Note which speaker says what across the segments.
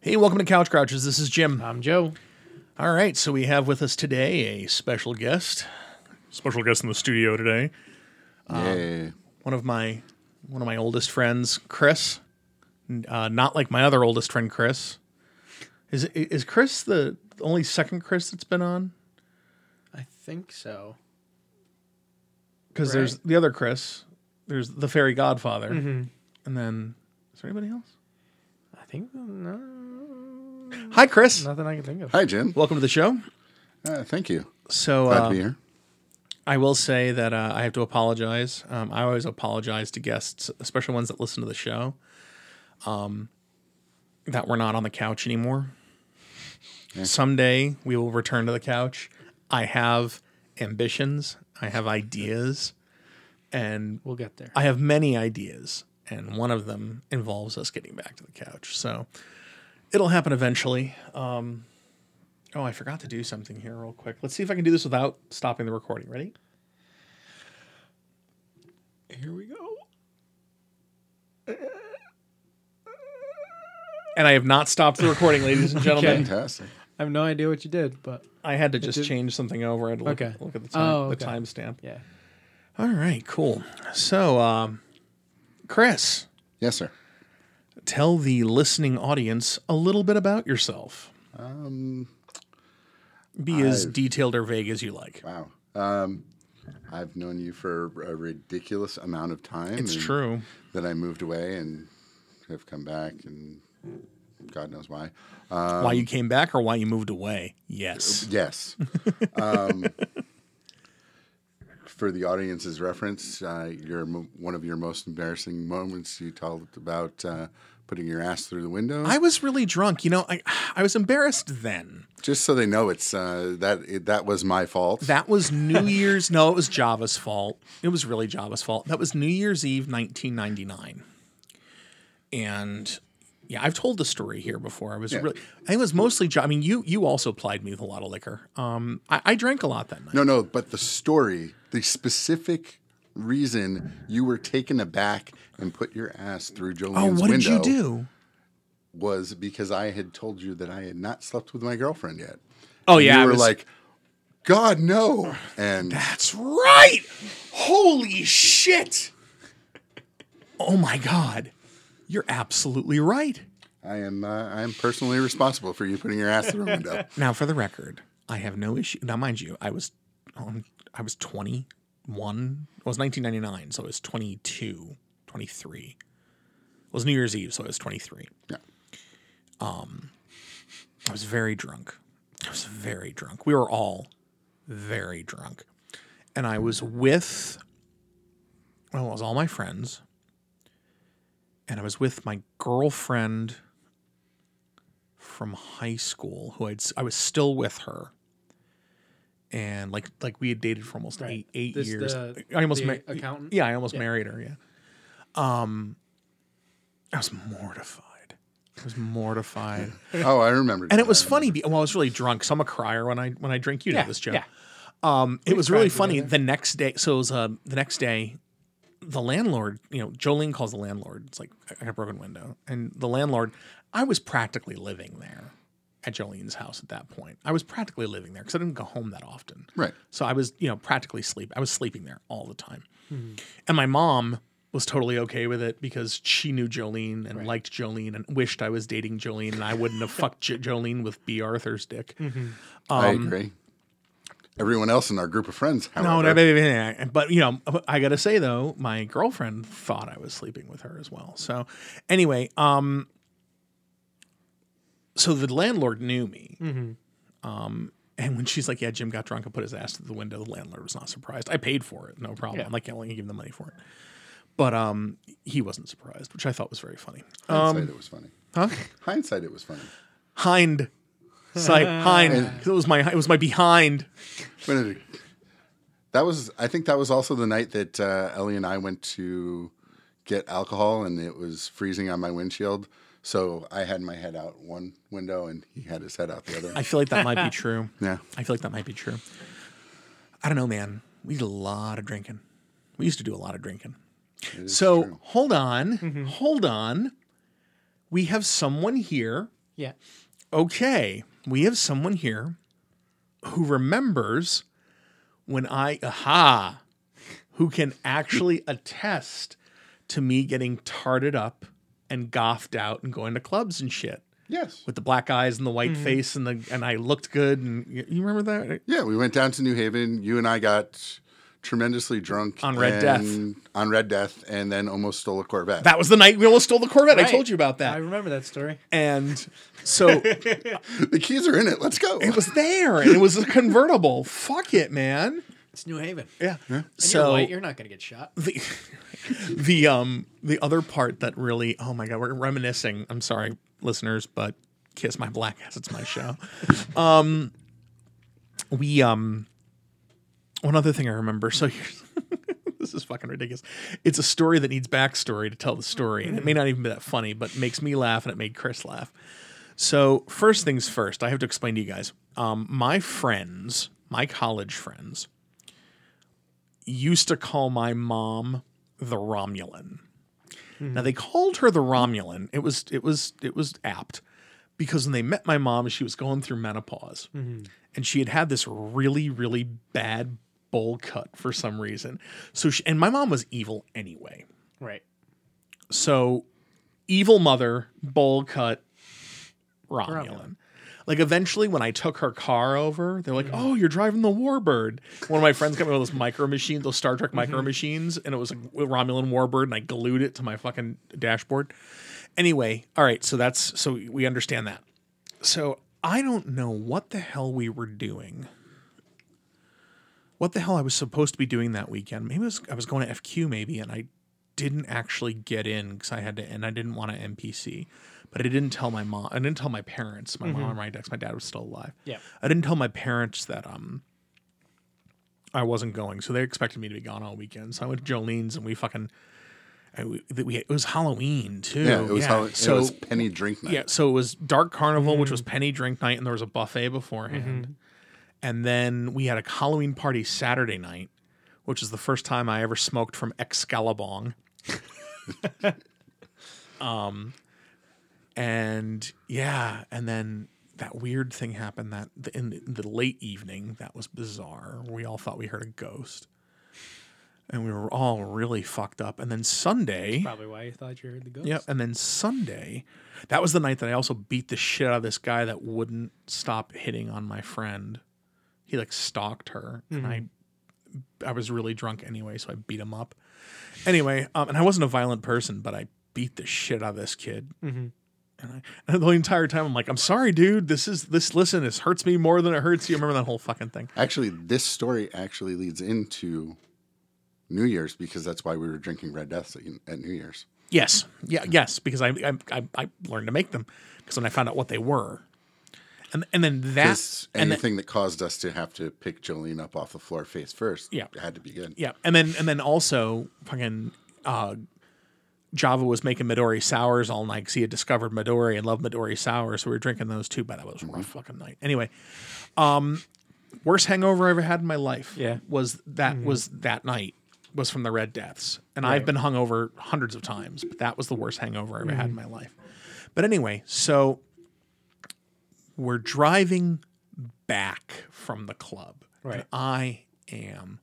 Speaker 1: Hey, welcome to Couch Crouchers. This is Jim.
Speaker 2: I'm Joe.
Speaker 1: All right, so we have with us today a special guest, special guest in the studio today.
Speaker 3: Yeah.
Speaker 1: Um, One of my one of my oldest friends, Chris. N- Uh, not like my other oldest friend, Chris. Is is Chris the only second Chris that's been on?
Speaker 2: I think so.
Speaker 1: Because
Speaker 2: Right. Mm-hmm.
Speaker 1: there's the other Chris. There's the fairy godfather. And then, is there anybody else?
Speaker 2: I think no,
Speaker 1: Hi, Chris.
Speaker 2: nothing I can think of.
Speaker 3: Hi, Jim.
Speaker 1: Welcome to the show.
Speaker 3: Uh, thank you.
Speaker 1: So,
Speaker 3: Glad
Speaker 1: uh,
Speaker 3: to be here.
Speaker 1: I will say that uh, I have to apologize. Um, I always apologize to guests, especially ones that listen to the show, um, that we're not on the couch anymore. Someday we will return to the couch. I have ambitions, I have ideas, and
Speaker 2: We'll get there.
Speaker 1: I have many ideas, and one of them involves us getting back to the couch. So it'll happen eventually. Um, oh, I forgot to do something here real quick. Let's see if I can do this without stopping the recording. Ready?
Speaker 2: Here we go.
Speaker 1: And I have not stopped the recording, ladies and gentlemen.
Speaker 3: Fantastic.
Speaker 2: I have no idea what you did, but
Speaker 1: I had to just
Speaker 2: did-
Speaker 1: change something over. I had to look,
Speaker 2: Okay.
Speaker 1: look at the time,
Speaker 2: Oh,
Speaker 1: the
Speaker 2: okay.
Speaker 1: timestamp.
Speaker 2: yeah.
Speaker 1: All right, cool. So, um, Chris,
Speaker 3: Yes, sir.
Speaker 1: tell the listening audience a little bit about yourself. Um, Be as detailed or vague as you like.
Speaker 3: Wow. Um, I've known you for a ridiculous amount of time.
Speaker 1: It's
Speaker 3: and
Speaker 1: true.
Speaker 3: That I moved away and have come back, and God knows why.
Speaker 1: why you came back or why you moved away? Yes.
Speaker 3: Yes. um, for the audience's reference, uh, your mo- one of your most embarrassing moments you talked about uh, putting your ass through the window.
Speaker 1: I was really drunk. You know, I I was embarrassed then.
Speaker 3: Just so they know, it's uh, that it, that was my fault.
Speaker 1: That was New Year's. No, it was Java's fault. It was really Java's fault. That was New Year's Eve, 1999. And yeah, I've told the story here before. I was really, I was mostly, Ja- I mean, you you also plied me with a lot of liquor. Um, I, I drank a lot that night.
Speaker 3: No, no, but the story, the specific reason you were taken aback and put your ass through
Speaker 1: oh,
Speaker 3: Jolene's
Speaker 1: what did
Speaker 3: window
Speaker 1: you do?
Speaker 3: was because I had told you that I had not slept with my girlfriend yet.
Speaker 1: Oh
Speaker 3: And
Speaker 1: yeah,
Speaker 3: you
Speaker 1: I
Speaker 3: were
Speaker 1: was-
Speaker 3: like, God no, and
Speaker 1: That's right. Holy shit. Oh my God. You're absolutely right.
Speaker 3: I am uh, I am personally responsible for you putting your ass through a window.
Speaker 1: Now, for the record, I have no issue. Now, mind you, I was um, I was 21. It was 1999, so I was 22, 23. It was New Year's Eve, so I was 23.
Speaker 3: Yeah.
Speaker 1: I was very drunk. I was very drunk. We were all very drunk. And I was with, well, it was all my friends. And I was with my girlfriend from high school who I'd, s- I was still with her. And like, like we had dated for almost
Speaker 2: Right.
Speaker 1: eight, eight
Speaker 2: This
Speaker 1: years.
Speaker 2: the-
Speaker 1: I almost
Speaker 2: the
Speaker 1: married
Speaker 2: accountant?
Speaker 1: Mm-hmm. Yeah. I almost married her. Yeah. Um, I was mortified. I was mortified.
Speaker 3: Oh, I remember.
Speaker 1: And it was funny. Be- well, I was really drunk, so I'm a crier when I when I drink. You know this, Joe.
Speaker 2: yeah.
Speaker 1: Um, it was really
Speaker 2: cried
Speaker 1: funny. The next day, so it was uh, the next day. The landlord, you know, Jolene calls the landlord. It's like I got a broken window, and the landlord. I was practically living there at Jolene's house at that point. I was practically living there because I didn't go home that often.
Speaker 3: Right.
Speaker 1: So I was, you know, practically sleep. I was sleeping there all the time. And my mom was totally okay with it because she knew Jolene and liked Jolene and wished I was dating Jolene and I wouldn't have fucked Jo- Jolene with B. Arthur's dick.
Speaker 3: I agree. Everyone else in our group of friends,
Speaker 1: Um, No,
Speaker 3: however,
Speaker 1: no, no, no, no. but you know, I gotta say though, my girlfriend thought I was sleeping with her as well. So anyway, um, so the landlord knew me, um, and when she's like, "Yeah, Jim got drunk and put his ass through the window," the landlord was not surprised. I paid for it, no problem.
Speaker 2: Yeah.
Speaker 1: I'm like, "Yeah, well, you give him the money for it," but um, he wasn't surprised, which I thought was very funny.
Speaker 3: hindsight it was funny.
Speaker 1: um, Huh?
Speaker 3: Hindsight it was funny.
Speaker 1: Hind. Sight, hind. 'Cause It was my it was my behind.
Speaker 3: When did it- that was, I think that was also the night that uh, Ellie and I went to get alcohol, and it was freezing on my windshield. So I had my head out one window, and he had his head out the other.
Speaker 1: I feel like that might be true.
Speaker 3: yeah,
Speaker 1: I feel like that might be true. I don't know, man. We did a lot of drinking. We used to do a lot of drinking. So hold on, hold on. We have someone here
Speaker 2: Yeah.
Speaker 1: okay, we have someone here who remembers when I, aha, who can actually attest to me getting tarted up and goffed out and going to clubs and shit
Speaker 3: Yes.
Speaker 1: with the black eyes and the white face and the and I looked good and you you remember that
Speaker 3: Yeah, we went down to New Haven. You and I got tremendously drunk
Speaker 1: On Red
Speaker 3: and- On Red Death, and then almost stole a Corvette.
Speaker 1: that was the night we almost stole the Corvette. I
Speaker 2: Right.
Speaker 1: told you about
Speaker 2: I
Speaker 1: that.
Speaker 2: remember that story.
Speaker 1: And so
Speaker 3: the keys are in it. Let's go.
Speaker 1: it was there and it was a convertible. Fuck it, man.
Speaker 2: It's New Haven.
Speaker 1: Yeah.
Speaker 2: And you're
Speaker 1: Uh, So
Speaker 2: white, you're not going to get shot.
Speaker 1: the the um the other part that really oh my god we're reminiscing i'm sorry listeners but kiss my black ass it's my show um we um one other thing i remember so here's this is fucking ridiculous it's a story that needs backstory to tell the story and it may not even be that funny but makes me laugh and it made chris laugh so first things first i have to explain to you guys um my friends my college friends used to call my mom the Romulan. Now they called her the Romulan. It was it was it was apt because when they met my mom, she was going through menopause, and she had had this really really bad bowl cut for some reason. So she, and my mom was evil anyway.
Speaker 2: Right.
Speaker 1: So evil mother bowl cut Romulan.
Speaker 2: Romulan.
Speaker 1: Like eventually, when I took her car over, they're like, "Oh, you're driving the Warbird." One of my friends got me one of those micro machines, those Star Trek micro machines, and it was a Romulan Warbird, and I glued it to my fucking dashboard. Anyway, all right, so that's so we understand that. So I don't know what the hell we were doing. What the hell I was supposed to be doing that weekend? Maybe it was, I was going to FQ, maybe, and I didn't actually get in because I had to, and I didn't want to NPC, but I didn't tell my mom. I didn't tell my parents. My mom and my dad, 'cause my dad was still alive.
Speaker 2: Yeah.
Speaker 1: I didn't tell my parents that um I wasn't going, so they expected me to be gone all weekend. So I went to Jolene's and we fucking and we, that we it was Halloween too.
Speaker 3: yeah, it was how
Speaker 1: so
Speaker 3: it was penny drink night.
Speaker 1: yeah, so it was Dark Carnival, which was penny drink night, and there was a buffet beforehand. And then we had a Halloween party Saturday night, which is the first time I ever smoked from Excalibong. um, and yeah, and then that weird thing happened that the, in the, the late evening that was bizarre. We all thought we heard a ghost, and we were all really fucked up. And then Sunday,
Speaker 2: Probably why you thought you heard the ghost.
Speaker 1: Yep. And then Sunday, that was the night that I also beat the shit out of this guy that wouldn't stop hitting on my friend. He like stalked her, and I, I was really drunk anyway, so I beat him up. Anyway, um, and I wasn't a violent person, but I beat the shit out of this kid.
Speaker 2: Mhm.
Speaker 1: And, I, and the entire time I'm like, I'm sorry, dude. This is this. Listen, this hurts me more than it hurts you. Remember that whole fucking thing?
Speaker 3: Actually, this story actually leads into New Year's because that's why we were drinking Red Death at New Year's.
Speaker 1: Yes, yeah, yes, because I I, I, I learned to make them because when I found out what they were, and and then that
Speaker 3: Because
Speaker 1: and then-
Speaker 3: anything that caused us to have to pick Jolene up off the floor face first
Speaker 1: Yeah.
Speaker 3: had to be good.
Speaker 1: Yeah, and then and then also fucking uh, Java was making Midori sours all night because he had discovered Midori and loved Midori sours, so we were drinking those too. But that was a rough fucking night. Anyway, um, worst hangover I ever had in my life.
Speaker 2: Yeah.
Speaker 1: was that was that night was from the Red Deaths, and I've been hungover hundreds of times, but that was the worst hangover I ever had in my life. But anyway, so we're driving back from the club. and
Speaker 2: Right.
Speaker 1: I am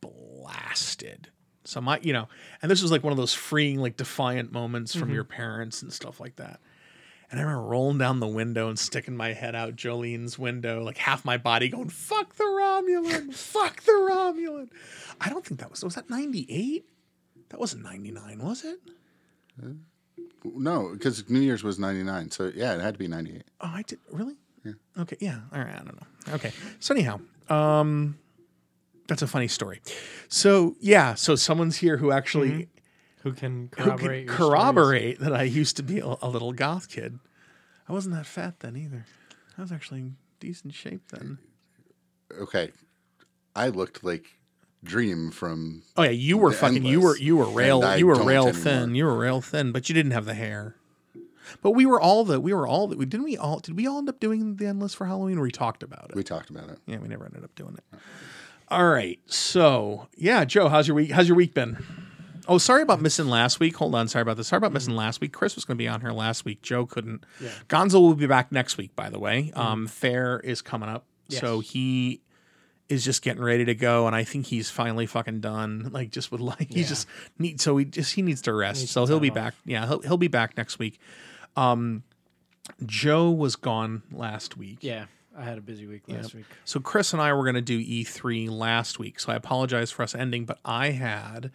Speaker 1: blasted. So my, you know, and this was like one of those freeing, like defiant moments from your parents and stuff like that. And I remember rolling down the window and sticking my head out Jolene's window, like half my body going, "Fuck the Romulan, fuck the Romulan." I don't think that was was that ninety eight. That wasn't ninety nine, was it?
Speaker 3: No, because New Year's was 99. So yeah, it had to be 98.
Speaker 1: Oh, I did really. Yeah. Okay. Yeah. All right. I don't know. Okay. So anyhow, um, that's a funny story. So yeah. So someone's here who actually
Speaker 2: Who can
Speaker 3: Mm-hmm.
Speaker 1: who can
Speaker 2: corroborate? your stories?
Speaker 1: corroborate that I used to be a, a little goth kid. I wasn't that fat then either. I was actually in decent shape then.
Speaker 3: Okay. I looked like Dream from
Speaker 1: Oh yeah, you were
Speaker 3: The
Speaker 1: fucking you were
Speaker 3: endless.
Speaker 1: you were rail
Speaker 3: And I
Speaker 1: you were
Speaker 3: don't
Speaker 1: rail
Speaker 3: anymore.
Speaker 1: thin. You were rail thin, but you didn't have the hair. But we were all the we were all that we didn't we all did we all end up doing the endless for Halloween or we talked about it.
Speaker 3: we talked about it.
Speaker 1: yeah, we never ended up doing it. All right. So, yeah, Joe, how's your week how's your week been? Oh, sorry about missing last week. Hold on. Sorry about this. Sorry about missing last week. Chris was going to be on here last week. Joe couldn't.
Speaker 2: Mm-hmm. Yeah. Mm-hmm.
Speaker 1: Gonzo will be back next week, by the way. Um, Fair is coming up.
Speaker 2: Yes.
Speaker 1: So he is just getting ready to go. And I think he's finally fucking done. Like, just with like, he
Speaker 2: Yeah.
Speaker 1: just needs, so he just, he needs to rest.
Speaker 2: Needs
Speaker 1: so
Speaker 2: some
Speaker 1: he'll be
Speaker 2: time off.
Speaker 1: back. Yeah. He'll, he'll be back next week. Um, Joe was gone last week.
Speaker 2: Yeah, I had a busy week last week.
Speaker 1: So Chris and I were going to do E3 last week. So I apologize for us ending, but I had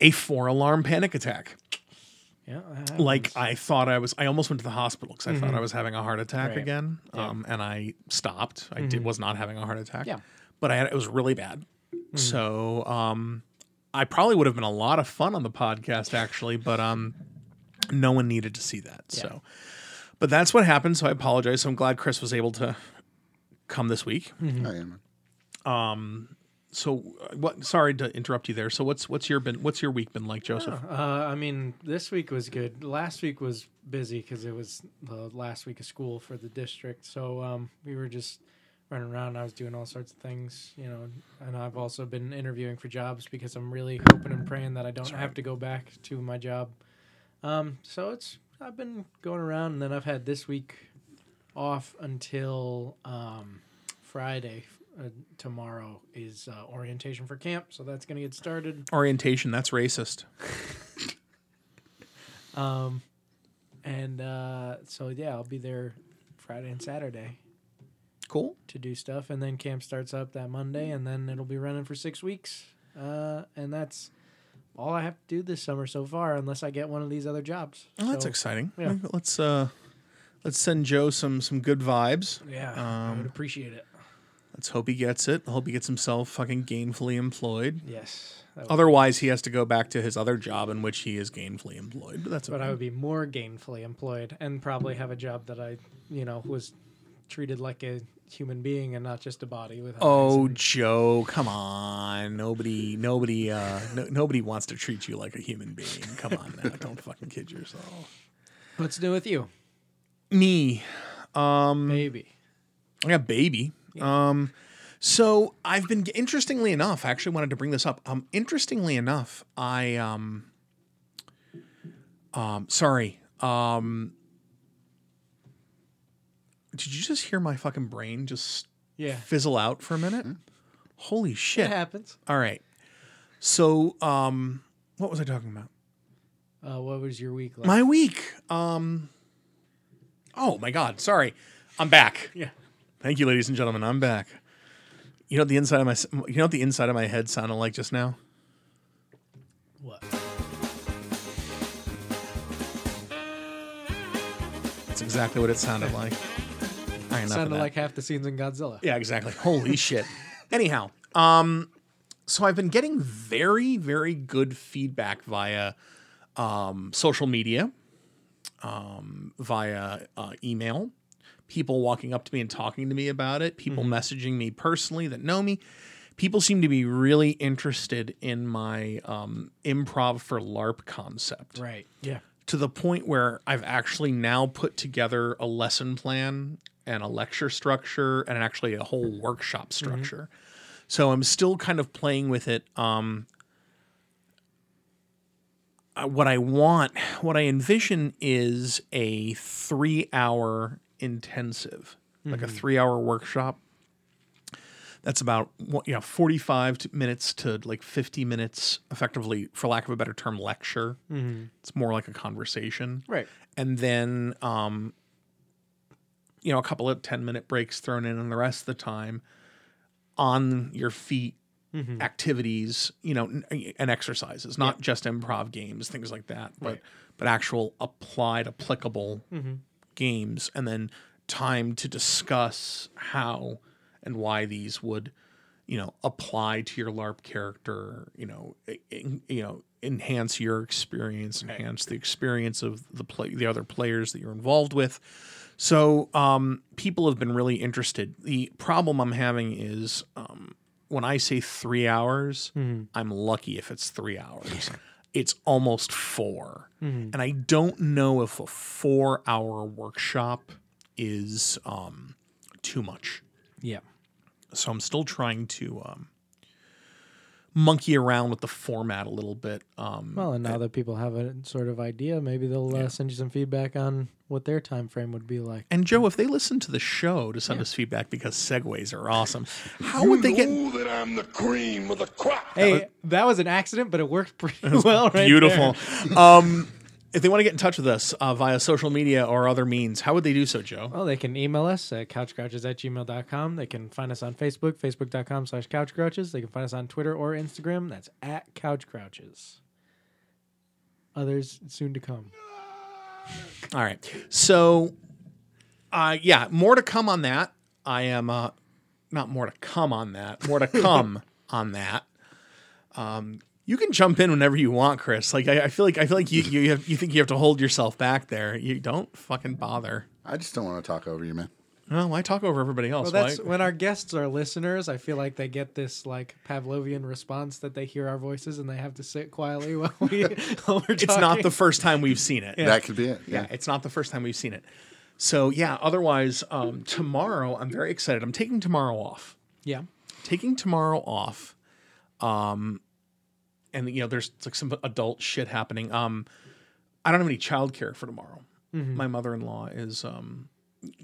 Speaker 1: a four alarm panic attack.
Speaker 2: Yeah, I- I
Speaker 1: Like
Speaker 2: was-
Speaker 1: I thought I was I almost went to the hospital cuz I thought I was having a heart attack
Speaker 2: Mm-hmm. Right. Mm-hmm.
Speaker 1: again. Um and I stopped. I did was not having a heart attack.
Speaker 2: Yeah. Mm.
Speaker 1: But I had, it was really bad. So um I probably would have been a lot of fun on the podcast actually, but um no one needed to see that. So but that's what happened, so I apologize. So I'm glad Chris was able to come this week.
Speaker 3: I am.
Speaker 1: so uh, what sorry to interrupt you there so what's what's your been what's your week been like joseph
Speaker 2: Uh, I mean, this week was good. Last week was busy because it was the last week of school for the district. So um, we were just running around. I was doing all sorts of things, you know. And I've also been interviewing for jobs because I'm really hoping and praying that I don't have to go back to my job. Um, so it's I've been going around, and then I've had this week off until um, Friday. Uh, tomorrow is uh, orientation for camp, so that's gonna get started.
Speaker 1: orientation that's racist
Speaker 2: Um, and uh, so yeah, I'll be there Friday and Saturday
Speaker 1: cool
Speaker 2: to do stuff, and then camp starts up that Monday, and then it'll be running for six weeks. Uh, and that's all I have to do this summer so far, unless I get one of these other jobs.
Speaker 1: well, Oh, that's
Speaker 2: So,
Speaker 1: exciting
Speaker 2: yeah.
Speaker 1: let's uh let's send joe some some good vibes
Speaker 2: Yeah,
Speaker 1: um,
Speaker 2: I would appreciate it.
Speaker 1: let's hope he gets it hope he gets himself fucking gainfully employed
Speaker 2: Yes, that would-
Speaker 1: otherwise he has to go back to his other job in which he is gainfully employed but that's
Speaker 2: but I
Speaker 1: okay.
Speaker 2: would be more gainfully employed and probably have a job that I, you know, was treated like a human being and not just a body with. eyes
Speaker 1: oh
Speaker 2: and-
Speaker 1: joe come on nobody nobody uh no, nobody wants to treat you like a human being come on now don't fucking kid yourself
Speaker 2: what's new with you,
Speaker 1: me Um,
Speaker 2: baby?
Speaker 1: I got baby. Um, so I've been interestingly enough. I actually wanted to bring this up. Um, interestingly enough, I um, um, sorry. Um, did you just hear my fucking brain just
Speaker 2: Yeah,
Speaker 1: fizzle out for a minute? Holy
Speaker 2: it
Speaker 1: shit!
Speaker 2: happens.
Speaker 1: All right. So um, what was I talking about?
Speaker 2: Uh, what was your week like?
Speaker 1: My week. Um, oh my god. Sorry, I'm back.
Speaker 2: yeah.
Speaker 1: Thank you, ladies and gentlemen. I'm back. You know what the inside of my you know what the inside of my head sounded like just now.
Speaker 2: What?
Speaker 1: That's exactly what it sounded like. I enough of
Speaker 2: Sounded
Speaker 1: that.
Speaker 2: like half the scenes in Godzilla.
Speaker 1: yeah, exactly. Holy shit. Anyhow, um, so I've been getting very very good feedback via um, social media, um, via uh, email. People walking up to me and talking to me about it. People messaging me personally that know me. people seem to be really interested in my um, improv for LARP concept
Speaker 2: Right. Yeah.
Speaker 1: to the point where I've actually now put together a lesson plan and a lecture structure and actually a whole workshop structure. So I'm still kind of playing with it. Um, uh, what I want, what I envision is a three hour intensive, like a three hour workshop. That's about what- you know, 45 to- minutes to like 50 minutes, effectively, for lack of a better term, lecture. It's more like a conversation.
Speaker 2: Right.
Speaker 1: And then, um, you know, a couple of 10 minute breaks thrown in, and the rest of the time on your feet activities, you know, n- uh, and exercises, not just improv games, things like that, but,
Speaker 2: Right.
Speaker 1: but actual applied, applicable games. And then time to discuss how and why these would you know apply to your larp character you know e- en- you know enhance your experience enhance the experience of the play the other players that you're involved with so um people have been really interested the problem i'm having is um when i say 3 hours i'm lucky if it's 3 hours it's almost 4 and i don't know if a 4 hour workshop is um too much
Speaker 2: Yeah.
Speaker 1: so I'm still trying to um, monkey around with the format a little bit. Um,
Speaker 2: Well, and now that people have a sort of idea, maybe they'll uh, send you some feedback on what their time frame would be like.
Speaker 1: and Joe, if they listen to the show to send us feedback because segues are awesome, how would they get?
Speaker 4: Know that I'm the cream of the crop.
Speaker 2: Hey, that was, an accident, but it worked pretty well. Right
Speaker 1: Beautiful. um, if they want to get in touch with us uh, via social media or other means, how would they do so, Joe?
Speaker 2: Well, they can email us at couchgrouches at gmail.com. They can find us on Facebook, facebook.com slash couchgrouches. They can find us on Twitter or Instagram. That's at couchgrouches. Others soon to come.
Speaker 1: All right. So, uh, yeah, more to come on that. I am uh, not more to come on that. More to come on that. Um, you can jump in whenever you want, Chris. Like I, I feel like I feel like you you have, you think you have to hold yourself back there. You don't fucking bother.
Speaker 3: I just don't want to talk over you, man.
Speaker 1: No, why talk over everybody else?
Speaker 2: Well, that's
Speaker 1: Why-
Speaker 2: when our guests are listeners. I feel like they get this like Pavlovian response that they hear our voices and they have to sit quietly while we while we're talking.
Speaker 1: it's not the first time we've seen it.
Speaker 3: That could be it. Yeah.
Speaker 1: yeah, it's not the first time we've seen it. So yeah, otherwise um, tomorrow I'm very excited. I'm taking tomorrow off.
Speaker 2: yeah.
Speaker 1: taking tomorrow off um and you know there's like some adult shit happening um i don't have any childcare for tomorrow
Speaker 2: Mm-hmm.
Speaker 1: my mother-in-law is um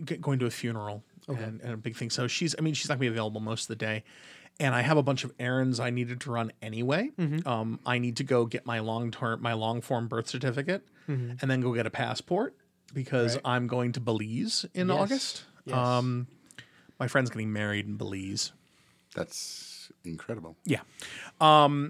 Speaker 1: g- going to a funeral and, and a big thing so she's i mean she's not gonna be available most of the day and i have a bunch of errands i needed to run anyway
Speaker 2: Mm-hmm.
Speaker 1: um i need to go get my long term my long form birth certificate
Speaker 2: Mm-hmm.
Speaker 1: and then go get a passport because
Speaker 2: Right.
Speaker 1: i'm going to belize in
Speaker 2: Yes.
Speaker 1: august
Speaker 2: Yes.
Speaker 1: um my friend's getting married in belize
Speaker 3: That's incredible.
Speaker 1: yeah. Um,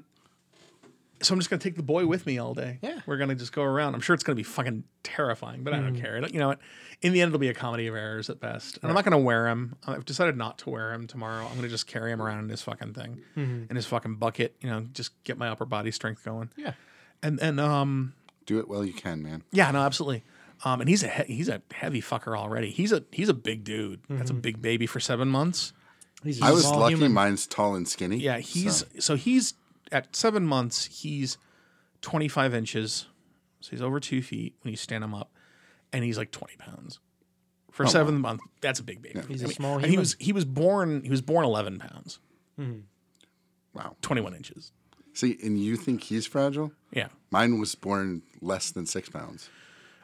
Speaker 1: so I'm just gonna take the boy with me all day.
Speaker 2: Yeah.
Speaker 1: We're gonna just go around. I'm sure it's gonna be fucking terrifying, but I don't care. It- You know what? In the end, it'll be a comedy of errors at best. And I'm not gonna wear him. I've decided not to wear him tomorrow. I'm gonna just carry him around in his fucking thing, in his fucking bucket. You know, just get my upper body strength going.
Speaker 2: Yeah.
Speaker 1: And and um,
Speaker 3: Do it while you can, man.
Speaker 1: yeah, no, absolutely. Um, and he's a he- he's a heavy fucker already. He's a he's a big dude. That's a big baby for seven months.
Speaker 2: He's
Speaker 3: I
Speaker 2: a
Speaker 3: was
Speaker 2: small
Speaker 3: lucky.
Speaker 2: human.
Speaker 3: Mine's tall and skinny.
Speaker 1: Yeah, he's so. he's at seven months, he's 25 inches, so he's over two feet when you stand him up, and he's like 20 pounds. For seven months, that's a big baby.
Speaker 2: He's
Speaker 1: a
Speaker 2: a small
Speaker 1: and he
Speaker 2: human.
Speaker 1: was he was born he was born 11 pounds,
Speaker 3: Wow.
Speaker 1: 21 inches.
Speaker 3: See, and you think he's fragile?
Speaker 1: Yeah.
Speaker 3: Mine was born less than six pounds.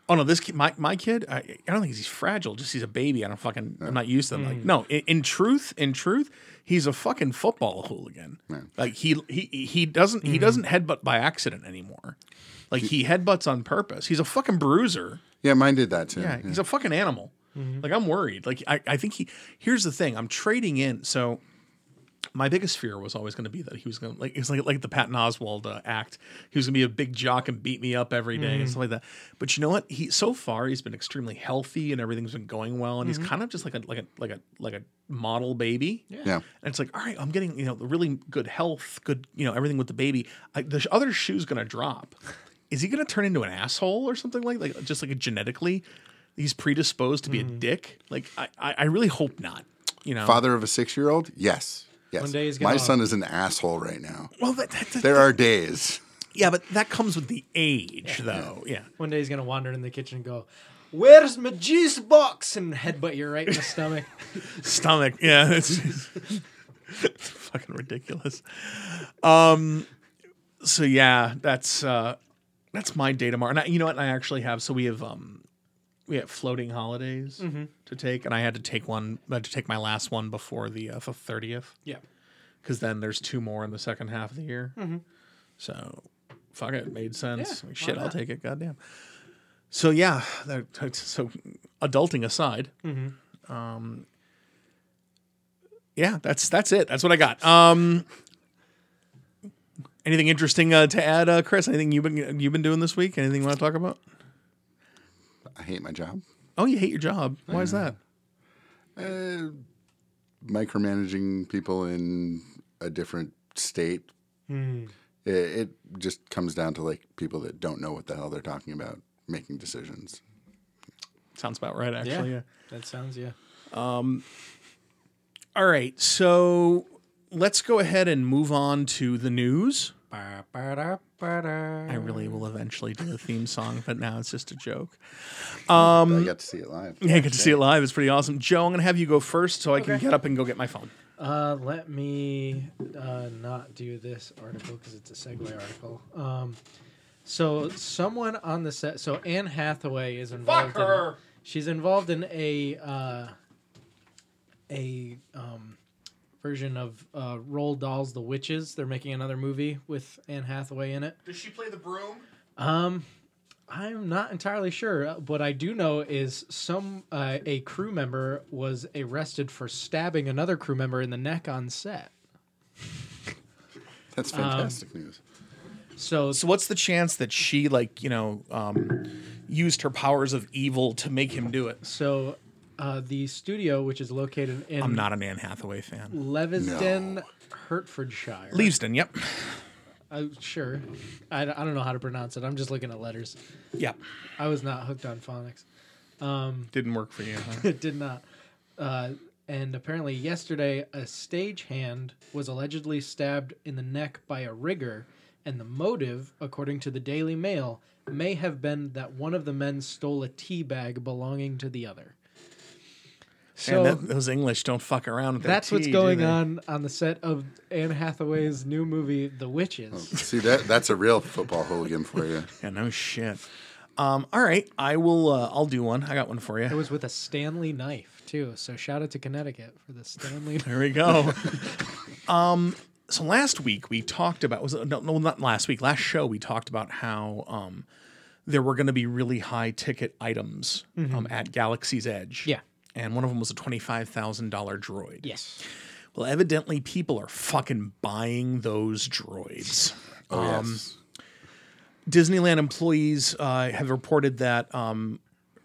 Speaker 1: Oh no, this kid, my my kid, I, I don't think he's fragile. Just he's a baby. I don't fucking. I'm not used to him. Like no, in, in truth, in truth, he's a fucking football hooligan. Like he he he doesn't he doesn't headbutt by accident anymore. Like he headbutts on purpose. He's a fucking bruiser.
Speaker 3: Yeah, mine did that too.
Speaker 1: Yeah, he's a fucking animal. Like I'm worried. Like I, I think he. Here's the thing. I'm trading in. So my biggest fear was always going to be that he was going to like it's like like the Patton Oswald uh, act. He was going to be a big jock and beat me up every day and stuff like that. But you know what? He so far he's been extremely healthy and everything's been going well. And he's kind of just like a like a like a like a model baby.
Speaker 3: Yeah.
Speaker 1: And it's like, all right, I'm getting you know the really good health, good you know everything with the baby. I, the sh- other shoe's gonna drop. Is he gonna turn into an asshole or something like like just like genetically, he's predisposed to be a dick? Like I, I I really hope not. You know,
Speaker 3: Father of a six year old? Yes. Yes.
Speaker 2: One day he's gonna-
Speaker 3: My son is an asshole right now.
Speaker 1: well, that, that, that-
Speaker 3: There are days.
Speaker 1: yeah, but that comes with the age though. Yeah.
Speaker 2: One day he's gonna wander in the kitchen and go, "Where's my juice box?" and headbutt you right in the stomach.
Speaker 1: stomach. Yeah, it's, it's fucking ridiculous. Um, so yeah, that's uh, that's my day tomorrow. And I, you know what? I actually have. So we have um, we have floating holidays to take, and I had to take one. I had to take my last one before the uh, thirtieth
Speaker 2: yeah.
Speaker 1: because then there's two more in the second half of the year. So fuck it, made sense.
Speaker 2: Mm-hmm. Yeah,
Speaker 1: Like, Shit,
Speaker 2: why
Speaker 1: I'll
Speaker 2: not?
Speaker 1: take it. Goddamn. So yeah, that, that's- so adulting aside, um,
Speaker 2: Mm-hmm.
Speaker 1: yeah, that's that's it. That's what I got. Um, anything interesting uh, to add, uh, Chris? Anything you've been you've been doing this week? Anything you want to talk about?
Speaker 3: I hate my job.
Speaker 1: Oh, you hate your job. Why
Speaker 2: Mm.
Speaker 1: is that?
Speaker 3: Uh, micromanaging people in a different state.
Speaker 2: Hmm.
Speaker 3: It, it just comes down to like people that don't know what the hell they're talking about making decisions.
Speaker 1: Sounds about right,
Speaker 2: Yeah.
Speaker 1: actually. yeah.
Speaker 2: That sounds yeah.
Speaker 1: All right, so let's go ahead and move on to the news.
Speaker 2: Ba, ba, da, ba, da.
Speaker 1: I really will eventually do the theme song, but now it's just a joke.
Speaker 3: I got to see it live.
Speaker 2: Hmm.
Speaker 1: Yeah, good to see it live. It's pretty awesome. Joe, I'm going to have you go first so I can get up and go get my phone.
Speaker 2: Uh, let me uh, not do this article because it's a segue article. Um, so someone on the set, so Anne Hathaway is involved.
Speaker 1: Fuck her!
Speaker 2: In, she's involved in a uh, a um, version of uh, Roll Dolls the Witches. They're making another movie with Anne Hathaway in it.
Speaker 1: Does she play the broom?
Speaker 2: Um, I'm not entirely sure. Uh, What I do know is some uh, a crew member was arrested for stabbing another crew member in the neck on set.
Speaker 3: That's
Speaker 2: Um,
Speaker 3: fantastic news.
Speaker 2: So,
Speaker 1: So what's the chance that she like you know um, used her powers of evil to make him do it?
Speaker 2: so uh, the studio, which is located in
Speaker 1: I'm not an Anne Hathaway fan.
Speaker 2: Levisden,
Speaker 3: No.
Speaker 2: Hertfordshire.
Speaker 1: Leavesden, yep,
Speaker 2: Uh, sure, I, I don't know how to pronounce it. I'm just looking at letters.
Speaker 1: yep.
Speaker 2: I was not hooked on phonics.
Speaker 1: Didn't work for you. huh?
Speaker 2: It did not. Uh, and apparently, yesterday, a stagehand was allegedly stabbed in the neck by a rigger, and the motive, according to the Daily Mail, may have been that one of the men stole a tea bag belonging to the other. So
Speaker 1: and that, those English don't fuck around with their
Speaker 2: that's what's
Speaker 1: tea, do
Speaker 2: going
Speaker 1: they?
Speaker 2: on on the set of Anne Hathaway's new movie, The Witches.
Speaker 3: See that that's a real football hooligan for you.
Speaker 1: Yeah, no shit. Um, all right, I will. Uh, I'll do one. I got one for
Speaker 2: It
Speaker 1: you.
Speaker 2: was with a Stanley knife too. So shout out to Connecticut for the Stanley.
Speaker 1: There we go. um, so last week we talked about was it- no, no not last week last show we talked about how um, there were going to be really high ticket items um, at Galaxy's Edge.
Speaker 2: Yeah.
Speaker 1: and one of them was a twenty five thousand dollar droid.
Speaker 2: yes.
Speaker 1: Well, evidently people are fucking buying those droids.
Speaker 3: Oh, yes.
Speaker 1: Disneyland employees uh, have reported that um,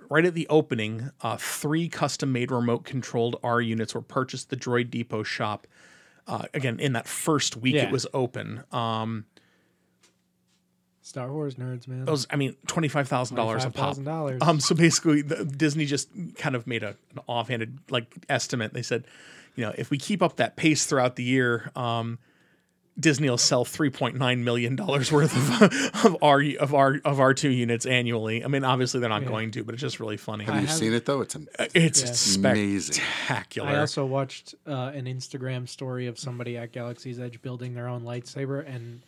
Speaker 1: right at the opening, uh, three custom made remote controlled R units were purchased at the Droid Depot shop. Uh, again, in that first week
Speaker 2: Yeah.
Speaker 1: it was open. Um,
Speaker 2: Star Wars nerds, man.
Speaker 1: those, I mean, $25,000 a pop.
Speaker 2: $25,000.
Speaker 1: Um, so basically, the, Disney just kind of made a, an offhanded like estimate. They said, you know, if we keep up that pace throughout the year, um, Disney will sell three point nine million dollars worth of of our of our of our two units annually. I mean, obviously they're not going to, but it's just really funny. Uh,
Speaker 3: Have you
Speaker 2: have-
Speaker 3: seen it though? It's am-
Speaker 1: It's
Speaker 3: Amazing.
Speaker 1: spectacular. Um,
Speaker 2: I also watched uh, an Instagram story of somebody at Galaxy's Edge building their own lightsaber, and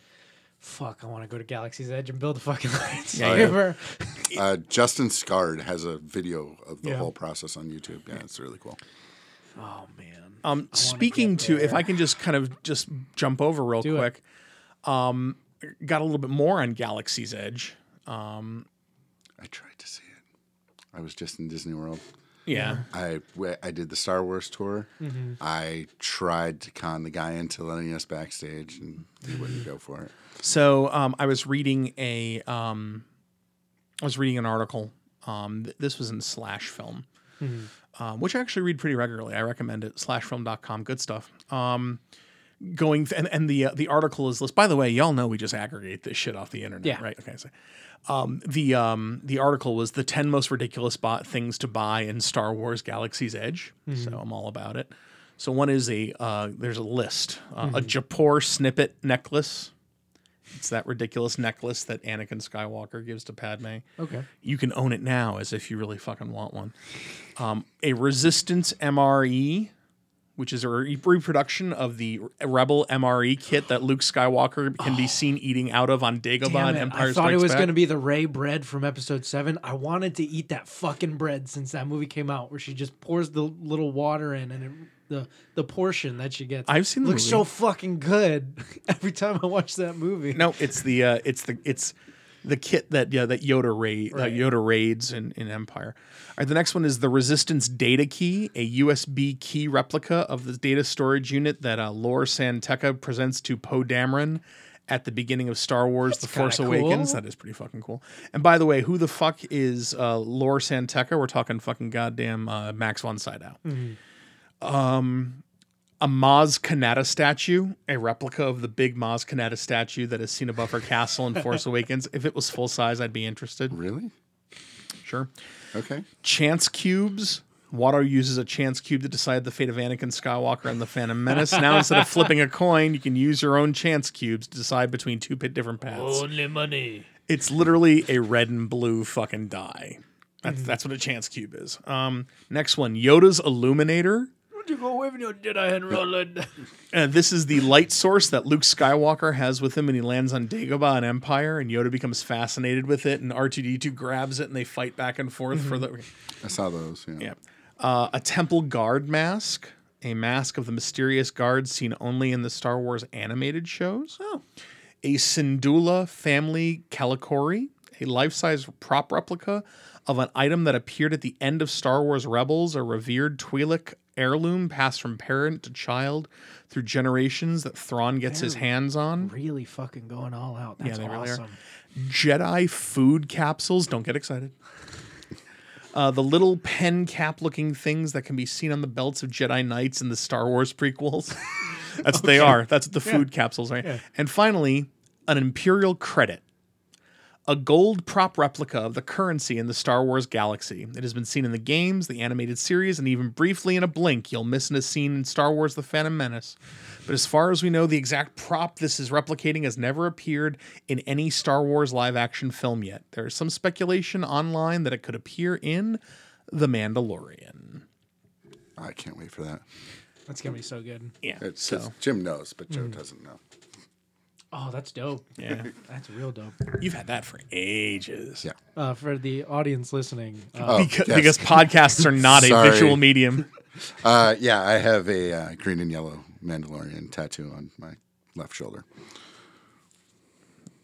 Speaker 2: fuck, I want to go to Galaxy's Edge and build a fucking lightsaber.
Speaker 3: uh, Justin Scard has a video of the
Speaker 2: Yeah.
Speaker 3: whole process on YouTube. Yeah, it's really cool.
Speaker 2: Oh man,
Speaker 1: Um, speaking
Speaker 2: get
Speaker 1: to, if
Speaker 2: there.
Speaker 1: I can just kind of just jump over real
Speaker 2: Do it.
Speaker 1: quick, um, got a little bit more on Galaxy's Edge.
Speaker 3: I tried to see it. I was just in Disney World.
Speaker 1: Yeah,
Speaker 3: I we- I did the Star Wars tour. I tried to con the guy into letting us backstage, and he wouldn't go for it.
Speaker 1: So um, I was reading a um, I was reading an article. Um, th- this was in Slash Film, um, which I actually read pretty regularly. I recommend it. Slashfilm.com, good stuff. Um, going th- and, and the uh, the article is list. By the way, y'all know we just aggregate this shit off the internet,
Speaker 2: Yeah.
Speaker 1: right? Okay, so um, the um, the article was the ten most ridiculous bot things to buy in Star Wars Galaxy's Edge. So I'm all about it. So one is a uh, there's a list uh, a Japor snippet necklace. It's that ridiculous necklace that Anakin Skywalker gives to Padme.
Speaker 2: okay,
Speaker 1: You can own it now as if you really fucking want one. Um, a Resistance MRE, which is a re- reproduction of the Rebel MRE kit that Luke Skywalker can be seen eating out of on Dagobah
Speaker 2: Oh. Damn
Speaker 1: in
Speaker 2: it,
Speaker 1: Empire
Speaker 2: I thought it
Speaker 1: Strikes
Speaker 2: was
Speaker 1: Back.
Speaker 2: going to be the Ray bread from Episode Seven. I wanted to eat that fucking bread since that movie came out, where she just pours the little water in and it, the the portion that she gets.
Speaker 1: I've seen the
Speaker 2: looks
Speaker 1: movie.
Speaker 2: so fucking good every time I watch that movie.
Speaker 1: No, it's the uh, it's the it's the kit that yeah, that Yoda raid that
Speaker 2: Right.
Speaker 1: Yoda raids in, in Empire. All right, the next one is the Resistance Data Key, a USB key replica of the data storage unit that uh, Lor San Tekka presents to Poe Dameron at the beginning of Star Wars: The Force
Speaker 2: kinda
Speaker 1: Awakens.
Speaker 2: cool.
Speaker 1: That is pretty fucking cool. And by the way, who the fuck is uh, Lor San Tekka? We're talking fucking goddamn uh, Max von Sydow a Maz Kanata statue, a replica of the big Maz Kanata statue that is seen above her castle in Force Awakens. If it was full size, I'd be interested.
Speaker 3: Really?
Speaker 1: Sure.
Speaker 3: Okay.
Speaker 1: Chance cubes. Watto uses a chance cube to decide the fate of Anakin Skywalker and the Phantom Menace. Now, instead of flipping a coin, you can use your own chance cubes to decide between two pit different paths.
Speaker 2: Only money.
Speaker 1: It's literally a red and blue fucking die. That's that's what a chance cube is. Um, next one, Yoda's Illuminator.
Speaker 2: go with you, did I, Roland?
Speaker 1: And Uh, this is the light source that Luke Skywalker has with him, and he lands on Dagobah and Empire, and Yoda becomes fascinated with it, and R2D2 grabs it, and they fight back and forth for the.
Speaker 3: I saw those. Yeah.
Speaker 1: Yeah. Uh, a temple guard mask, a mask of the mysterious guard seen only in the Star Wars animated shows. Oh. A Sindula family calicori, a life size prop replica of an item that appeared at the end of Star Wars Rebels, a revered Twi'lek heirloom passed from parent to child through generations that Thrawn gets his hands on.
Speaker 2: really fucking going all out. That's
Speaker 1: they really are.
Speaker 2: awesome.
Speaker 1: Jedi food capsules. Don't get excited. Uh, the little pen cap looking things that can be seen on the belts of Jedi Knights in the Star Wars prequels. That's what they are. That's what the food capsules are. And finally, an Imperial credit. A gold prop replica of the currency in the Star Wars galaxy. It has been seen in the games, the animated series, and even briefly in a blink you'll miss in a scene in Star Wars The Phantom Menace. But as far as we know, the exact prop this is replicating has never appeared in any Star Wars live action film yet. There is some speculation online that it could appear in The Mandalorian.
Speaker 3: I can't wait for that.
Speaker 2: That's gonna be so good.
Speaker 1: Yeah.
Speaker 3: It's,
Speaker 1: so,
Speaker 3: it's- Jim knows, but Joe doesn't know.
Speaker 2: Oh, that's dope.
Speaker 1: yeah.
Speaker 2: That's real dope.
Speaker 1: You've had that for ages.
Speaker 3: Yeah.
Speaker 2: Uh, for the audience listening, uh,
Speaker 3: Oh,
Speaker 1: Because,
Speaker 3: yes.
Speaker 1: because podcasts are not a
Speaker 3: Sorry.
Speaker 1: visual medium.
Speaker 3: Uh, yeah, I have a uh, green and yellow Mandalorian tattoo on my left shoulder.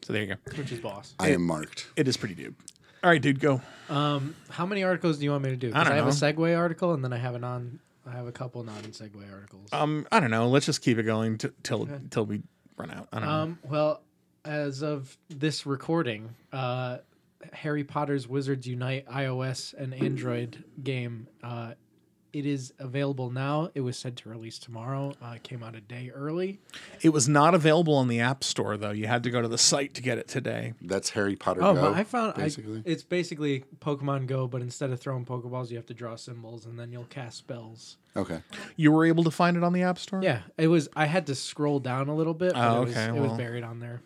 Speaker 1: So there you go.
Speaker 2: which is boss.
Speaker 3: I am marked.
Speaker 1: It is pretty dude. All right, dude, go.
Speaker 2: Um, How many articles do you want me to do? 'Cause
Speaker 1: don't
Speaker 2: have a
Speaker 1: know.
Speaker 2: segue article, and then I have a non. I have a couple non segue articles.
Speaker 1: Um, I don't know. Let's just keep it going t- till till we run out. I don't know.
Speaker 2: Um, well, as of this recording, uh, Harry Potter's Wizards Unite iOS and Android game, uh, it is available now. It was said to release tomorrow. Uh, it came out a day early.
Speaker 1: It was not available on the App Store though. You had to go to the site to get it today.
Speaker 3: That's Harry Potter.
Speaker 2: Oh,
Speaker 3: Go,
Speaker 2: but I found I,
Speaker 3: basically.
Speaker 2: it's basically Pokemon Go, but instead of throwing Pokeballs, you have to draw symbols, and then you'll cast spells.
Speaker 3: okay.
Speaker 1: You were able to find it on the App Store.
Speaker 2: Yeah, it was. I had to scroll down a little bit. But
Speaker 1: Oh,
Speaker 2: it was,
Speaker 1: okay,
Speaker 2: It
Speaker 1: well,
Speaker 2: was buried on there.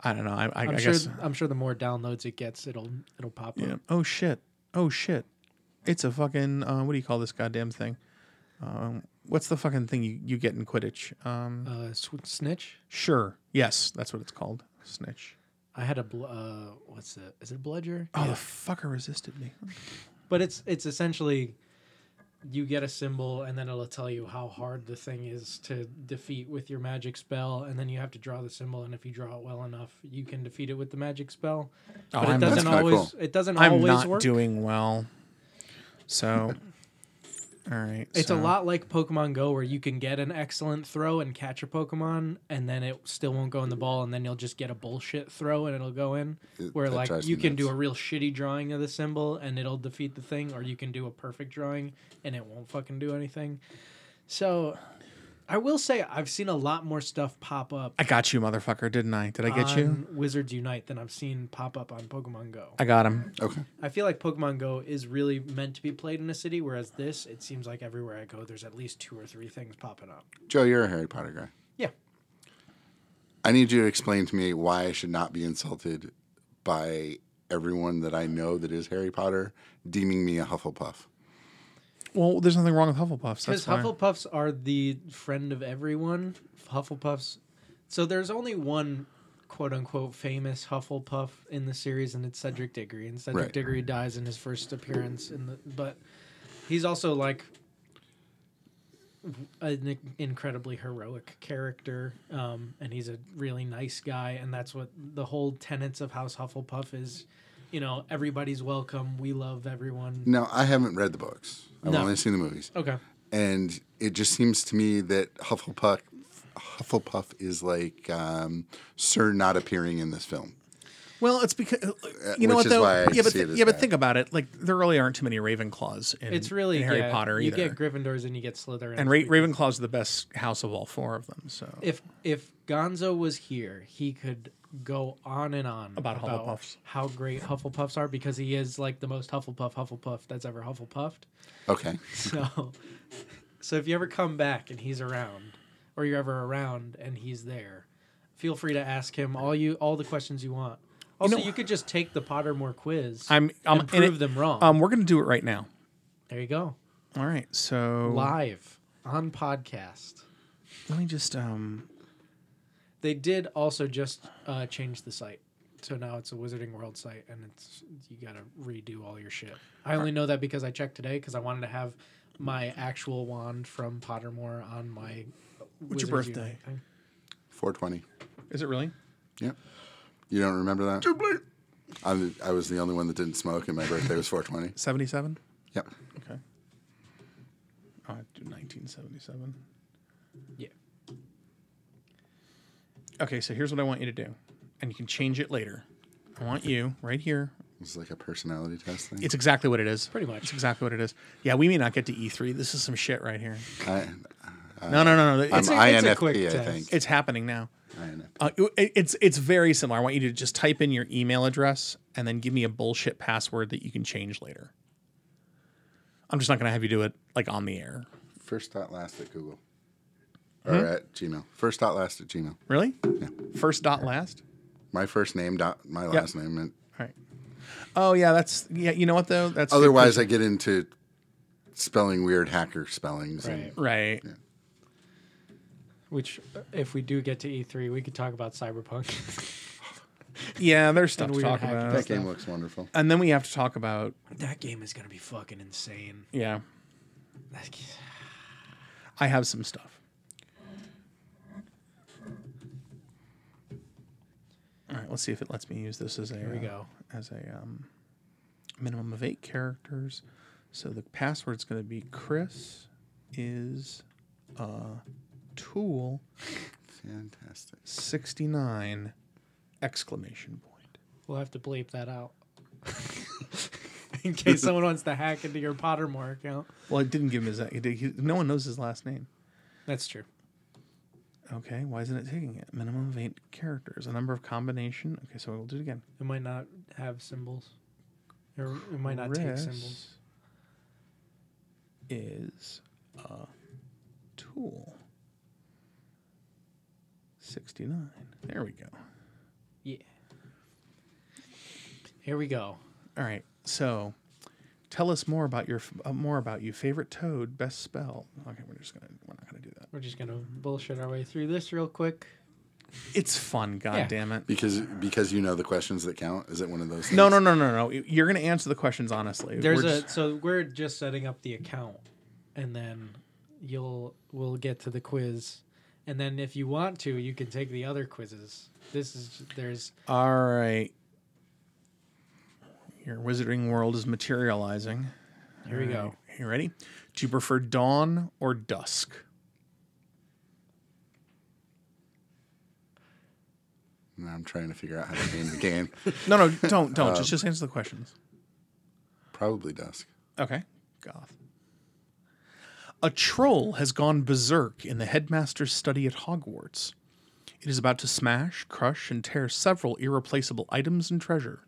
Speaker 1: I don't know. I, I, I
Speaker 2: I'm sure.
Speaker 1: guess.
Speaker 2: I'm sure the more downloads it gets, it'll it'll pop
Speaker 1: Yeah.
Speaker 2: up.
Speaker 1: Oh shit. Oh shit. It's a fucking. Uh, what do you call this goddamn thing? Um, what's the fucking thing you, you get in Quidditch? Um,
Speaker 2: Uh, sw- snitch.
Speaker 1: sure. Yes, that's what it's called. Snitch.
Speaker 2: I had a bl- uh, what's it? Is it a bludger?
Speaker 1: Oh, the fucker resisted me.
Speaker 2: But it's it's essentially you get a symbol and then it'll tell you how hard the thing is to defeat with your magic spell, and then you have to draw the symbol, and if you draw it well enough, you can defeat it with the magic spell.
Speaker 1: Oh,
Speaker 2: But it
Speaker 1: I'm,
Speaker 2: doesn't
Speaker 3: kinda
Speaker 2: always
Speaker 3: cool.
Speaker 2: it doesn't
Speaker 1: I'm
Speaker 2: always
Speaker 1: not
Speaker 2: work.
Speaker 1: doing well. So, all right.
Speaker 2: it's
Speaker 1: so-
Speaker 2: a lot like Pokemon Go, where you can get an excellent throw and catch a Pokemon, and then it still won't go in the ball, and then you'll just get a bullshit throw and it'll go in.
Speaker 3: It-
Speaker 2: where
Speaker 3: that
Speaker 2: like
Speaker 3: drives
Speaker 2: you
Speaker 3: me
Speaker 2: can do
Speaker 3: nuts.
Speaker 2: a real shitty drawing of the symbol and it'll defeat the thing, or you can do a perfect drawing and it won't fucking do anything. So, I will say I've seen a lot more stuff pop up
Speaker 1: I got you, motherfucker, didn't I? Did I get you?
Speaker 2: on Wizards Unite than I've seen pop up on Pokemon Go.
Speaker 1: I got him.
Speaker 3: Okay.
Speaker 2: I feel like Pokemon Go is really meant to be played in a city, whereas this, it seems like everywhere I go, there's at least two or three things popping up.
Speaker 3: Joe, you're a Harry Potter guy.
Speaker 2: Yeah.
Speaker 3: I need you to explain to me why I should not be insulted by everyone that I know that is Harry Potter deeming me a Hufflepuff.
Speaker 1: Well, there's nothing wrong with Hufflepuffs. That's
Speaker 2: Because
Speaker 1: fine.
Speaker 2: Hufflepuffs are the friend of everyone. Hufflepuffs. So there's only one quote unquote famous Hufflepuff in the series, and it's Cedric Diggory. And Cedric
Speaker 3: Right.
Speaker 2: Diggory dies in his first appearance, in the, but he's also like an incredibly heroic character, um, and he's a really nice guy, and that's what the whole tenets of House Hufflepuff is. You know, everybody's welcome. We love
Speaker 1: Mm.
Speaker 2: everyone.
Speaker 3: No, I haven't read the books. I've
Speaker 2: No.
Speaker 3: only seen the movies.
Speaker 2: Okay.
Speaker 3: and it just seems to me that Hufflepuff Hufflepuff is like um, Sir not appearing in this film.
Speaker 1: Well, it's because you know
Speaker 3: Uh, which
Speaker 1: what
Speaker 3: is
Speaker 1: though.
Speaker 3: why I
Speaker 1: yeah, but
Speaker 3: see it as
Speaker 1: yeah, but
Speaker 3: bad.
Speaker 1: think about it. Like there really aren't too many Ravenclaws in,
Speaker 2: It's really
Speaker 1: in Harry
Speaker 2: yeah,
Speaker 1: Potter
Speaker 2: You
Speaker 1: either.
Speaker 2: get Gryffindors and you get Slytherin.
Speaker 1: and Ra- Ravenclaws are the best house of all four of them. So
Speaker 2: if if Gonzo was here, he could go on and on
Speaker 1: About Hufflepuffs.
Speaker 2: how great Hufflepuffs are because he is like the most Hufflepuff Hufflepuff that's ever Hufflepuffed.
Speaker 3: Okay,
Speaker 2: So, so if you ever come back and he's around, or you're ever around and he's there, feel free to ask him all you all the questions you want. Also, you,
Speaker 1: know-
Speaker 2: could just take the Pottermore quiz.
Speaker 1: I'm I'm
Speaker 2: and
Speaker 1: in
Speaker 2: prove
Speaker 1: it.
Speaker 2: them wrong.
Speaker 1: Um, we're gonna do it right now.
Speaker 2: there you go,
Speaker 1: All right. So
Speaker 2: live on podcast.
Speaker 1: Let me just um
Speaker 2: They did also just uh, change the site. So now it's a Wizarding World site, and it's you gotta redo all your shit. I only know that because I checked today because I wanted to have my actual wand from Pottermore on my.
Speaker 1: What's your
Speaker 2: Wizards
Speaker 1: birthday?
Speaker 2: Unite thing.
Speaker 3: 420.
Speaker 1: is it really?
Speaker 3: Yep. You don't remember that? I, I was the only one that didn't smoke, and my birthday was 420.
Speaker 1: 77?
Speaker 3: Yep.
Speaker 1: Okay. Oh, I do 1977.
Speaker 2: Yeah.
Speaker 1: Okay, so here's what I want you to do. And you can change it later. I want you right here.
Speaker 3: It was like a personality test thing.
Speaker 1: It's exactly what it is.
Speaker 2: Pretty much.
Speaker 1: It's exactly what it is. Yeah, we may not get to E3. This is some shit right here.
Speaker 3: I,
Speaker 1: No, no, no, no.
Speaker 3: Uh, I'm
Speaker 1: It's,
Speaker 2: a- it's a quick
Speaker 3: INFP, I
Speaker 2: test.
Speaker 3: think.
Speaker 1: it's happening now.
Speaker 3: INFP.
Speaker 1: Uh, it- it's it's very similar. I want you to just type in your email address and then give me a bullshit password that you can change later. I'm just not gonna have you do it like on the air.
Speaker 3: First dot last at Google.
Speaker 1: Hmm?
Speaker 3: Or at Gmail. First dot last at Gmail.
Speaker 1: Really? First dot last.
Speaker 3: My first name dot my last name. And
Speaker 1: All right. Oh yeah, that's yeah. You know what though? That's
Speaker 3: otherwise, I get into spelling weird hacker spellings.
Speaker 2: Right.
Speaker 3: And
Speaker 1: right.
Speaker 2: Which, uh, if we do get to E3, we could talk about Cyberpunk.
Speaker 1: Yeah, there's stuff
Speaker 2: And
Speaker 1: to
Speaker 2: weird
Speaker 1: talk
Speaker 2: hack
Speaker 1: about.
Speaker 3: that game looks wonderful.
Speaker 1: And then we have to talk about
Speaker 2: that game is gonna be fucking insane.
Speaker 1: yeah.
Speaker 2: That g-
Speaker 1: I have some stuff. All right, let's see if it lets me use this as a
Speaker 2: Here we
Speaker 1: uh,
Speaker 2: go.
Speaker 1: as a um, minimum of eight characters. So the password's going to be Chris is a tool
Speaker 3: Fantastic.
Speaker 1: sixty nine exclamation point.
Speaker 2: We'll have to bleep that out. In case someone wants to hack into your Pottermore account.
Speaker 1: Well, it didn't give him his. uh, it did- he- no one knows his last name.
Speaker 2: That's true.
Speaker 1: Okay, why isn't it taking it? Minimum of eight characters. A number of combination. Okay, so we'll do it again.
Speaker 2: It might not have symbols. Or it might not take
Speaker 1: Chris
Speaker 2: symbols.
Speaker 1: Is a tool. 69. There we go.
Speaker 2: Yeah. Here we go.
Speaker 1: All right. So tell us more about your f- uh, more about you favorite toad, best spell. Okay, we're just going to we're not going to do that.
Speaker 2: We're just gonna bullshit our way through this real quick.
Speaker 1: It's fun, god
Speaker 2: Yeah.
Speaker 1: damn it.
Speaker 3: Because because you know the questions that count. Is it one of those? Things?
Speaker 1: No, no, no, no, no. You're going to answer the questions honestly.
Speaker 2: There's
Speaker 1: We're
Speaker 2: a
Speaker 1: just-
Speaker 2: so we're just setting up the account, and then you'll we'll get to the quiz, and then if you want to, you can take the other quizzes. This is there's
Speaker 1: All right. Your wizarding world is materializing.
Speaker 2: here we go.
Speaker 1: You ready? Do you prefer dawn or dusk?
Speaker 3: No, I'm trying to figure out how to name the game.
Speaker 1: No, no, don't,
Speaker 2: Uh,
Speaker 1: don't. just, just answer the questions.
Speaker 3: Probably dusk.
Speaker 1: Okay. Goth. A troll has gone berserk in the headmaster's study at Hogwarts. It is about to smash, crush, and tear several irreplaceable items and treasure.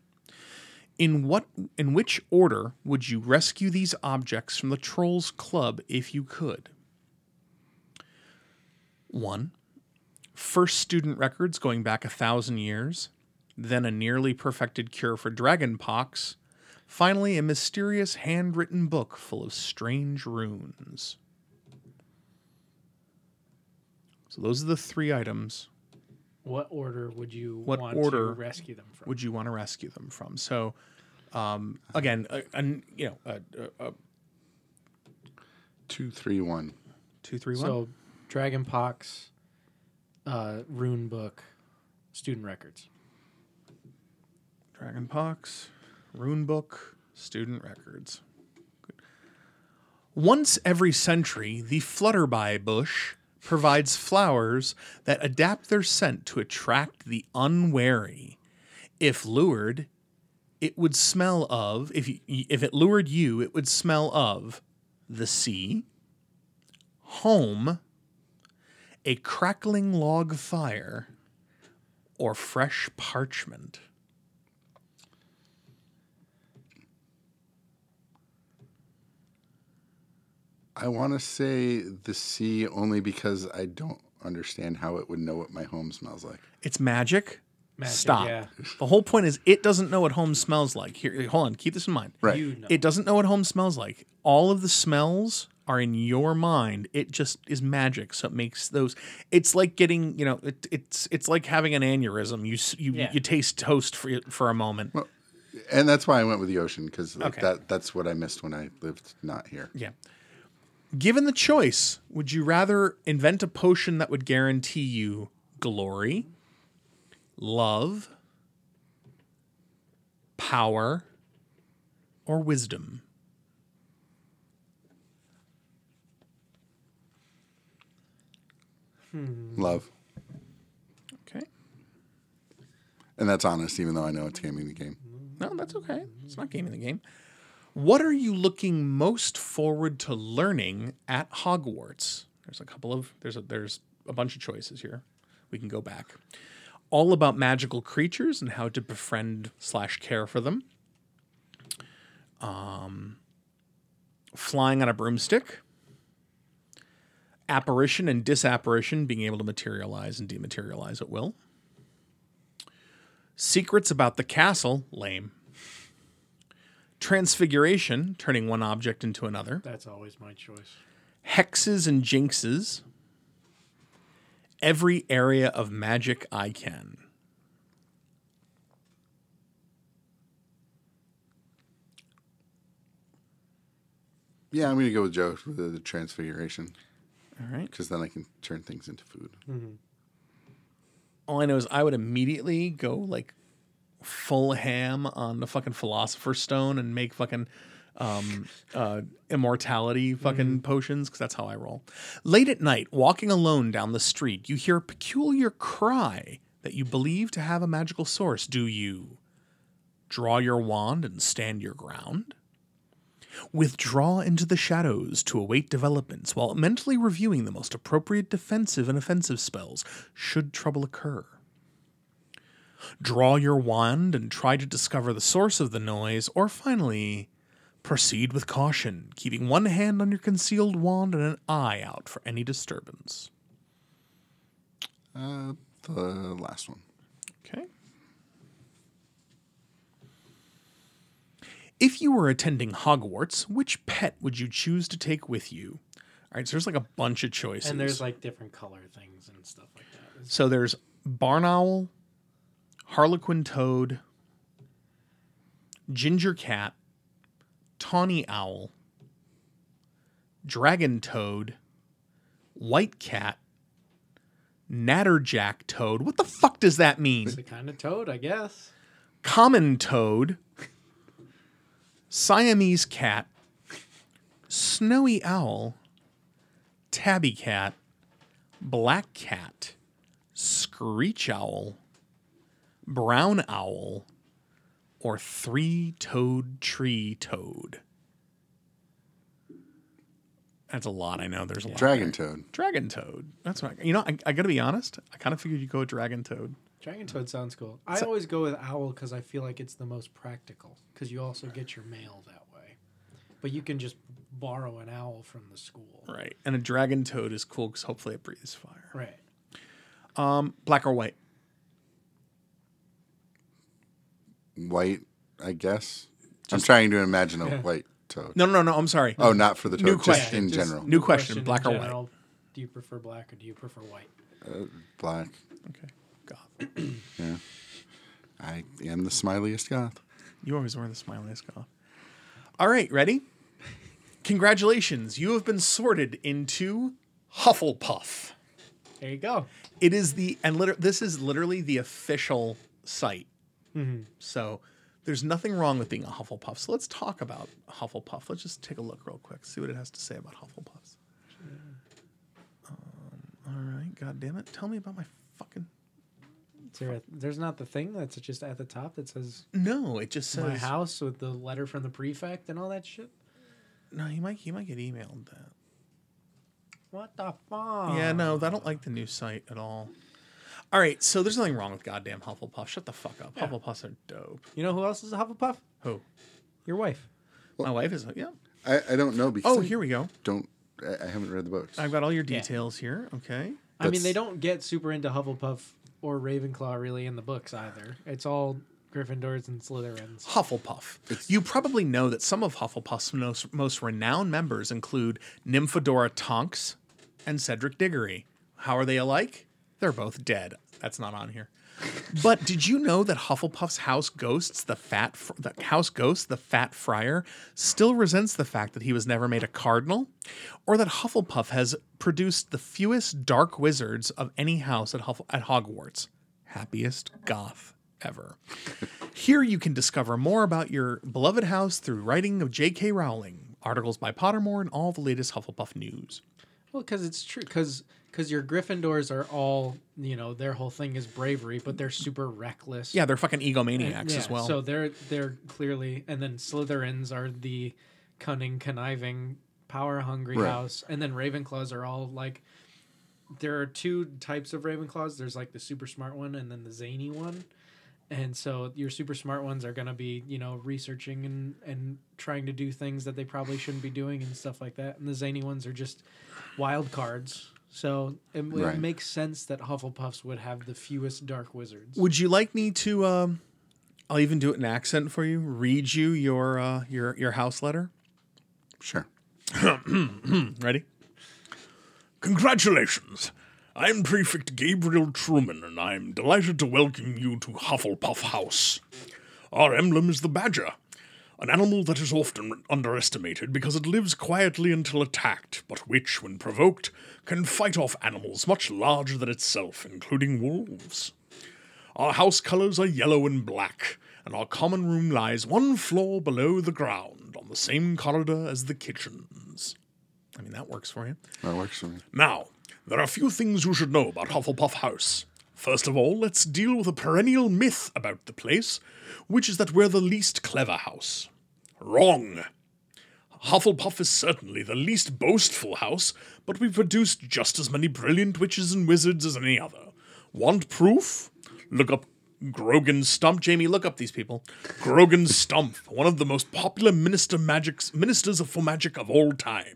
Speaker 1: In what in which order would you rescue these objects from the troll's club if you could? 1. First student records going back a thousand years, then a nearly perfected cure for dragon pox, Finally, a mysterious handwritten book full of strange runes. So those are the three items.
Speaker 2: What order would you
Speaker 1: What
Speaker 2: want
Speaker 1: order
Speaker 2: to rescue them from?
Speaker 1: Would you want to rescue them from? So, um, again, a, a, you know, a, a, a
Speaker 3: Two, three, one.
Speaker 1: two, three, one.
Speaker 2: so, Dragon Pox, uh, Rune Book, Student Records.
Speaker 1: Dragon Pox, Rune Book, Student Records. Good. Once every century, the flutterby bush provides flowers that adapt their scent to attract the unwary. If lured, it would smell of if you, if it lured you, it would smell of the sea, home, a crackling log fire, or fresh parchment.
Speaker 3: I want to say the sea only because I don't understand how it would know what my home smells like.
Speaker 1: It's magic.
Speaker 2: Magic,
Speaker 1: Stop.
Speaker 2: yeah.
Speaker 1: The whole point is it doesn't know what home smells like. Here, hold on, keep this in mind.
Speaker 3: Right.
Speaker 2: You know.
Speaker 1: It doesn't know what home smells like. All of the smells are in your mind, it just is magic. So it makes those. It's like getting, you know, it, it's it's like having an aneurysm. You s- you
Speaker 2: Yeah.
Speaker 1: you taste toast for for a moment.
Speaker 3: and that's why I went with the ocean because like,
Speaker 1: Okay.
Speaker 3: that that's what I missed when I lived not here.
Speaker 1: Yeah. Given the choice, would you rather invent a potion that would guarantee you glory, love, power, or wisdom?
Speaker 3: Love,
Speaker 1: Okay.
Speaker 3: and that's honest, even though I know it's gaming the game.
Speaker 1: No, that's okay. It's not gaming the game. What are you looking most forward to learning at Hogwarts? There's a couple of there's a there's a bunch of choices here. We can go back. All about magical creatures and how to befriend slash care for them. Um, flying on a broomstick. Apparition and disapparition, being able to materialize and dematerialize at will. Secrets about the castle, lame. Transfiguration, turning one object into another.
Speaker 2: That's always my choice.
Speaker 1: Hexes and jinxes. Every area of magic I can.
Speaker 3: Yeah, I'm gonna go with Joe for the, the transfiguration
Speaker 1: All right.
Speaker 3: because then I can turn things into food.
Speaker 1: All I know is I would immediately go like full ham on the fucking philosopher's stone and make fucking um, uh, immortality fucking potions because that's how I roll. Late at night, walking alone down the street, you hear a peculiar cry that you believe to have a magical source. Do you draw your wand and stand your ground? Withdraw into the shadows to await developments while mentally reviewing the most appropriate defensive and offensive spells should trouble occur. Draw your wand and try to discover the source of the noise, or finally, proceed with caution, keeping one hand on your concealed wand and an eye out for any disturbance.
Speaker 3: Uh, the last one.
Speaker 1: Okay. If you were attending Hogwarts, which pet would you choose to take with you? All right, so there's like a bunch of choices.
Speaker 2: And there's like different color things and stuff like that. It's-
Speaker 1: so there's barn owl, harlequin toad, ginger cat, tawny owl, dragon toad, white cat, natterjack toad. What the fuck does that mean?
Speaker 2: It's the kind of toad, I guess.
Speaker 1: common toad, Siamese cat, snowy owl, tabby cat, black cat, screech owl, brown owl, or three toed tree toad. That's a lot. I know there's a lot.
Speaker 3: Dragon
Speaker 1: there.
Speaker 3: toad.
Speaker 1: Dragon toad. That's right. You know, I, I got to be honest. I kind of figured you'd go with dragon toad.
Speaker 2: Dragon toad sounds cool. I always go with owl because I feel like it's the most practical because you also get your mail that way. But you can just borrow an owl from the school.
Speaker 1: Right. And a dragon toad is cool because hopefully it breathes fire.
Speaker 2: Right.
Speaker 1: Black or white?
Speaker 3: White, I guess. I'm trying to imagine a white toad.
Speaker 1: No, no, no, no. I'm sorry.
Speaker 3: Oh, not for the toad,
Speaker 1: New
Speaker 3: just
Speaker 1: question.
Speaker 3: in
Speaker 2: Just
Speaker 3: general.
Speaker 1: New question, black
Speaker 2: in
Speaker 1: or white?
Speaker 2: Do you prefer black or do you prefer white?
Speaker 3: Black.
Speaker 1: Okay. Goth.
Speaker 3: Yeah. I am the smiliest goth.
Speaker 1: You always wear the smiliest goth. All right, ready? Congratulations. You have been sorted into Hufflepuff.
Speaker 2: There you go.
Speaker 1: It is the and liter- this is literally the official site.
Speaker 2: Mm-hmm.
Speaker 1: So there's nothing wrong with being a Hufflepuff. So let's talk about Hufflepuff. Let's just take a look real quick, see what it has to say about Hufflepuffs. Um, all right, god damn it. Tell me about my fucking
Speaker 2: Is there a- there's not the thing that's just at the top that says
Speaker 1: No, it just says
Speaker 2: my house with the letter from the prefect and all that shit.
Speaker 1: No, he might he might get emailed that.
Speaker 2: What the fuck?
Speaker 1: Yeah, no, I don't like the new site at all. All right, so there's nothing wrong with goddamn Hufflepuff. Shut the fuck up. Hufflepuffs are dope.
Speaker 2: You know who else is a Hufflepuff?
Speaker 1: Who?
Speaker 2: Your wife.
Speaker 1: My wife is yeah.
Speaker 3: I, I don't know because
Speaker 1: Oh,
Speaker 3: I
Speaker 1: here we go.
Speaker 3: don't. I, I haven't read the books.
Speaker 1: I've got all your details here. Okay.
Speaker 2: I mean,
Speaker 3: That's-
Speaker 2: they don't get super into Hufflepuff or Ravenclaw really in the books either. It's all Gryffindors and Slytherins.
Speaker 1: Hufflepuff. you probably know that some of Hufflepuff's most, most renowned members include Nymphadora Tonks and Cedric Diggory. How are they alike? They're both dead. That's not on here. But did you know that Hufflepuff's house ghosts, the fat, fr- the house ghost, the fat friar, still resents the fact that he was never made a cardinal, or that Hufflepuff has produced the fewest dark wizards of any house at, Huff- at Hogwarts? Happiest goth ever. Here you can discover more about your beloved house through writing of J.K. Rowling, articles by Pottermore, and all the latest Hufflepuff news.
Speaker 2: Well, because it's true. Because your Gryffindors are all you know. Their whole thing is bravery, but they're super reckless.
Speaker 1: Yeah, they're fucking egomaniacs
Speaker 2: Yeah,
Speaker 1: as well.
Speaker 2: So they're they're clearly, and then Slytherins are the cunning, conniving, power hungry
Speaker 3: Right.
Speaker 2: house, and then Ravenclaws are all like. There are two types of Ravenclaws. There's like the super smart one, and then the zany one. And so your super smart ones are gonna be, you know, researching and and trying to do things that they probably shouldn't be doing and stuff like that. And the zany ones are just wild cards. So it, it
Speaker 3: Right.
Speaker 2: makes sense that Hufflepuffs would have the fewest dark wizards.
Speaker 1: Would you like me to? Um, I'll even do it in accent for you. Read you your uh, your your house letter.
Speaker 3: Sure.
Speaker 1: Ready?
Speaker 5: Congratulations! I'm Prefect Gabriel Truman, and I'm delighted to welcome you to Hufflepuff House. Our emblem is the badger, an animal that is often underestimated because it lives quietly until attacked, but which, when provoked, can fight off animals much larger than itself, including wolves. Our house colors are yellow and black, and our common room lies one floor below the ground on the same corridor as the kitchens.
Speaker 1: I mean that works for you.
Speaker 3: That works for me.
Speaker 5: Now, there are a few things you should know about Hufflepuff House. First of all, let's deal with a perennial myth about the place, which is that we're the least clever house. Wrong! Hufflepuff is certainly the least boastful house, but we've produced just as many brilliant witches and wizards as any other. Want proof? Look up Grogan Stump. Jamie, look up these people. Grogan Stump, one of the most popular minister magics, ministers of- for magic of all time.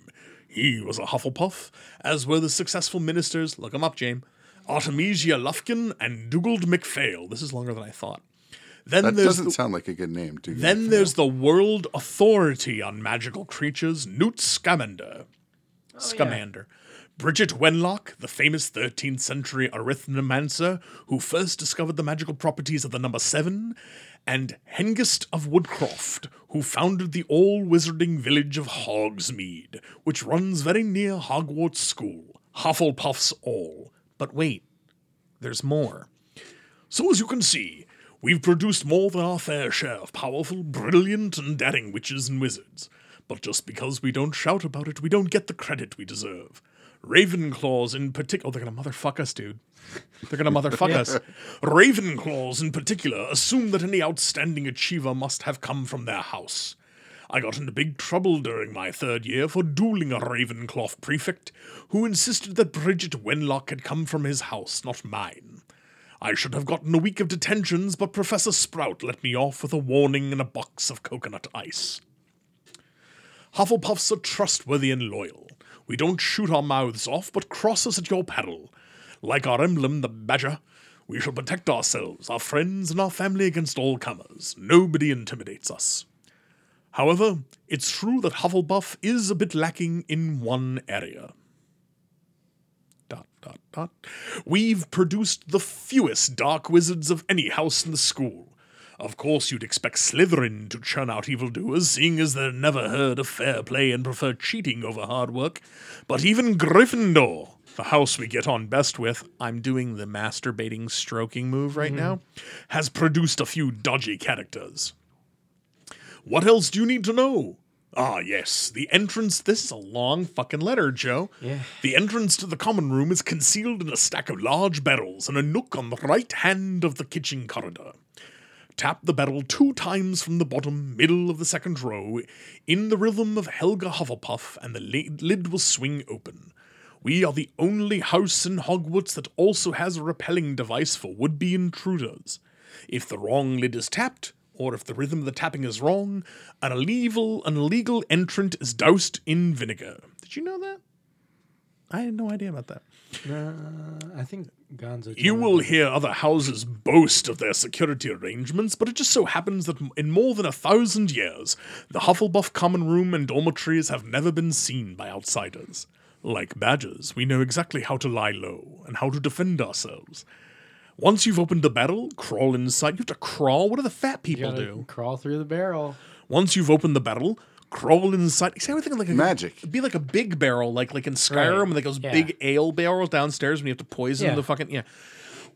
Speaker 5: He was a Hufflepuff, as were the successful ministers, look 'em up, James, Artemisia Lufkin and Dugald MacPhail. This is longer than I thought. Then
Speaker 3: That
Speaker 5: there's
Speaker 3: doesn't
Speaker 5: the-
Speaker 3: sound like a good name, dude.
Speaker 5: then there's the world authority on magical creatures, Newt Scamander. Scamander. Bridget Wenlock, the famous 13th century arithnomancer who first discovered the magical properties of the number seven, and Hengist of Woodcroft, who founded the all wizarding village of Hogsmeade, which runs very near Hogwarts School. Hufflepuffs all.
Speaker 1: But wait, there's more.
Speaker 5: So, as you can see, we've produced more than our fair share of powerful, brilliant, and daring witches and wizards. But just because we don't shout about it, we don't get the credit we deserve. Ravenclaws in particular. Oh, they're gonna motherfuck us, dude.
Speaker 1: They're gonna motherfuck us.
Speaker 5: Ravenclaws in particular assume that any outstanding achiever must have come from their house. I got into big trouble during my third year for dueling a Ravenclaw prefect who insisted that Bridget Wenlock had come from his house, not mine. I should have gotten a week of detentions, but Professor Sprout let me off with a warning and a box of coconut ice. Hufflepuffs are trustworthy and loyal. We don't shoot our mouths off, but cross us at your peril. Like our emblem, the badger, we shall protect ourselves, our friends, and our family against all comers. Nobody intimidates us. However, it's true that Hufflepuff is a bit lacking in one area. Dot, dot, dot. We've produced the fewest dark wizards of any house in the school. Of course, you'd expect Slytherin to churn out evildoers, seeing as they're never heard of fair play and prefer cheating over hard work. But even Gryffindor, the house we get on best with,
Speaker 1: I'm doing the masturbating stroking move right now.
Speaker 5: has produced a few dodgy characters. What else do you need to know? Ah, yes, the entrance. This
Speaker 1: This is a long fucking letter, Joe.
Speaker 2: yeah.
Speaker 5: The entrance to the common room is concealed in a stack of large barrels in a nook on the right hand of the kitchen corridor. Tap the barrel two times from the bottom middle of the second row in the rhythm of Helga Hufflepuff, and the lid lid will swing open. We are the only house in Hogwarts that also has a repelling device for would be intruders. If the wrong lid is tapped, or if the rhythm of the tapping is wrong, an illegal, an illegal entrant is doused in vinegar.
Speaker 1: Did you know that? I had no idea about that.
Speaker 2: I think Gonzo.
Speaker 5: You
Speaker 2: told me
Speaker 5: will
Speaker 2: that.
Speaker 5: hear other houses boast of their security arrangements, but it just so happens that m- in more than a thousand years, the Hufflepuff common room and dormitories have never been seen by outsiders. Like badgers, we know exactly how to lie low and how to defend ourselves. Once you've opened the barrel, crawl inside. You have to crawl. What do the fat
Speaker 2: You
Speaker 5: people
Speaker 2: gotta
Speaker 5: do?
Speaker 2: crawl through the barrel.
Speaker 5: Once you've opened the barrel, crawl inside. See, I would think like a,
Speaker 3: Magic.
Speaker 1: It'd be like a big barrel, like like in Skyrim,
Speaker 2: Right.
Speaker 1: like those
Speaker 2: Yeah.
Speaker 1: big ale barrels downstairs when you have to poison
Speaker 2: Yeah.
Speaker 1: the fucking yeah.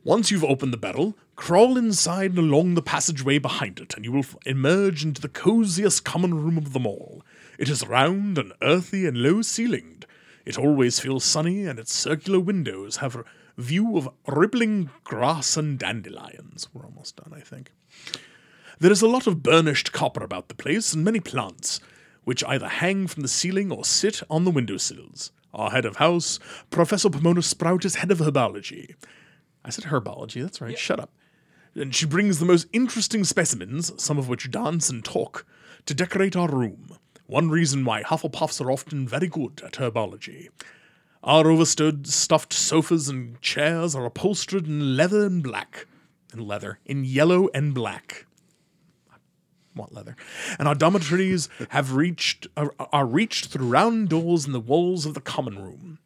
Speaker 5: Once you've opened the barrel, crawl inside and along the passageway behind it, and you will f- emerge into the coziest common room of them all. It is round and earthy and low ceilinged. It always feels sunny, and its circular windows have a view of rippling grass and dandelions. We're almost done, I think. There is a lot of burnished copper about the place and many plants, which either hang from the ceiling or sit on the windowsills. Our head of house, Professor Pomona Sprout, is head of herbology. I said herbology, that's right, shut up. And she brings the most interesting specimens, some of which dance and talk, to decorate our room. One reason why Hufflepuffs are often very good at herbology. Our overstood, stuffed sofas and chairs are upholstered in leather and black. In leather. In yellow and black want leather. And our dormitories have reached are, are reached through round doors in the walls of the common room.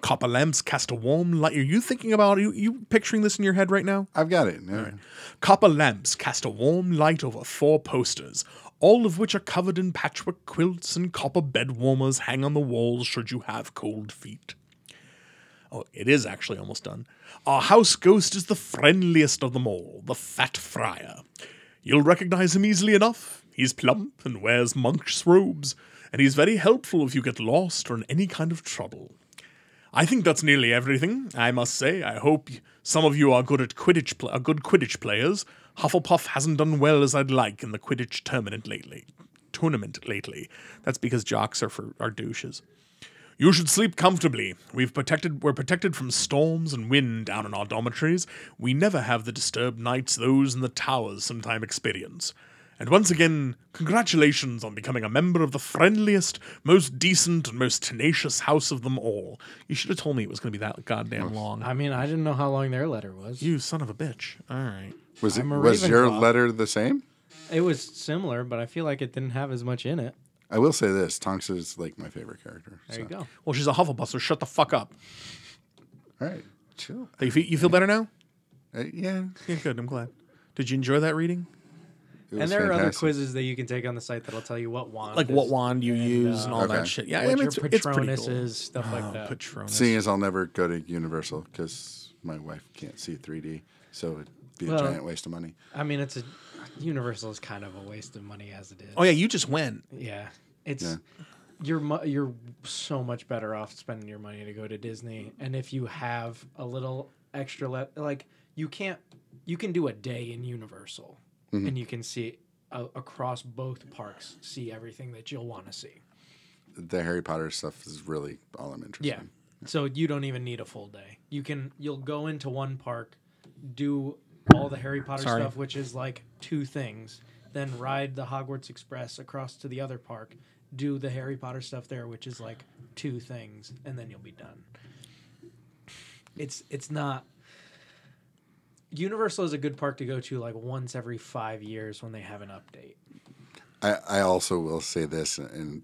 Speaker 5: Copper lamps cast a warm light. Are you thinking about? Are you, you picturing this in your head right now?
Speaker 3: I've got it. Yeah.
Speaker 5: Copper lamps cast a warm light over four posters, all of which are covered in patchwork quilts and copper bed warmers hang on the walls should you have cold feet. Oh, it is actually almost done. Our house ghost is the friendliest of them all, the Fat Friar. You'll recognize him easily enough. He's plump and wears monk's robes, and he's very helpful if you get lost or in any kind of trouble. I think that's nearly everything. I must say, I hope y- some of you are good at Quidditch, pl- are good Quidditch players. Hufflepuff hasn't done well as I'd like in the Quidditch tournament lately. Tournament lately. That's because jocks are for are douches. You should sleep comfortably. We've protected. We're protected from storms and wind down in our dormitories. We never have the disturbed nights those in the towers sometime experience. And once again, congratulations on becoming a member of the friendliest, most decent, and most tenacious house of them all. You should have told me it was going to be that goddamn long.
Speaker 2: I mean, I didn't know how long their letter was.
Speaker 5: You son of a bitch. All right.
Speaker 3: Was it
Speaker 2: I'm a
Speaker 3: was your
Speaker 2: Ravenclaw.
Speaker 3: letter the same?
Speaker 2: It was similar, but I feel like it didn't have as much in it.
Speaker 3: I will say this: Tonks is like my favorite character.
Speaker 2: There you go.
Speaker 5: Well, she's a Hufflepuff, so shut the fuck up.
Speaker 3: All right, chill.
Speaker 5: You feel, you feel better now?
Speaker 3: Uh, yeah,
Speaker 5: Yeah, good. I'm glad. Did you enjoy that reading?
Speaker 3: it was
Speaker 2: And there are other
Speaker 3: fantastic.
Speaker 2: quizzes that you can take on the site that'll tell you what wand,
Speaker 1: Like
Speaker 2: is,
Speaker 1: what wand you use
Speaker 2: uh,
Speaker 1: and all
Speaker 3: okay.
Speaker 1: that shit. Yeah, I mean,
Speaker 2: what your
Speaker 1: it's, it's pretty
Speaker 2: Patronus
Speaker 1: cool. Ah,
Speaker 2: is, stuff like that.
Speaker 1: Patronus.
Speaker 3: Seeing as I'll never go to Universal because my wife can't see 3D, so it'd be a
Speaker 2: Well-
Speaker 3: giant waste of money.
Speaker 2: I mean, it's a Universal is kind of a waste of money as it is.
Speaker 1: Oh yeah, you just went.
Speaker 2: yeah. It's
Speaker 3: Yeah.
Speaker 2: you're mu- you're so much better off spending your money to go to Disney, and if you have a little extra, le- like you can't, you can do a day in Universal, and you can see uh, across both parks, see everything that you'll want to see.
Speaker 3: The Harry Potter stuff is really all I'm interested
Speaker 2: Yeah.
Speaker 3: in.
Speaker 2: So you don't even need a full day. You can you'll go into one park, do all the Harry Potter
Speaker 1: Sorry.
Speaker 2: stuff, which is like two things, then ride the Hogwarts Express across to the other park, do the Harry Potter stuff there, which is like two things, and then you'll be done. It's it's not Universal is a good park to go to like once every five years when they have an update.
Speaker 3: I, I also will say this, and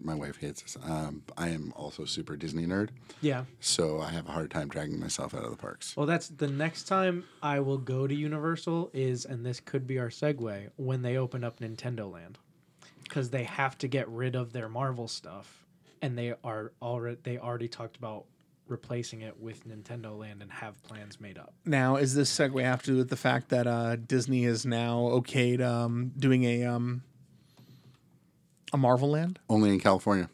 Speaker 3: my wife hates this. Um, I am also super Disney nerd,
Speaker 2: Yeah.
Speaker 3: so I have a hard time dragging myself out of the parks.
Speaker 2: Well, that's the next time I will go to Universal is, and this could be our segue when they open up Nintendo Land, because they have to get rid of their Marvel stuff, and they are already they already talked about replacing it with Nintendo Land and have plans made up.
Speaker 1: Now, is this segue have to do with the fact that uh, Disney is now okayed um, doing a um, a Marvel Land?
Speaker 3: Only in California.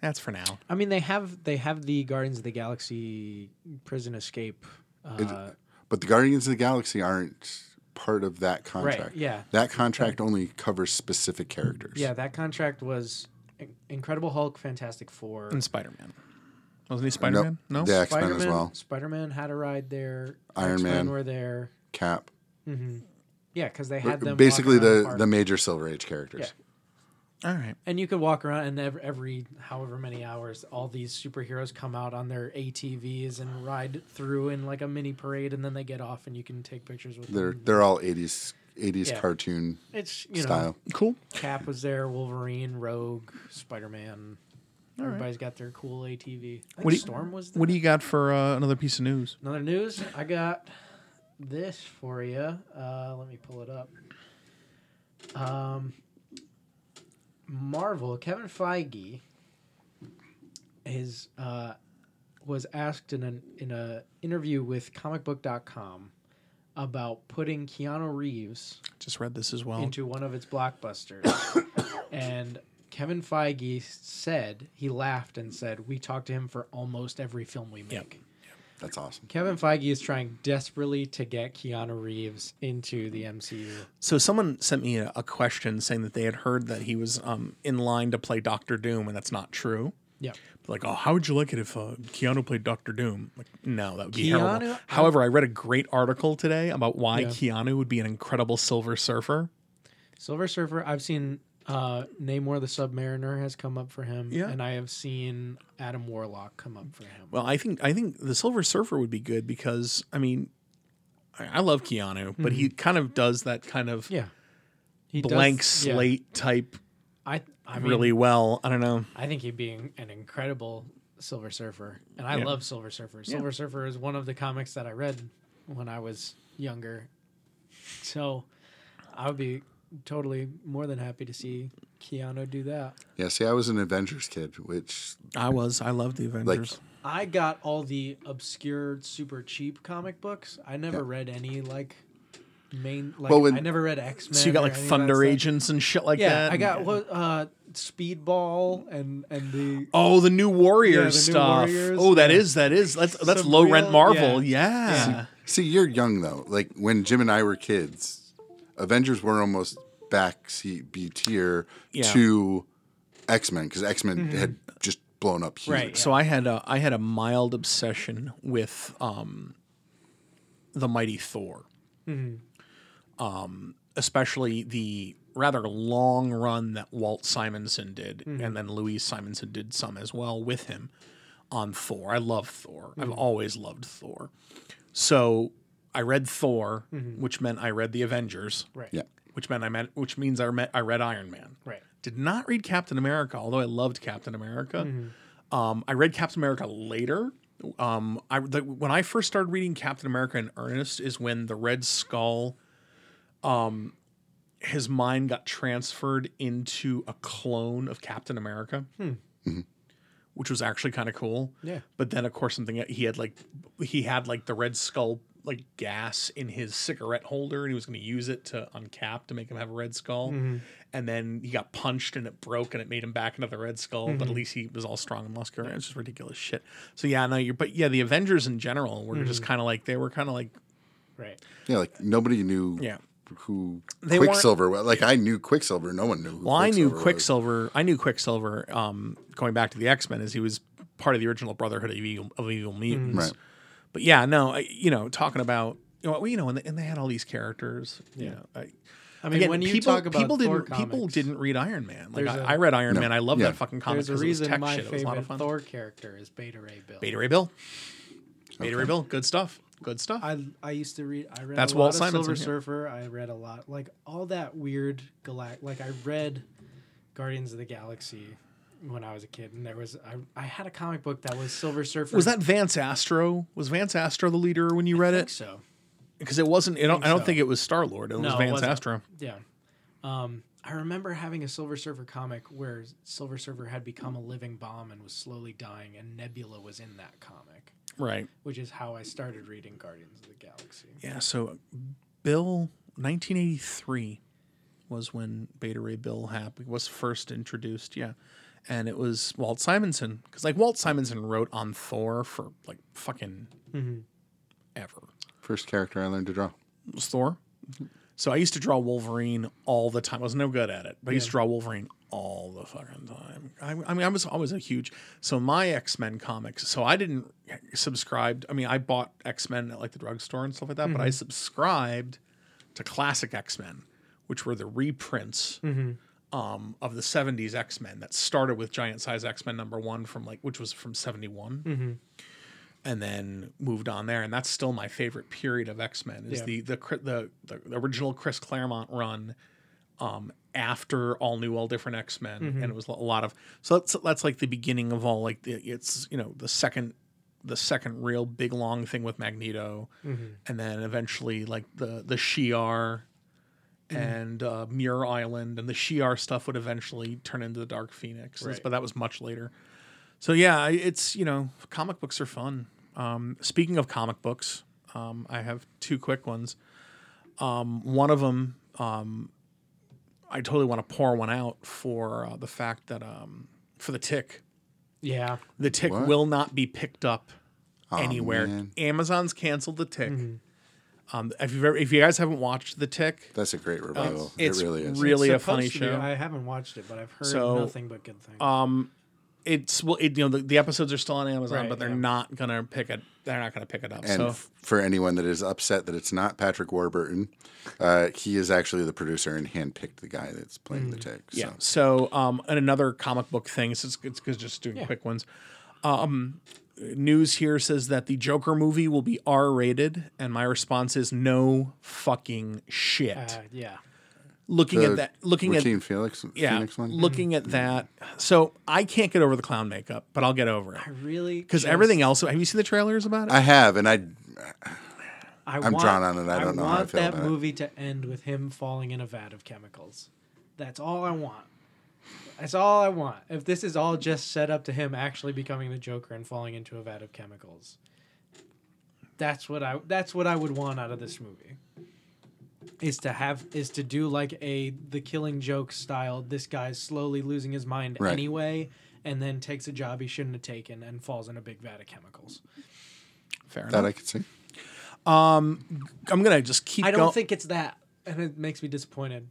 Speaker 1: That's for now.
Speaker 2: I mean, they have they have the Guardians of the Galaxy prison escape. Uh,
Speaker 3: But the Guardians of the Galaxy aren't part of that contract.
Speaker 2: yeah.
Speaker 3: That contract only covers specific characters.
Speaker 2: yeah, that contract was In- Incredible Hulk, Fantastic Four,
Speaker 1: And Spider Man. Wasn't he Spider Man? No.
Speaker 3: The X Men
Speaker 2: Spider
Speaker 3: as well.
Speaker 2: Man. Spider Man had a ride there.
Speaker 3: Iron
Speaker 2: X-Men
Speaker 3: Man.
Speaker 2: were there.
Speaker 3: Cap.
Speaker 2: Yeah, because they had them
Speaker 3: Basically,
Speaker 2: walking around
Speaker 3: the,
Speaker 2: park.
Speaker 3: the major Silver Age characters.
Speaker 5: All right.
Speaker 2: And you could walk around, and every, every however many hours, all these superheroes come out on their ATVs and ride through in like a mini parade, and then they get off, and you can take pictures with
Speaker 3: They're
Speaker 2: them.
Speaker 3: they're all eighties eighties
Speaker 2: Yeah.
Speaker 3: cartoon
Speaker 2: It's you know,
Speaker 3: style.
Speaker 1: Cool.
Speaker 2: Cap was there, Wolverine, Rogue, Spider Man. Everybody's got their cool ATV. I think
Speaker 5: What do you-
Speaker 2: Storm was there.
Speaker 5: What do you got for uh, another piece of news?
Speaker 2: Another news. I got this for you. Uh, let me pull it up. Um, Marvel. Kevin Feige is uh, was asked in an in a interview with ComicBook.com about putting Keanu Reeves
Speaker 5: Just read this as well.
Speaker 2: into one of its blockbusters. and Kevin Feige said, he laughed and said, We talk to him for almost every film we make.
Speaker 3: That's awesome.
Speaker 2: Kevin Feige is trying desperately to get Keanu Reeves into the MCU.
Speaker 5: So someone sent me a, a question saying that they had heard that he was um, in line to play Doctor Doom, and that's not true.
Speaker 2: Yeah.
Speaker 1: Like, oh, how would you like it if uh, Keanu played Doctor Doom? Like,
Speaker 5: No, that would be
Speaker 2: Keanu-
Speaker 5: terrible. However, I read a great article today about why Keanu would be an incredible Silver Surfer.
Speaker 2: Silver Surfer, I've seen uh, Namor the Submariner has come up for him.
Speaker 5: Yeah.
Speaker 2: And I have seen Adam Warlock come up for him.
Speaker 5: Well, I think I think the Silver Surfer would be good because I mean, I, I love Keanu, but he kind of does that kind of
Speaker 2: yeah. He does-
Speaker 5: blank
Speaker 2: yeah.
Speaker 5: slate type
Speaker 2: I, I mean,
Speaker 5: really well. I don't know.
Speaker 2: I think he'd be an- an incredible Silver Surfer, and I love Silver Surfer. Silver Surfer is one of the comics that I read when I was younger, so I would be totally more than happy to see Keanu do that.
Speaker 3: Yeah, see I was an Avengers kid, which
Speaker 5: I was I loved the Avengers.
Speaker 2: I got all the obscure, super cheap comic books. I never read any like main. Like,
Speaker 3: Well, when-
Speaker 2: I never read X Men.
Speaker 5: so you got like Thunder Agents and shit like
Speaker 2: Yeah,
Speaker 5: that.
Speaker 2: I got
Speaker 5: and-
Speaker 2: what uh, Speedball and and the
Speaker 5: Oh, the New Warriors
Speaker 2: Yeah, the New
Speaker 5: stuff.
Speaker 2: Warriors,
Speaker 5: oh, that
Speaker 2: yeah.
Speaker 5: is that is that's that's
Speaker 2: Some
Speaker 5: low
Speaker 2: real-
Speaker 5: rent Marvel. Yeah.
Speaker 3: see you're young though. Like when Jim and I were kids, Avengers were almost backseat B tier
Speaker 5: Yeah. Mm-hmm.
Speaker 3: to X Men because X Men had just blown up huge.
Speaker 2: Right.
Speaker 5: So I had a I had a mild obsession with um, the Mighty Thor, um,
Speaker 2: Mm-hmm.
Speaker 5: especially the rather long run that Walt Simonson did,
Speaker 2: Mm-hmm.
Speaker 5: and then Louise Simonson did some as well with him on Thor. I love Thor.
Speaker 2: Mm-hmm.
Speaker 5: I've always loved Thor. So I read Thor,
Speaker 2: Mm-hmm.
Speaker 5: which meant I read the Avengers,
Speaker 2: right,
Speaker 3: Yeah.
Speaker 5: which meant I meant which means I met I read Iron Man.
Speaker 2: right.
Speaker 5: Did not read Captain America, although I loved Captain America.
Speaker 2: Mm-hmm.
Speaker 5: Um, I read Captain America later. Um, I the, when I first started reading Captain America in earnest is when the Red Skull, um, his mind got transferred into a clone of Captain America,
Speaker 2: Hmm.
Speaker 5: Mm-hmm. which was actually kind of cool.
Speaker 2: Yeah.
Speaker 5: But then, of course, something he had like he had like the Red Skull like gas in his cigarette holder, and he was going to use it to uncap to make him have a Red Skull. And then he got punched, and it broke, and it made him back into the Red Skull. But at least he was all strong and muscular. It was just ridiculous shit. So yeah, no, you're but yeah, the Avengers in general were just kind of like they were kind of like
Speaker 2: Right.
Speaker 3: Yeah, like nobody knew
Speaker 5: Yeah.
Speaker 3: who
Speaker 5: They weren't-
Speaker 3: Quicksilver was. Like I knew Quicksilver, no one knew who
Speaker 5: Well, I knew
Speaker 3: was.
Speaker 5: Quicksilver. I knew Quicksilver. Um, going back to the X Men, as he was part of the original Brotherhood of Evil, of Evil Mutants.
Speaker 3: Right.
Speaker 5: But yeah, no, I, you know, talking about you know, you know, and, they- and they had all these characters. You know, I,
Speaker 2: I mean, when you talk about
Speaker 5: people
Speaker 2: Thor
Speaker 5: didn't people
Speaker 2: comics-
Speaker 5: didn't read Iron Man. Like
Speaker 2: There's
Speaker 5: I
Speaker 2: a-
Speaker 5: I read Iron Man. I love
Speaker 3: Yeah.
Speaker 5: that fucking comic
Speaker 2: There's a
Speaker 5: because it was
Speaker 2: reason
Speaker 5: tech
Speaker 2: my
Speaker 5: shit. It was a lot
Speaker 2: favorite
Speaker 5: of fun.
Speaker 2: Thor character is Beta Ray Bill.
Speaker 5: Beta Ray Bill. Beta Ray Bill. Good stuff. Good stuff.
Speaker 2: I I used to read. I read
Speaker 5: That's
Speaker 2: a
Speaker 5: Walt
Speaker 2: lot
Speaker 5: Simonson,
Speaker 2: of Silver
Speaker 5: yeah.
Speaker 2: Surfer. I read a lot, like all that weird galact. Like I read Guardians of the Galaxy when I was a kid, and there was I I had a comic book that was Silver Surfer.
Speaker 5: was that Vance Astro? Was Vance Astro the leader when you read
Speaker 2: I think
Speaker 5: it?
Speaker 2: so?
Speaker 5: Because it wasn't. I don't, I don't
Speaker 2: so.
Speaker 5: think it was Star Lord. It was
Speaker 2: No, it
Speaker 5: Vance
Speaker 2: wasn't.
Speaker 5: Astro.
Speaker 2: Yeah. Um, I remember having a Silver Surfer comic where Silver Surfer had become a living bomb and was slowly dying, and Nebula was in that comic,
Speaker 5: Right.
Speaker 2: which is how I started reading Guardians of the Galaxy.
Speaker 5: Yeah, so Bill 1983 was when Beta Ray Bill happened, was first introduced, yeah. And it was Walt Simonson cuz like Walt Simonson wrote on Thor for like fucking ever.
Speaker 3: First character I learned to draw.
Speaker 5: It was Thor. So I used to draw Wolverine all the time. I was no good at it, but I used to draw Wolverine all the fucking time. I, I mean, I was always a huge. So my X Men comics. So I didn't subscribe. I mean, I bought X Men at like the drugstore and stuff like that, but I subscribed to classic X Men, which were the reprints um, of the 70s X Men that started with Giant Size X Men number one from like, which was from 71. And then moved on there, and that's still my favorite period of X Men is
Speaker 2: Yeah.
Speaker 5: the, the cri- the the the original Chris Claremont run, um, after All New, All Different X Men, and it was a lot of so that's that's like the beginning of all like the, it's you know the second the second real big long thing with Magneto, and then eventually like the the Shi'ar and uh, Muir Island, and the Shi'ar stuff would eventually turn into the Dark Phoenix,
Speaker 2: Right.
Speaker 5: but that was much later. So yeah, I- it's you know comic books are fun. Um, speaking of comic books, um, I have two quick ones. Um, one of them, um, I totally want to pour one out for uh, the fact that um, for the tick.
Speaker 2: Yeah.
Speaker 5: The tick
Speaker 3: What?
Speaker 5: will not be picked up anywhere.
Speaker 3: man.
Speaker 5: Amazon's canceled the tick.
Speaker 2: Mm-hmm.
Speaker 5: Um, if you ever, if you guys haven't watched the tick,
Speaker 3: That's a great revival.
Speaker 5: it's
Speaker 3: it really is.
Speaker 5: really- a
Speaker 2: Supposed
Speaker 5: funny
Speaker 2: to be.
Speaker 5: show.
Speaker 2: I haven't watched it, but I've heard
Speaker 5: So,
Speaker 2: nothing but good things.
Speaker 5: it's well, it, you know, the, the episodes are still on Amazon,
Speaker 2: Right,
Speaker 5: but they're
Speaker 2: yeah.
Speaker 5: not gonna pick it. They're not gonna pick it up.
Speaker 3: and
Speaker 5: so
Speaker 3: f- for anyone that is upset that it's not Patrick Warburton, uh, he is actually the producer and handpicked the guy that's playing the tick.
Speaker 5: Mm, yeah.
Speaker 3: So.
Speaker 5: So um, and another comic book thing. So it's it's 'cause just doing quick ones. Um, news here says that the Joker movie will be R rated, and my response is no fucking shit.
Speaker 2: uh, yeah.
Speaker 5: looking
Speaker 3: The
Speaker 5: at that, looking at
Speaker 3: Joaquin Felix,
Speaker 5: yeah,
Speaker 3: Phoenix one.
Speaker 5: looking at that. So I can't get over the clown makeup, but I'll get over it
Speaker 2: I really
Speaker 5: because
Speaker 2: just-
Speaker 5: everything else. Have you seen the trailers about it?
Speaker 3: I have, and I
Speaker 2: I
Speaker 3: I'm
Speaker 2: want,
Speaker 3: drawn on it. I don't know how I
Speaker 2: want
Speaker 3: feel
Speaker 2: that
Speaker 3: about it.
Speaker 2: movie to end with him falling in a vat of chemicals. That's all I want. That's all I want. If this is all just set up to him actually becoming the Joker and falling into a vat of chemicals, that's what I that's what I would want out of this movie. Is to have is to do like a the Killing Joke style. This guy's slowly losing his mind
Speaker 3: Right.
Speaker 2: anyway, and then takes a job he shouldn't have taken and falls in a big vat of chemicals.
Speaker 5: Fair
Speaker 3: that
Speaker 5: enough.
Speaker 3: I could see.
Speaker 5: I'm gonna just keep.
Speaker 2: I don't
Speaker 5: go-
Speaker 2: think it's that, and it makes me disappointed.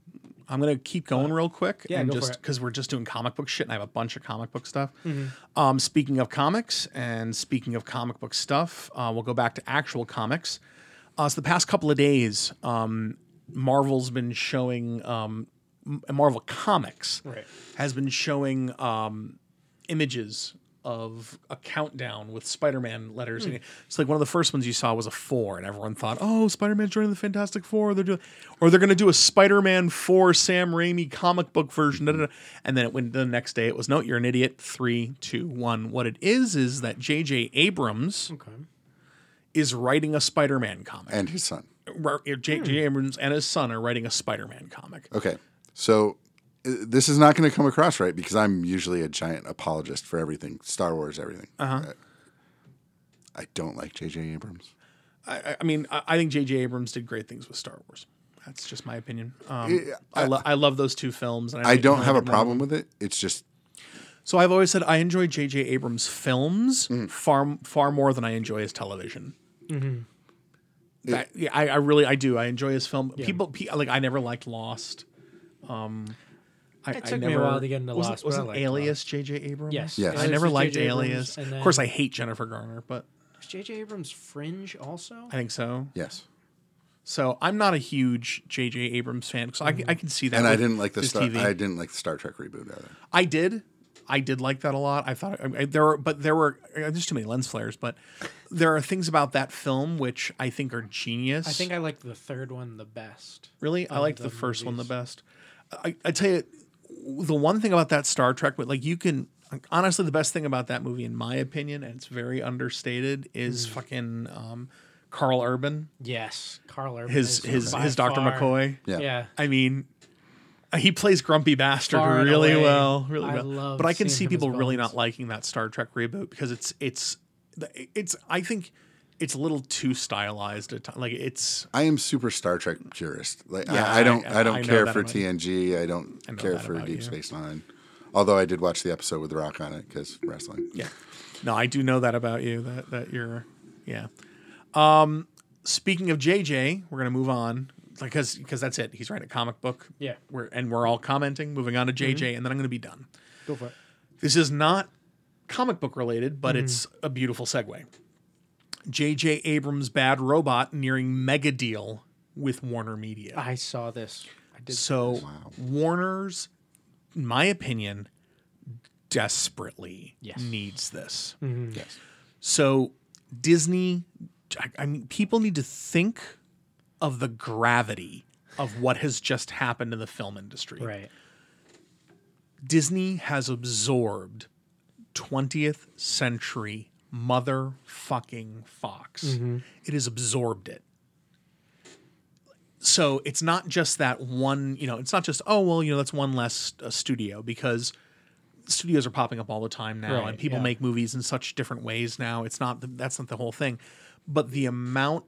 Speaker 5: I'm gonna keep going real quick
Speaker 2: yeah,
Speaker 5: and
Speaker 2: go for
Speaker 5: just
Speaker 2: it. Mm-hmm.
Speaker 5: because we're just doing comic book shit and I have a bunch of comic book stuff. Um, speaking of comics and speaking of comic book stuff, uh, we'll go back to actual comics. Uh, so the past couple of days, um, Marvel's been showing um, M- Marvel Comics
Speaker 2: Right.
Speaker 5: has been showing um, images of a countdown with Spider-Man letters. in it. It's like one of the first ones you saw was a four, and everyone thought, "Oh, Spider-Man's joining the Fantastic Four. They're doing, or they're going to do a Spider-Man four Sam Raimi comic book version." da, da, da. And then it went the next day. It was, "No, you're an idiot." Three, two, one. What it is is that J.J. Abrams
Speaker 2: Okay.
Speaker 5: is writing a Spider-Man comic.
Speaker 3: And his son.
Speaker 5: Ra- J.J. Abrams and his son are writing a Spider-Man comic.
Speaker 3: Okay, so uh, this is not going to come across right because I'm usually a giant apologist for everything Star Wars, everything.
Speaker 5: Uh-huh.
Speaker 3: Uh, I don't like J.J. Abrams.
Speaker 5: I, I mean, I, I think J.J. Abrams did great things with Star Wars. That's just my opinion. Um, I, lo- I love those two films. And
Speaker 3: I
Speaker 5: think
Speaker 3: don't
Speaker 5: neither
Speaker 3: have a
Speaker 5: one-
Speaker 3: problem with it. It's just
Speaker 5: So I've always said I enjoy J.J. Abrams' films
Speaker 3: Mm.
Speaker 5: far far more than I enjoy his television.
Speaker 2: Mm-hmm.
Speaker 5: That- yeah, I, I really I do. I enjoy his film. People pe- like I never liked Lost. Um, I,
Speaker 2: It
Speaker 5: I
Speaker 2: took me a
Speaker 5: never,
Speaker 2: while to get into
Speaker 5: wasn't,
Speaker 2: Lost, but I
Speaker 5: Wasn't
Speaker 2: liked
Speaker 5: Alias J.J. Abrams?
Speaker 2: Yes.
Speaker 3: Yes.
Speaker 5: I
Speaker 2: Alias
Speaker 5: never
Speaker 2: was
Speaker 5: liked
Speaker 2: J.J. Abrams,
Speaker 5: Alias.
Speaker 2: and
Speaker 5: Of course, I
Speaker 2: then-
Speaker 5: hate Jennifer Garner, but
Speaker 2: Is J.J. Abrams Fringe also?
Speaker 5: I think so.
Speaker 3: yes,
Speaker 5: So I'm not a huge J.J. Abrams fan, so I, I can see that.
Speaker 3: Mm-hmm. and I
Speaker 5: with
Speaker 3: didn't like the
Speaker 5: his
Speaker 3: Star.
Speaker 5: TV.
Speaker 3: I didn't like the Star Trek reboot either.
Speaker 5: I did. I did like that a lot. I thought I, I- there were, but there were uh, there's too many lens flares. But there are things about that film which I think are genius.
Speaker 2: I think I liked the third one the best.
Speaker 5: really I liked the,
Speaker 2: the
Speaker 5: first one the
Speaker 2: movies.
Speaker 5: best. I, I tell you, the one thing about that Star Trek, but like you can honestly, the best thing about that movie, in my opinion, and it's very understated,
Speaker 2: Mm.
Speaker 5: is fucking um, Carl Urban,
Speaker 2: Yes, Carl Urban.
Speaker 5: his
Speaker 2: is
Speaker 5: his
Speaker 2: by
Speaker 5: his Doctor
Speaker 2: far-
Speaker 5: McCoy.
Speaker 3: Yeah.
Speaker 2: Yeah.
Speaker 5: I mean, uh, he plays grumpy bastard
Speaker 2: Far and
Speaker 5: really
Speaker 2: away.
Speaker 5: well, really
Speaker 2: I
Speaker 5: well.
Speaker 2: love
Speaker 5: but I can
Speaker 2: seeing
Speaker 5: see
Speaker 2: him as
Speaker 5: people really
Speaker 2: Bones.
Speaker 5: not liking that Star Trek reboot because it's it's it's I think it's a little too stylized at times. Like it's
Speaker 3: I am super Star Trek purist. Like
Speaker 5: Yeah,
Speaker 3: I, I don't,
Speaker 5: I-
Speaker 3: I,
Speaker 5: I
Speaker 3: don't
Speaker 5: know
Speaker 3: care
Speaker 5: that
Speaker 3: for
Speaker 5: about you.
Speaker 3: TNG. I don't
Speaker 5: know
Speaker 3: care
Speaker 5: that
Speaker 3: for
Speaker 5: about
Speaker 3: Deep
Speaker 5: you.
Speaker 3: Space Nine. Although I did watch the episode with The Rock on it because wrestling.
Speaker 5: yeah. No, I do know that about you that that you're yeah. Um, speaking of JJ, we're gonna move on because because that's it. He's writing a comic book.
Speaker 2: Yeah.
Speaker 5: we're and we're all commenting. Moving on to JJ,
Speaker 2: Mm-hmm.
Speaker 5: and then I'm gonna be done.
Speaker 2: Go for it.
Speaker 5: This is not comic book related, but it's a beautiful segue. J.J. Abrams' Bad Robot nearing mega
Speaker 2: Ah.
Speaker 5: deal with Warner Media.
Speaker 2: I saw this. I did.
Speaker 5: So Warner's in my opinion, desperately
Speaker 6: Yes.
Speaker 5: needs this.
Speaker 6: Yes.
Speaker 5: So Disney, I, I mean, people need to think of the gravity of what has just happened in the film industry.
Speaker 2: Right.
Speaker 5: Disney has absorbed 20th century motherfucking Fox.
Speaker 2: Mm-hmm.
Speaker 5: It has absorbed it. So it's not just that one, you know, it's not just, oh, well, you know, that's one less uh, studio because studios are popping up all the time now
Speaker 2: Right,
Speaker 5: and people
Speaker 2: yeah.
Speaker 5: make movies in such different ways now. It's not, the, that's not the whole thing. But the amount,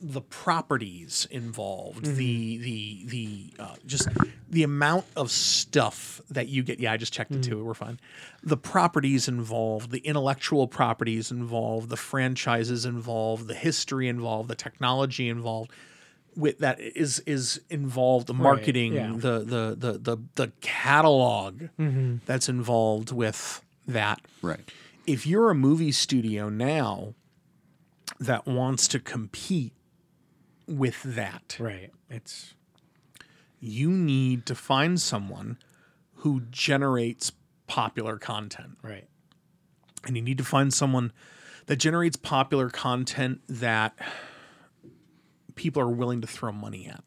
Speaker 5: the properties involved, the the the uh, just the amount of stuff that you get. Yeah, I just checked into it. We're fine. The properties involved, the intellectual properties involved, the franchises involved, the history involved, the technology involved. With that is is involved the marketing,
Speaker 2: yeah.
Speaker 5: the, the the the the catalog that's involved with that
Speaker 3: Right.
Speaker 5: if you're a movie studio now that wants to compete with that,
Speaker 2: Right. It's
Speaker 5: you need to find someone who generates popular content.
Speaker 2: right.
Speaker 5: And you need to find someone that generates popular content that people are willing to throw money at.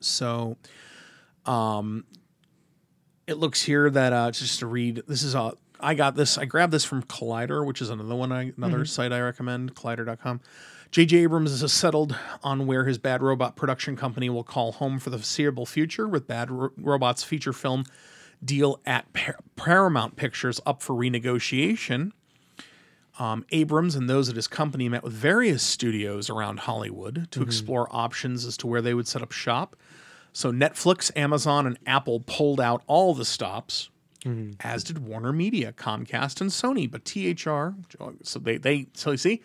Speaker 5: So, um, it looks here that uh, just to read, this is uh, I got this. I grabbed this from Collider, which is another one, I, another site I recommend, Collider.com. J.J. Abrams has settled on where his Bad Robot production company will call home for the foreseeable future, with Bad Ro- Robot's feature film deal at Par- Paramount Pictures up for renegotiation. Um, Abrams and those at his company met with various studios around Hollywood to explore options as to where they would set up shop. So Netflix, Amazon, and Apple pulled out all the stops, as did Warner Media, Comcast, and Sony. But THR, so they they so you see,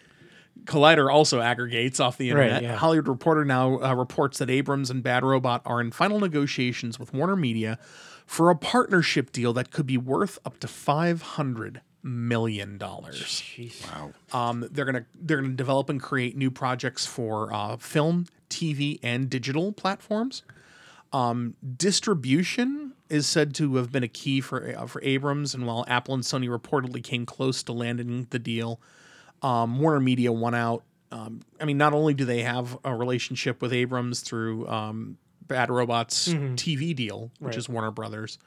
Speaker 5: Collider also aggregates off the internet.
Speaker 2: yeah.
Speaker 5: Hollywood Reporter now uh, reports that Abrams and Bad Robot are in final negotiations with Warner Media for a partnership deal that could be worth up to five hundred million dollars.
Speaker 2: Jeez.
Speaker 3: Wow.
Speaker 5: Um, they're gonna they're gonna develop and create new projects for uh, film, TV, and digital platforms. Um, distribution is said to have been a key for uh, for Abrams, and while Apple and Sony reportedly came close to landing the deal, um, Warner Media won out. Um, I mean, not only do they have a relationship with Abrams through um, Bad Robot's TV deal, which
Speaker 2: Right.
Speaker 5: is Warner Brothers,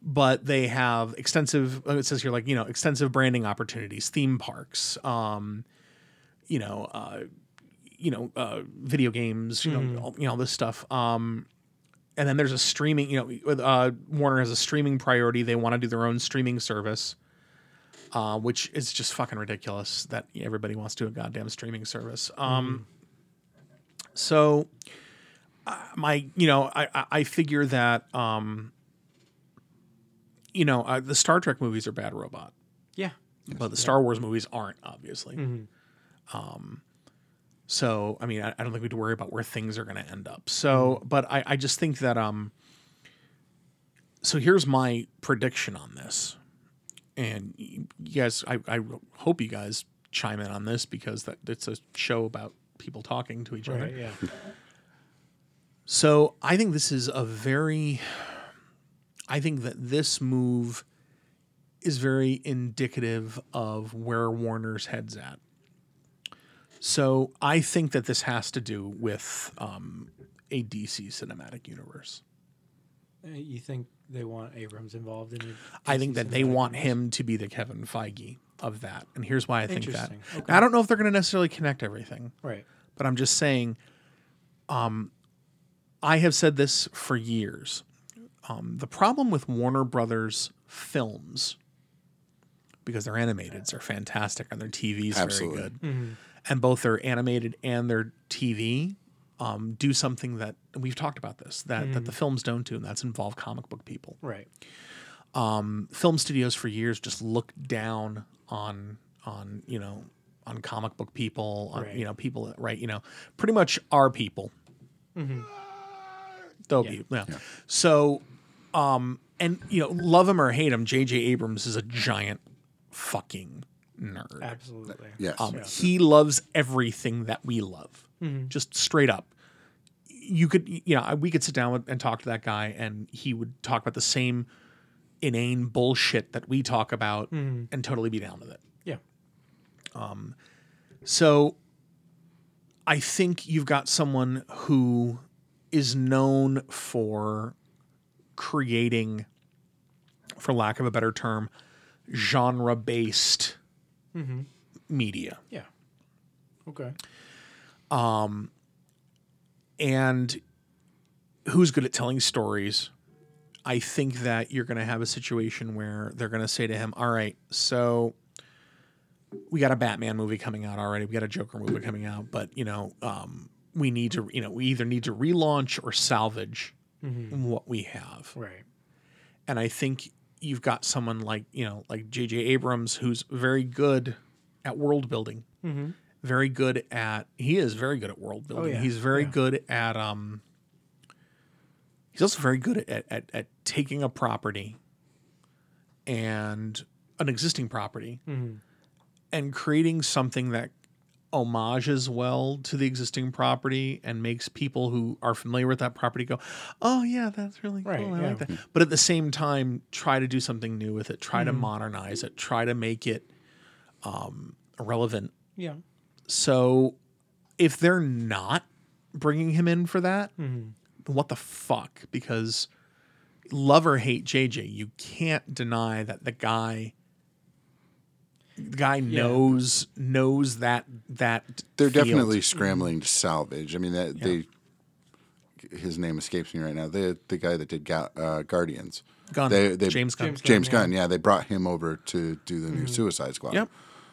Speaker 5: but they have extensive. uh, It says here, like you know, extensive branding opportunities, theme parks, um, you know, uh, you know, uh, video games, you know, all, you know, all this stuff. Um, and then there's a streaming. You know, uh, Warner has a streaming priority. They want to do their own streaming service uh, which is just fucking ridiculous that everybody wants to do a goddamn streaming service. Um, So, uh, my, you know, I, I- I figure that, um, you know, uh, the Star Trek movies are bad robot,
Speaker 2: Yeah. Mm-hmm.
Speaker 5: but the Star Wars movies aren't, obviously. Um, so, I mean, I, I don't think we have to worry about where things are going to end up. So,
Speaker 2: Mm-hmm.
Speaker 5: but I, I just think that, um, so here's my prediction on this and you guys I, I hope you guys chime in on this because that it's a show about people talking to each other
Speaker 2: Right. Yeah.
Speaker 5: so i think this is a very i think that this move is very indicative of where warner's head's at so i think that this has to do with um, a dc cinematic universe
Speaker 2: Uh, You think they want Abrams involved in it?
Speaker 5: I think that they want him to be the Kevin Feige of that. And here's why I think that.
Speaker 2: Interesting.
Speaker 5: Now, I don't know if they're going to necessarily connect everything,
Speaker 2: Right.
Speaker 5: but I'm just saying, um, I have said this for years. Um, the problem with Warner Brothers films, because their animateds are fantastic and their TV's
Speaker 3: Absolutely.
Speaker 5: very good, and both their animated and their TV um, do something that and we've talked about this that that the films don't do, and that's involve comic book people
Speaker 2: Right.
Speaker 5: film studios for years just looked down on on you know on comic book people on
Speaker 2: Right.
Speaker 5: you know people that right you know pretty much our people they'll be yeah. so um and you know love him or hate him jj abrams is a giant fucking nerd
Speaker 2: Absolutely.
Speaker 3: Yes.
Speaker 5: um, He loves everything that we love, just straight up. you could you know we could sit down with- and talk to that guy and he would talk about the same inane bullshit that we talk about and totally be down with it
Speaker 2: Yeah.
Speaker 5: so I think you've got someone who is known for creating, for lack of a better term, genre based media.
Speaker 2: Yeah. Okay.
Speaker 5: And who's good at telling stories? I think that you're going to have a situation where they're going to say to him, All right, so we got a Batman movie coming out already. We got a Joker movie coming out, but you know, um, we need to, you know, we either need to relaunch or salvage what we have.
Speaker 2: Right.
Speaker 5: And I think you've got someone like, you know, like J.J. Abrams, who's very good at world building, very good at, he is very good at world building.
Speaker 2: Oh, yeah.
Speaker 5: He's very
Speaker 2: Yeah.
Speaker 5: good at, um, he's also very good at, at, at taking a property and an existing property
Speaker 2: Mm-hmm.
Speaker 5: and creating something that homages well to the existing property and makes people who are familiar with that property go, "Oh yeah, that's really cool.
Speaker 2: Right,
Speaker 5: I
Speaker 2: yeah.
Speaker 5: like that." But at the same time, try to do something new with it. Try
Speaker 2: Mm-hmm.
Speaker 5: to modernize it. Try to make it um, relevant.
Speaker 2: Yeah.
Speaker 5: So, if they're not bringing him in for that, then what the fuck? Because love or hate JJ, you can't deny that the guy the guy knows knows that that
Speaker 3: They're
Speaker 5: field.
Speaker 2: Uh-huh.
Speaker 3: definitely scrambling to salvage. I mean, that they his name escapes me right now. The the guy that did Ga- uh, Guardians.
Speaker 5: Gunn.
Speaker 3: They- they-
Speaker 5: James Gunn. Mm-hmm.
Speaker 2: James
Speaker 3: James
Speaker 2: Gunn,
Speaker 3: Gunn. Yeah, they brought him over to do the new Suicide Squad.
Speaker 5: Yep.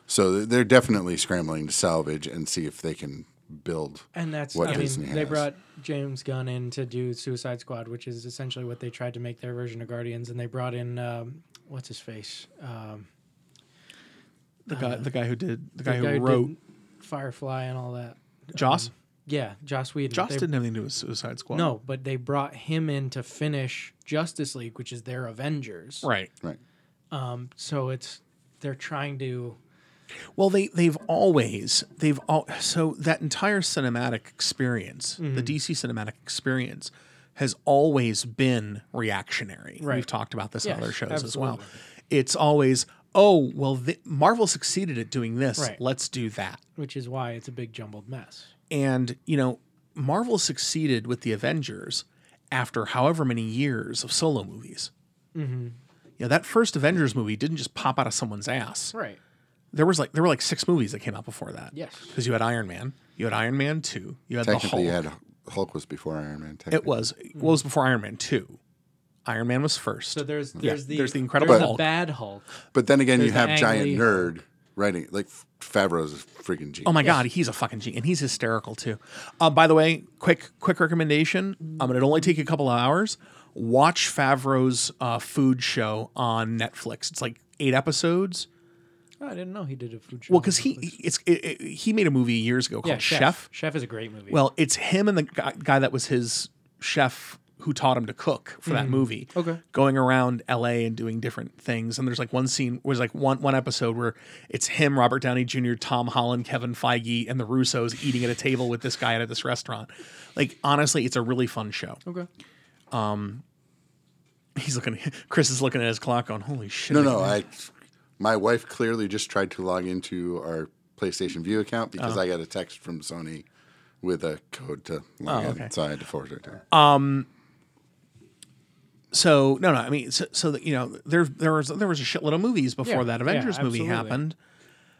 Speaker 3: So th- they're definitely scrambling to salvage and see if they can build.
Speaker 2: And that's
Speaker 3: What
Speaker 2: I mean
Speaker 3: Disney
Speaker 2: they
Speaker 3: has.
Speaker 2: brought James Gunn in to do Suicide Squad, which is essentially what they tried to make their version of Guardians, and they brought in um, what's his face, um,
Speaker 5: The guy the guy who did the
Speaker 2: the
Speaker 5: guy who
Speaker 2: did
Speaker 5: wrote
Speaker 2: Firefly and all that.
Speaker 5: Joss.
Speaker 2: Yeah, Joss Whedon.
Speaker 5: Joss
Speaker 2: uh-huh. They-
Speaker 5: didn't have anything to do with Suicide Squad.
Speaker 2: No, but they brought him in to finish Justice League, which is their Avengers.
Speaker 5: Right.
Speaker 3: Right.
Speaker 2: Um, so it's they're trying to
Speaker 5: Well, they they've always they've all so that entire cinematic experience,
Speaker 2: Mm-hmm.
Speaker 5: the DC cinematic experience, has always been reactionary. We've
Speaker 2: Right.
Speaker 5: talked about this
Speaker 2: Yes,
Speaker 5: on other shows as well. It's always oh well, th- Marvel succeeded at doing this.
Speaker 2: Right.
Speaker 5: Let's do that.
Speaker 2: which is why it's a big jumbled mess.
Speaker 5: And you know, Marvel succeeded with the Avengers after however many years of solo movies.
Speaker 2: Mm-hmm.
Speaker 5: You know, that first Avengers movie didn't just pop out of someone's ass
Speaker 2: Right.
Speaker 5: there was like there were like six movies that came out before that.
Speaker 2: Yes.
Speaker 5: because you had Iron Man, you had Iron Man two, you had the Hulk.
Speaker 3: Technically, you had Hulk was before Iron Man.
Speaker 5: it
Speaker 3: technically.
Speaker 5: was well, it was before Iron Man two. Iron Man was first.
Speaker 2: So there's there's the
Speaker 5: there's the Incredible
Speaker 2: the
Speaker 5: Hulk.
Speaker 2: bad Hulk.
Speaker 3: But then again, you
Speaker 2: There's the
Speaker 3: have giant
Speaker 2: angry-
Speaker 3: nerd writing like Favreau's a freaking genius.
Speaker 5: oh my God, he's a fucking genius, and he's hysterical too. Uh, by the way, quick quick recommendation. Um, it'll only take you a couple of hours. Watch Favreau's uh, food show on Netflix. It's like eight episodes.
Speaker 2: Oh, I didn't know he did a food show.
Speaker 5: Well, because he it's it, it, he made a movie years ago called
Speaker 2: yeah,
Speaker 5: Chef.
Speaker 2: chef. Chef is a great movie.
Speaker 5: Well, it's him and the guy, guy that was his chef who taught him to cook for that movie.
Speaker 2: Mm-hmm. Okay.
Speaker 5: Going around LA and doing different things. And there's like one scene was like one one episode where it's him, Robert Downey Jr., Tom Holland, Kevin Feige, and the Russos eating at a table with this guy at this restaurant. Like honestly, it's a really fun show.
Speaker 2: okay.
Speaker 5: He's looking Chris is looking at his clock going, Holy shit.
Speaker 3: No,
Speaker 5: I
Speaker 3: no.
Speaker 5: can't-
Speaker 3: I, my wife clearly just tried to log into our PlayStation View account
Speaker 5: Oh.
Speaker 3: because I got a text from Sony with a code to log in,
Speaker 5: Oh, okay. Uh,
Speaker 3: so I had to forward it to her.
Speaker 5: so no no i mean so, so that you know there there was there was a shitload of movies before
Speaker 2: Yeah,
Speaker 5: that
Speaker 2: yeah,
Speaker 5: avengers movie
Speaker 2: absolutely.
Speaker 5: happened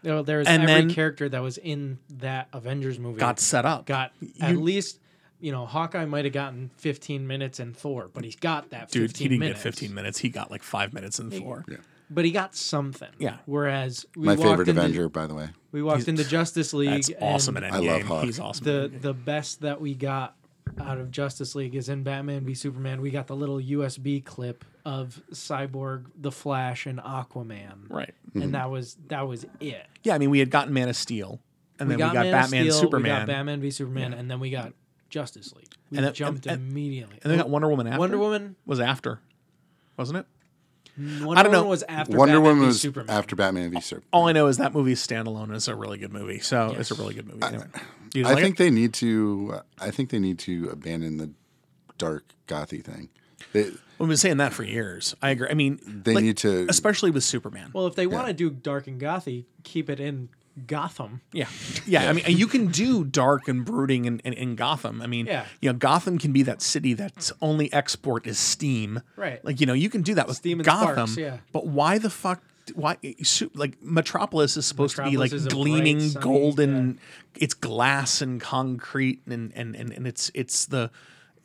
Speaker 2: There, there was
Speaker 5: And
Speaker 2: every
Speaker 5: then-
Speaker 2: character that was in that Avengers movie
Speaker 5: got set up
Speaker 2: got at least you know Hawkeye might have gotten 15 minutes in Thor, but he's got that 15
Speaker 5: dude he didn't
Speaker 2: minutes.
Speaker 5: get 15 minutes he got like five minutes in four
Speaker 2: but he got something.
Speaker 5: Yeah.
Speaker 2: Whereas we
Speaker 3: My
Speaker 2: walked
Speaker 3: favorite
Speaker 2: into,
Speaker 3: Avenger, by the way.
Speaker 2: We walked into Justice League.
Speaker 5: That's awesome in
Speaker 2: and
Speaker 5: Endgame.
Speaker 3: I love Hawk.
Speaker 5: He's awesome.
Speaker 2: the the best that we got out of Justice League is in Batman v Superman. We got the little USB clip of Cyborg, the Flash, and Aquaman,
Speaker 5: right.
Speaker 3: Mm-hmm.
Speaker 2: and that was that was it.
Speaker 5: Yeah, I mean, we had gotten Man of Steel, and then we got
Speaker 2: Man of
Speaker 5: Batman,
Speaker 2: Steel,
Speaker 5: Superman,
Speaker 2: we got Batman v Superman, and then we got Justice League. We
Speaker 5: And then-
Speaker 2: jumped
Speaker 5: and- and-
Speaker 2: immediately.
Speaker 5: and then we got Wonder Woman. After
Speaker 2: Wonder Woman.
Speaker 5: was after, wasn't it?
Speaker 2: Wonder
Speaker 5: don't know.
Speaker 2: Woman was after
Speaker 3: Wonder
Speaker 2: Batman
Speaker 3: Woman
Speaker 2: v
Speaker 3: was
Speaker 2: Superman.
Speaker 5: Oh,
Speaker 3: after Batman v Superman.
Speaker 5: All I know is that movie standalone is a really good movie. So it's a
Speaker 2: Yes.
Speaker 5: really good movie. Anyway. You
Speaker 3: I
Speaker 5: like
Speaker 3: think they need to. I think they need to abandon the dark gothy thing. They
Speaker 5: it? We've been saying that for years. I agree. I mean,
Speaker 3: they need to.
Speaker 5: especially with Superman.
Speaker 2: Well, if they want to do dark and gothy, keep it in Gotham.
Speaker 5: Yeah. yeah. I mean, you can do dark and brooding in, in, in Gotham. I mean,
Speaker 2: Yeah.
Speaker 5: you know, Gotham can be that city that's only export is steam.
Speaker 2: Right.
Speaker 5: Like, you know, you can do that with
Speaker 2: Steam and
Speaker 5: Gotham.
Speaker 2: sparks, yeah.
Speaker 5: But why the fuck? Why? su- Like, Metropolis is supposed
Speaker 2: Metropolis
Speaker 5: to be
Speaker 2: is a
Speaker 5: like gleaming
Speaker 2: bright, sunny-
Speaker 5: golden. It's glass and concrete and, and, and, and it's, it's the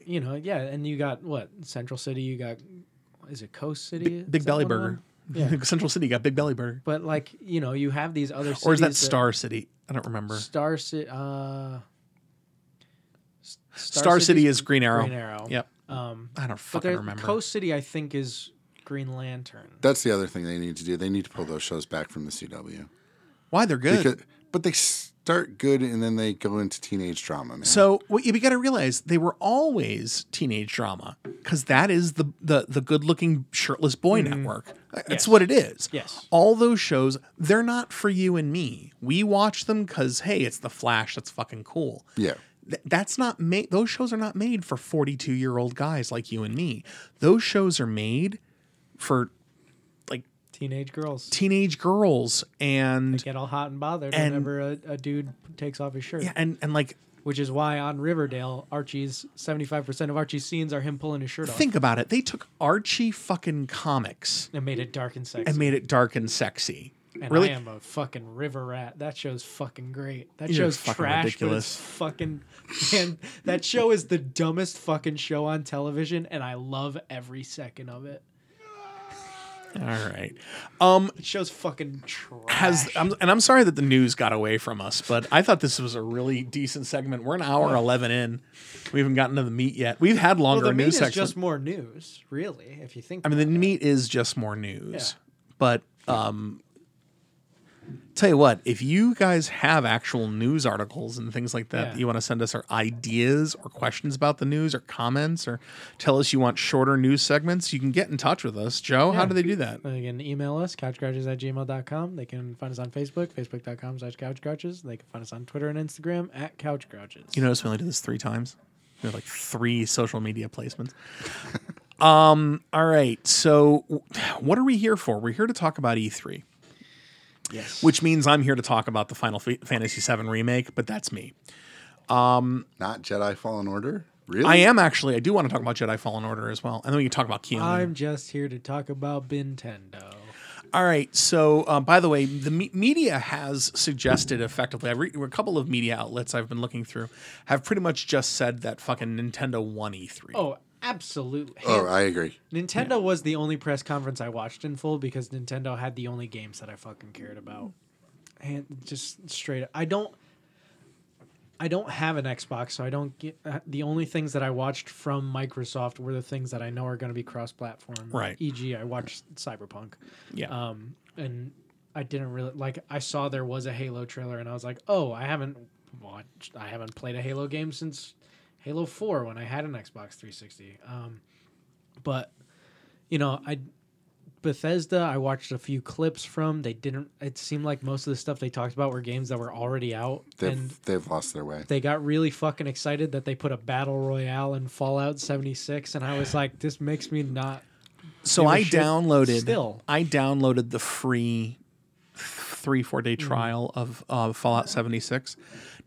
Speaker 2: You know, yeah. And you got what Central City. You got is it Coast City?
Speaker 5: Big
Speaker 2: Is that
Speaker 5: Belly
Speaker 2: one of
Speaker 5: Burger.
Speaker 2: them? Yeah.
Speaker 5: Central City got Big Belly Burger.
Speaker 2: But like you know, you have these other cities
Speaker 5: Or is that Star City? I don't remember.
Speaker 2: uh, Star City? Uh, S-
Speaker 5: Star, City
Speaker 2: City's
Speaker 5: is Green Arrow.
Speaker 2: Green Arrow.
Speaker 5: Yep.
Speaker 2: Um,
Speaker 5: I don't
Speaker 2: but
Speaker 5: fucking
Speaker 2: there,
Speaker 5: remember.
Speaker 2: Coast City, I think, is Green Lantern.
Speaker 3: that's the other thing they need to do. They need to pull those shows back from the CW.
Speaker 5: Why they're good.
Speaker 3: Because, but they start good and then they go into teenage drama, man.
Speaker 5: So what you got to realize they were always teenage drama because that is the the the good looking shirtless boy network. That's
Speaker 2: Mm. Yes.
Speaker 5: what it is.
Speaker 2: Yes.
Speaker 5: All those shows they're not for you and me. We watch them because hey, it's the Flash. That's fucking cool.
Speaker 3: yeah.
Speaker 5: Th- that's not made. Those shows are not made for forty two year old guys like you and me. Those shows are made for like
Speaker 2: Teenage girls
Speaker 5: teenage girls and
Speaker 2: get all hot and bothered
Speaker 5: And-
Speaker 2: whenever a, a dude takes off his shirt.
Speaker 5: yeah, and and like
Speaker 2: which is why on Riverdale, Archie's seventy-five percent of Archie's scenes are him pulling his shirt off
Speaker 5: think about it. They took Archie fucking comics.
Speaker 2: and made it dark and sexy.
Speaker 5: and made it dark and sexy.
Speaker 2: and
Speaker 5: really?
Speaker 2: I am a fucking river rat. That show's fucking great. That
Speaker 5: You're
Speaker 2: show's
Speaker 5: fucking
Speaker 2: trash,
Speaker 5: ridiculous.
Speaker 2: but it's fucking. Man, that show is the dumbest fucking show on television, and I love every second of it.
Speaker 5: All right. Um,
Speaker 2: That show's fucking trash.
Speaker 5: has I'm, and I'm sorry that the news got away from us, but I thought this was a really decent segment. We're an hour eleven in. We haven't gotten to the meat yet. We've had
Speaker 2: well,
Speaker 5: longer
Speaker 2: the meat
Speaker 5: news
Speaker 2: is
Speaker 5: sections.
Speaker 2: just more news, really. If you think,
Speaker 5: I mean, the meat is just more news. But um, tell you what, if you guys have actual news articles and things like that,
Speaker 2: Yeah.
Speaker 5: that you want to send us, or ideas, or questions about the news, or comments, or tell us you want shorter news segments, you can get in touch with us. Joe, how do they do that?
Speaker 2: They can email us, couchcrouches at gmail.com. They can find us on Facebook, facebook.com slash couchcrouches. They can find us on Twitter and Instagram at couchcrouches.
Speaker 5: You notice we only did this three times. There are like three social media placements. um. All right. So, w- what are we here for? We're here to talk about E3,
Speaker 2: yes.
Speaker 5: which means I'm here to talk about the Final F- Fantasy VII remake. But that's me.
Speaker 3: Not Jedi Fallen Order? Really?
Speaker 5: I am actually. I do want to talk about Jedi Fallen Order as well, and then we can talk about Keanu.
Speaker 2: I'm just here to talk about Nintendo.
Speaker 5: All right. So, uh, by the way, the me- media has suggested effectively. I re- a couple of media outlets I've been looking through have pretty much just said that fucking Nintendo won E E3.
Speaker 2: Oh, absolutely.
Speaker 3: Oh, I agree.
Speaker 2: Nintendo was the only press conference I watched in full because Nintendo had the only games that I fucking cared about. And just straight up, I don't I don't have an Xbox, so I don't get uh, the only things that I watched from Microsoft were the things that I know are going to be cross-platform.
Speaker 5: Right.
Speaker 2: E.g., I watched Cyberpunk.
Speaker 5: yeah.
Speaker 2: Um and I didn't really like I saw there was a Halo trailer and I was like, "Oh, I haven't watched I haven't played a Halo game since Halo 4 when I had an Xbox 360." Um but you know i bethesda i watched a few clips from they didn't it seemed like most of the stuff they talked about were games that were already out
Speaker 3: They've,
Speaker 2: and
Speaker 3: they've lost their way.
Speaker 2: they got really fucking excited that they put a battle royale in fallout 76 and i was like this makes me not
Speaker 5: So
Speaker 2: give a
Speaker 5: I
Speaker 2: shit
Speaker 5: downloaded
Speaker 2: still.
Speaker 5: I downloaded the free three four day trial of uh, Fallout seventy six.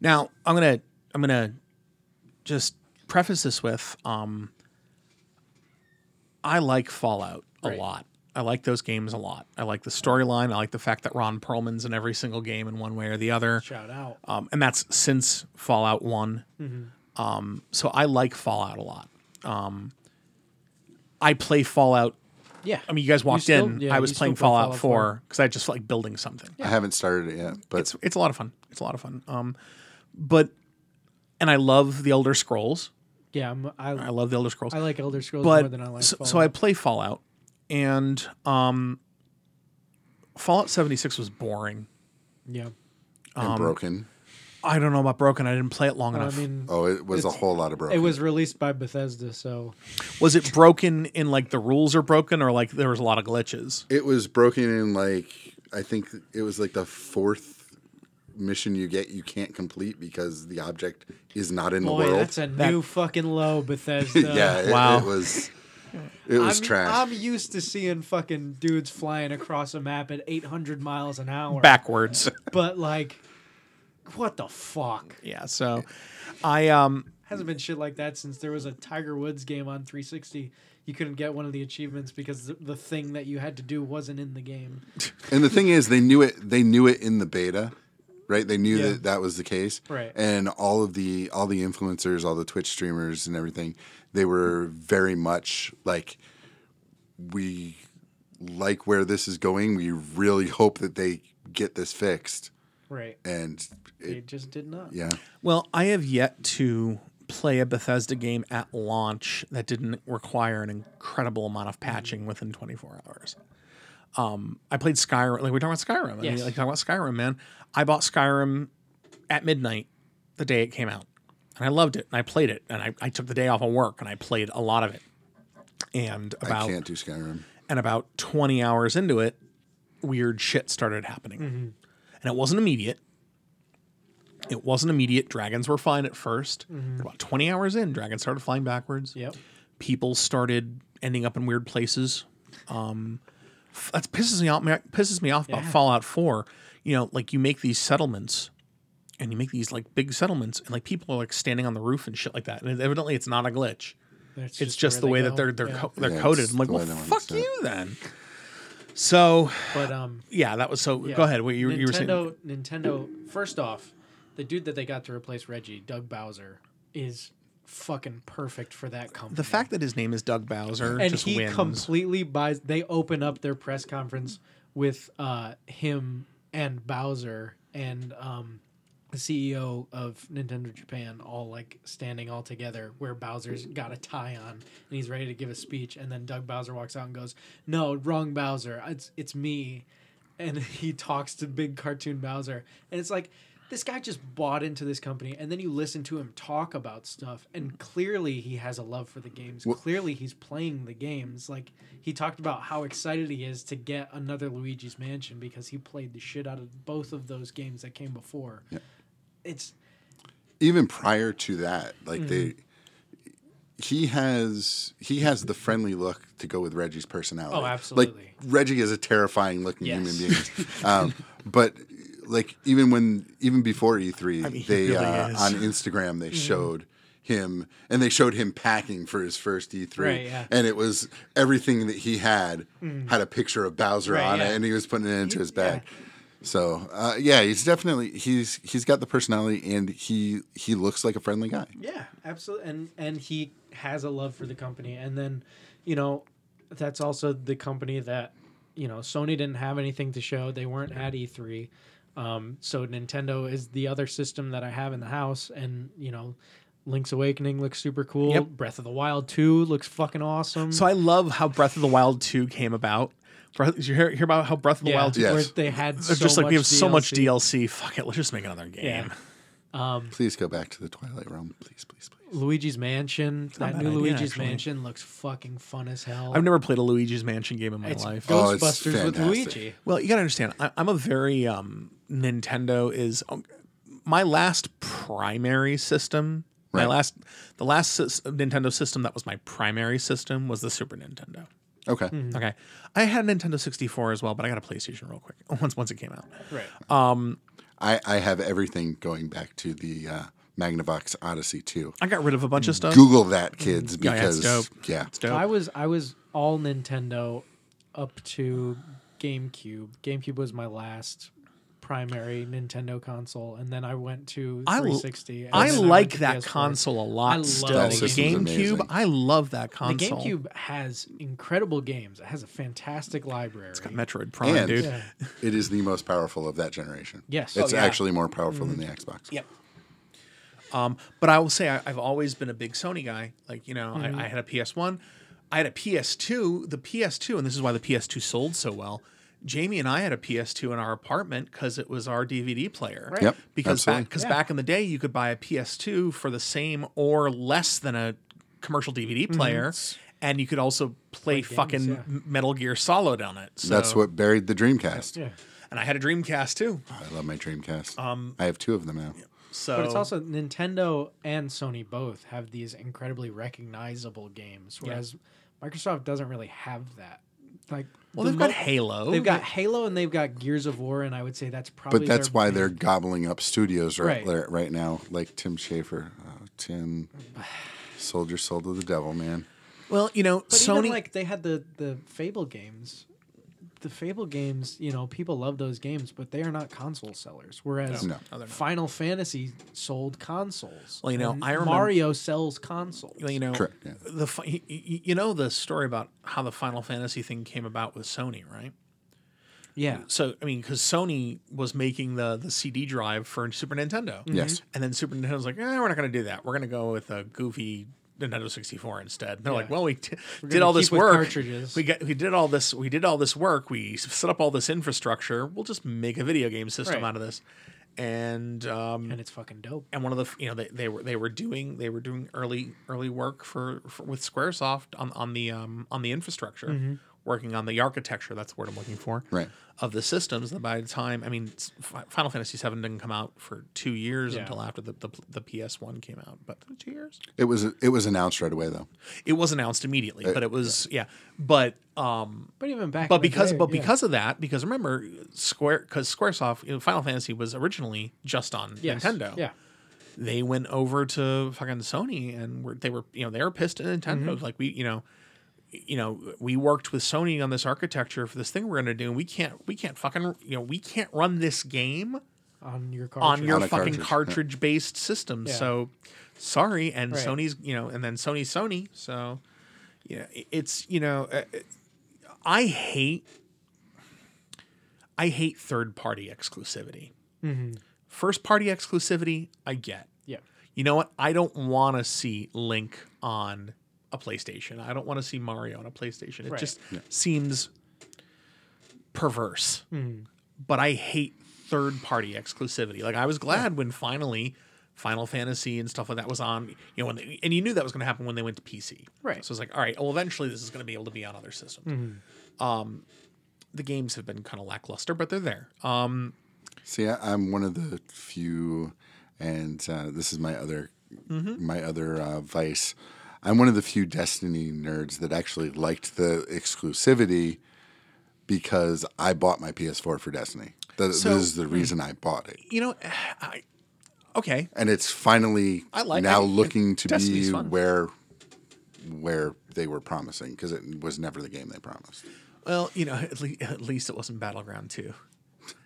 Speaker 5: Now I'm gonna I'm gonna just preface this with um, I like Fallout a
Speaker 2: Right.
Speaker 5: lot. I like those games a lot. I like the storyline. I like the fact that Ron Perlman's in every single game in one way or the other
Speaker 2: shout out
Speaker 5: um, and that's since Fallout One. Um, so I like Fallout a lot. Um, I play Fallout.
Speaker 2: yeah
Speaker 5: I mean, you guys walked
Speaker 2: still-
Speaker 5: in.
Speaker 2: yeah,
Speaker 5: I
Speaker 2: you
Speaker 5: was
Speaker 2: still
Speaker 5: playing
Speaker 2: play
Speaker 5: Fallout,
Speaker 2: Fallout
Speaker 5: 4 because I just like building something.
Speaker 3: I haven't started it yet, but
Speaker 5: It's it's a lot of fun. It's a lot of fun. Um, but and I love the Elder Scrolls.
Speaker 2: yeah I'm, I,
Speaker 3: Uh,
Speaker 5: I
Speaker 2: I
Speaker 5: love the Elder Scrolls
Speaker 2: like elder scrolls
Speaker 5: but
Speaker 2: more than i like
Speaker 5: so,
Speaker 2: fallout
Speaker 5: so I play Fallout, and um, Fallout seventy six was boring.
Speaker 2: yeah um,
Speaker 3: and broken.
Speaker 5: I don't know about broken. I didn't play it long
Speaker 2: i
Speaker 5: enough.
Speaker 2: mean
Speaker 3: Oh, it was a whole lot of broken.
Speaker 2: it was released by bethesda so
Speaker 5: Was it broken in like the rules are broken or like there was a lot of glitches?
Speaker 3: It was broken in like I think it was like the fourth mission you get you can't complete because the object is not in
Speaker 2: Boy,
Speaker 3: the world.
Speaker 2: that's a new fucking low, Bethesda.
Speaker 3: yeah, it,
Speaker 5: Wow.
Speaker 3: it was it was
Speaker 2: I'm,
Speaker 3: trash.
Speaker 2: I'm used to seeing fucking dudes flying across a map at 800 miles an hour.
Speaker 5: backwards.
Speaker 2: But like, what the fuck?
Speaker 5: yeah. So I um
Speaker 2: Hasn't been shit like that since there was a Tiger Woods game on 360. You couldn't get one of the achievements because the, the thing that you had to do wasn't in the game.
Speaker 3: And the thing is, they knew it. They knew it in the beta, right? They knew
Speaker 2: Yeah.
Speaker 3: that that was the case,
Speaker 2: Right.
Speaker 3: And all of the all the influencers, all the Twitch streamers, and everything, they were very much like, we like where this is going. We really hope that they get this fixed.
Speaker 2: Right.
Speaker 3: And
Speaker 2: They
Speaker 3: it,
Speaker 2: just did not.
Speaker 3: yeah,
Speaker 5: well, I have yet to play a Bethesda game at launch that didn't require an incredible amount of patching within 24 hours. Um, I played Skyrim. Like we talking about Skyrim. I mean,
Speaker 2: Yes.
Speaker 5: like talking about Skyrim, man. I bought Skyrim at midnight the day it came out, and I loved it. And I played it, and I, I took the day off of work and I played a lot of it. And
Speaker 3: I
Speaker 5: about
Speaker 3: can't do Skyrim.
Speaker 5: and about 20 hours into it weird shit started happening and it wasn't immediate it wasn't immediate dragons were fine at 1st about 20 hours in dragons started flying backwards
Speaker 2: Yep.
Speaker 5: people started ending up in weird places. Um, f- that pisses me off. Pisses me off about
Speaker 2: Yeah.
Speaker 5: Fallout Four. You know, like you make these settlements, and you make these like big settlements, and like people are like standing on the roof and shit like that. And evidently, it's not a glitch.
Speaker 2: That's
Speaker 5: It's just,
Speaker 2: where
Speaker 5: the
Speaker 2: they
Speaker 5: way
Speaker 2: go.
Speaker 5: that they're they're
Speaker 2: Yeah.
Speaker 5: co- they're
Speaker 3: Yeah, it's
Speaker 5: coded. I'm like,
Speaker 3: the
Speaker 5: well,
Speaker 3: way they want
Speaker 5: fuck
Speaker 3: to do it.
Speaker 5: you then. So
Speaker 2: But um,
Speaker 5: yeah, that was so.
Speaker 2: Yeah.
Speaker 5: Go ahead. What you,
Speaker 2: Nintendo,
Speaker 5: you were saying?
Speaker 2: Nintendo. First off, the dude that they got to replace Reggie, Doug Bowser, is fucking perfect for that company.
Speaker 5: The fact that his name is Doug Bowser
Speaker 2: and
Speaker 5: just
Speaker 2: he
Speaker 5: wins.
Speaker 2: completely buys. They open up their press conference with uh, him and Bowser and um, the CEO of Nintendo Japan all like standing all together, where Bowser's got a tie on and he's ready to give a speech, and then Doug Bowser walks out and goes, "No, wrong Bowser. It's it's me." and he talks to big cartoon Bowser, and it's like this guy just bought into this company, and then you listen to him talk about stuff, and clearly he has a love for the games. clearly he's playing the games. Like he talked about how excited he is to get another Luigi's Mansion because he played the shit out of both of those games that came before. It's
Speaker 3: even prior to that, like they,
Speaker 2: Mm-hmm.
Speaker 3: he has he has the friendly look to go with Reggie's personality.
Speaker 2: Oh, absolutely.
Speaker 3: Like Reggie is a terrifying looking
Speaker 2: Yes.
Speaker 3: human being, um, but like even when even before E three,
Speaker 5: mean, he
Speaker 3: they
Speaker 5: really
Speaker 3: uh,
Speaker 5: is.
Speaker 3: on Instagram
Speaker 2: Mm-hmm.
Speaker 3: they showed. Him and they showed him packing for his first E E3,
Speaker 2: Right, yeah.
Speaker 3: and it was everything that he had
Speaker 5: Mm.
Speaker 3: had a picture of Bowser
Speaker 2: Right,
Speaker 3: on
Speaker 2: yeah.
Speaker 3: it, and he was putting it into his bag. So uh, yeah, he's definitely he's he's got the personality, and he he looks like a friendly guy.
Speaker 2: Yeah, absolutely. And and he has a love for the company. And then, you know, that's also the company that, you know, Sony didn't have anything to show. They weren't at E3. Um, so Nintendo is the other system that I have in the house. And, you know, Link's Awakening looks super cool.
Speaker 5: Yep.
Speaker 2: Breath of the Wild 2 looks fucking awesome.
Speaker 5: So I love how Breath of the Wild two came about. Breath, did you hear, hear about how Breath of the
Speaker 2: yeah,
Speaker 5: Wild two?
Speaker 3: Yes.
Speaker 2: where they had so
Speaker 5: They're just like we have
Speaker 2: much
Speaker 5: so much DLC. Fuck it, let's just make another game.
Speaker 2: Yeah.
Speaker 5: Mm.
Speaker 3: Please go back to the Twilight Realm, please, please, please.
Speaker 2: Luigi's Mansion. That
Speaker 5: bad
Speaker 2: new
Speaker 5: idea,
Speaker 2: Luigi's
Speaker 5: actually.
Speaker 2: Mansion looks fucking fun as hell.
Speaker 5: I've never played a Luigi's Mansion game in my
Speaker 2: it's
Speaker 5: life.
Speaker 3: Oh, it's
Speaker 2: Ghostbusters with
Speaker 3: fantastic.
Speaker 2: Luigi.
Speaker 5: Well, you gotta understand, I, I'm a very um, Nintendo is um, my last primary system. My
Speaker 3: Right.
Speaker 5: last, the last sys- Nintendo system that was my primary system was the Super Nintendo.
Speaker 3: Okay,
Speaker 5: Okay, I had a Nintendo 64 as well, but I got a PlayStation real quick once once it came out.
Speaker 2: Right.
Speaker 3: I I have everything going back to the uh, Magnavox Odyssey too.
Speaker 5: I got rid of a bunch of stuff.
Speaker 3: Mm. Google that, kids,
Speaker 5: Yeah, yeah, it's
Speaker 3: because
Speaker 5: dope.
Speaker 3: yeah,
Speaker 5: It's dope.
Speaker 2: I was I was all Nintendo up to GameCube. GameCube was my last primary Nintendo console, and then I went to
Speaker 5: I l-
Speaker 2: 360. and
Speaker 5: I
Speaker 2: then went
Speaker 5: like
Speaker 2: to
Speaker 5: that
Speaker 2: PS4.
Speaker 5: console a
Speaker 2: I
Speaker 5: lot.
Speaker 2: love
Speaker 5: still,
Speaker 2: That
Speaker 5: the
Speaker 3: system's amazing.
Speaker 5: GameCube. I love that
Speaker 2: The
Speaker 5: console.
Speaker 2: GameCube has incredible games. It has a fantastic library.
Speaker 5: Metroid Prime,
Speaker 3: And-
Speaker 5: dude.
Speaker 2: Yeah.
Speaker 3: it is the most powerful of that generation.
Speaker 2: Yes.
Speaker 3: it's
Speaker 5: Oh, yeah. Mm-hmm.
Speaker 3: actually more powerful than the Xbox.
Speaker 5: Yep. Um, but I will say I, I've always been a big Sony guy. Like you know,
Speaker 2: Mm-hmm.
Speaker 5: I, I had a PS1, I had a PS2. The PS2, and this is why the PS2 sold so well. Jamie and I had a PS2 in our apartment because it was our DVD player. Right.
Speaker 3: Yep,
Speaker 5: Because back,
Speaker 3: absolutely.
Speaker 5: because
Speaker 2: Yeah.
Speaker 5: back in the day, you could buy a PS2 for the same or less than a commercial DVD player, and you could also play,
Speaker 2: Mm-hmm. games,
Speaker 5: fucking
Speaker 2: yeah.
Speaker 5: Metal Gear Solid on it. So
Speaker 3: That's what buried the Dreamcast.
Speaker 2: Yeah.
Speaker 5: And I had a Dreamcast too.
Speaker 3: I love my Dreamcast. I have two of them now.
Speaker 5: So
Speaker 2: But it's also Nintendo and Sony both have these incredibly recognizable games, whereas Microsoft doesn't really have that. Like,
Speaker 5: well,
Speaker 2: the
Speaker 5: they've got
Speaker 2: mo-
Speaker 5: Halo.
Speaker 2: they've got Halo and they've got Gears of War, and I would say that's probably.
Speaker 3: But that's
Speaker 2: their
Speaker 3: why
Speaker 2: big-
Speaker 3: they're gobbling up studios right
Speaker 2: Right.
Speaker 3: there, right now, like Tim Schafer. Oh, Tim sold your soul to the devil, man.
Speaker 5: well, you know,
Speaker 2: But
Speaker 5: Sony.
Speaker 2: even like they had the the Fable games. The Fable games, you know, people love those games, but they are not console sellers. Whereas
Speaker 3: No.
Speaker 2: Final Fantasy sold consoles.
Speaker 5: Well, you know,
Speaker 2: and
Speaker 5: I remem-
Speaker 2: Mario sells consoles.
Speaker 5: you know,
Speaker 3: Correct, yeah.
Speaker 5: the fi- y- y- you know the story about how the Final Fantasy thing came about with Sony, right?
Speaker 2: yeah,
Speaker 5: So I mean, because Sony was making the the CD drive for Super Nintendo,
Speaker 3: Yes.
Speaker 5: and then Super Nintendo's like, eh, we're not going to do that. We're going to go with a goofy Nintendo 64 instead. And they're like, well, we t- did
Speaker 2: gonna
Speaker 5: all this
Speaker 2: keep with
Speaker 5: work.
Speaker 2: cartridges."
Speaker 5: We got we did all this we did all this work. We s- set up all this infrastructure. We'll just make a video game system
Speaker 2: Right.
Speaker 5: out of this. And um,
Speaker 2: and it's fucking dope.
Speaker 5: and one of the f- you know they, they were they were doing they were doing early early work for, for with Squaresoft on on the um on the infrastructure, working on the architecture. That's the word I'm looking for.
Speaker 3: Right.
Speaker 5: Of the systems that by the time I mean s- Fi- Final Fantasy VII didn't come out for two years
Speaker 2: Yeah.
Speaker 5: until after the the, the PS one came out, but two years
Speaker 3: It was it was announced right away though.
Speaker 5: it was announced immediately. but it was yeah, but um
Speaker 2: But even back,
Speaker 5: but
Speaker 2: in the
Speaker 5: because
Speaker 2: day,
Speaker 5: but
Speaker 2: yeah.
Speaker 5: because of that because remember Square because SquareSoft you know, Final Fantasy was originally just on
Speaker 2: Yes,
Speaker 5: Nintendo
Speaker 2: yeah,
Speaker 5: they went over to fucking Sony and were they were you know they were pissed at Nintendo
Speaker 3: Mm-hmm.
Speaker 5: like we you know you know we worked with Sony on this architecture for this thing we're gonna do and we can't we can't fucking you know we can't run this game
Speaker 2: on your car.
Speaker 5: on your
Speaker 3: On a
Speaker 5: fucking
Speaker 3: cartridge, yeah.
Speaker 5: cartridge based system
Speaker 2: Yeah.
Speaker 5: so sorry and
Speaker 2: Right.
Speaker 5: Sony's you know and then Sony's Sony so yeah i- it's you know uh, I hate I hate third party exclusivity
Speaker 3: Mm-hmm.
Speaker 5: first party exclusivity I get
Speaker 2: yeah,
Speaker 5: you know what? I don't want to see Link on a PlayStation. I don't want to see Mario on a PlayStation. It
Speaker 2: Right.
Speaker 5: just seems perverse.
Speaker 2: Hmm.
Speaker 5: But I hate third party exclusivity. Like I was glad when finally Final Fantasy and stuff like that was on, you know, when they, and you knew that was going to happen when they went to PC.
Speaker 2: Right.
Speaker 5: So it's like, all right, well, eventually this is going to be able to be on other systems. Um,
Speaker 2: Mm-hmm.
Speaker 5: the games have been kind of lackluster, but they're there. Um,
Speaker 3: See, I, I'm one of the few, and uh, this is my other my other uh, vice. I'm one of the few Destiny nerds that actually liked the exclusivity because I bought my PS4 for Destiny. That
Speaker 5: So-
Speaker 3: this is the reason I bought it,
Speaker 5: you know, I, okay,
Speaker 3: and it's finally
Speaker 5: I like-
Speaker 3: now
Speaker 5: I-
Speaker 3: looking to
Speaker 5: Destiny's
Speaker 3: be
Speaker 5: fun.
Speaker 3: where where they were promising because it was never the game they promised.
Speaker 5: Well, you know, at, le- at least it wasn't Battleground 2.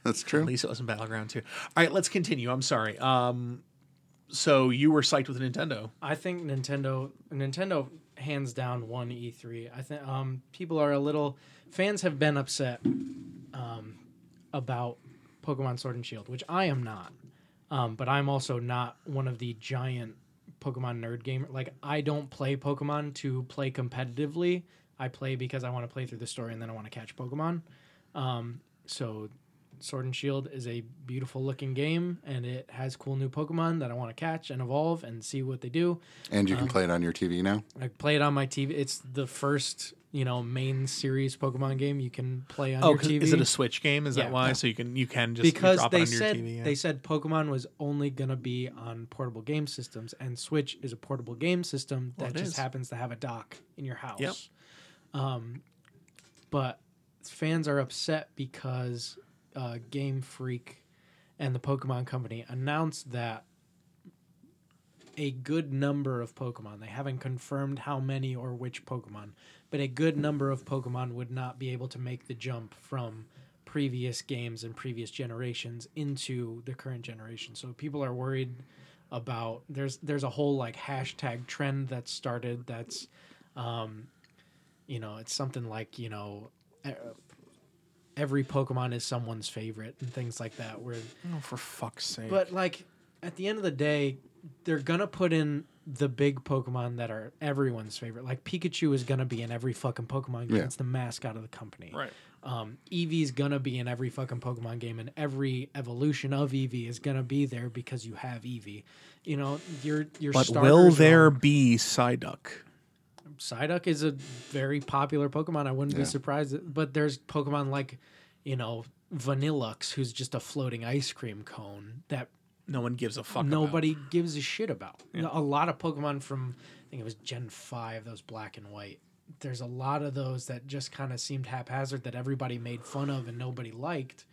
Speaker 3: That's true.
Speaker 5: At least it wasn't Battleground 2. All right, let's continue. I'm sorry. Um, so you were psyched with Nintendo.
Speaker 2: I think Nintendo Nintendo hands down won E3. I think um, people are a little fans have been upset um, about Pokemon Sword and Shield, which I am not. Um, but I'm also not one of the giant Pokemon nerd gamer. Like I don't play Pokemon to play competitively. I play because I want to play through the story and then I want to catch Pokemon. Um, so Sword and Shield is a beautiful looking game and it has cool new Pokemon that I want to catch and evolve and see what they do.
Speaker 3: And
Speaker 5: Uh-huh.
Speaker 3: you can play it on your TV now.
Speaker 2: I play it on my TV. It's the first, you know, main series Pokemon game you can play on
Speaker 5: Oh,
Speaker 2: your
Speaker 5: 'cause
Speaker 2: TV.
Speaker 5: is it a Switch game? Is that
Speaker 2: Yeah.
Speaker 5: why? So you can you can just you
Speaker 2: because
Speaker 5: drop it
Speaker 2: they
Speaker 5: on your
Speaker 2: said
Speaker 5: TV. yeah.
Speaker 2: they said Pokemon was only gonna be on portable game systems, and Switch is a portable game system that
Speaker 5: it
Speaker 2: just
Speaker 5: is.
Speaker 2: happens to have a dock in your house.
Speaker 5: Yep.
Speaker 2: Um, but fans are upset because uh, Game Freak and the Pokemon Company announced that a good number of Pokemon. They haven't confirmed how many or which Pokemon, but a good number of Pokemon would not be able to make the jump from previous games and previous generations into the current generation. So people are worried about there's there's a whole like hashtag trend that started that's um you know, it's something like, you know, e- every Pokemon is someone's favorite and things like that where
Speaker 5: oh, for fuck's sake.
Speaker 2: but like at the end of the day, they're gonna put in the big Pokemon that are everyone's favorite. Like Pikachu is gonna be in every fucking Pokemon game.
Speaker 3: Yeah.
Speaker 2: It's the mascot of the company.
Speaker 5: Right.
Speaker 2: Um, Eevee's gonna be in every fucking Pokemon game, and every evolution of Eevee is gonna be there because you have Eevee. You know, your your.
Speaker 5: but
Speaker 2: starters
Speaker 5: will
Speaker 2: are-
Speaker 5: there be Psyduck?
Speaker 2: Psyduck is a very popular Pokemon. I wouldn't be surprised. But there's Pokemon like, you know, Vanillux, who's just a floating ice cream cone that
Speaker 5: No one gives a fuck. about.
Speaker 2: nobody gives a shit about. A lot of Pokemon from I think it was Gen Five, those black and white. There's a lot of those that just kind of seemed haphazard that everybody made fun of and nobody liked,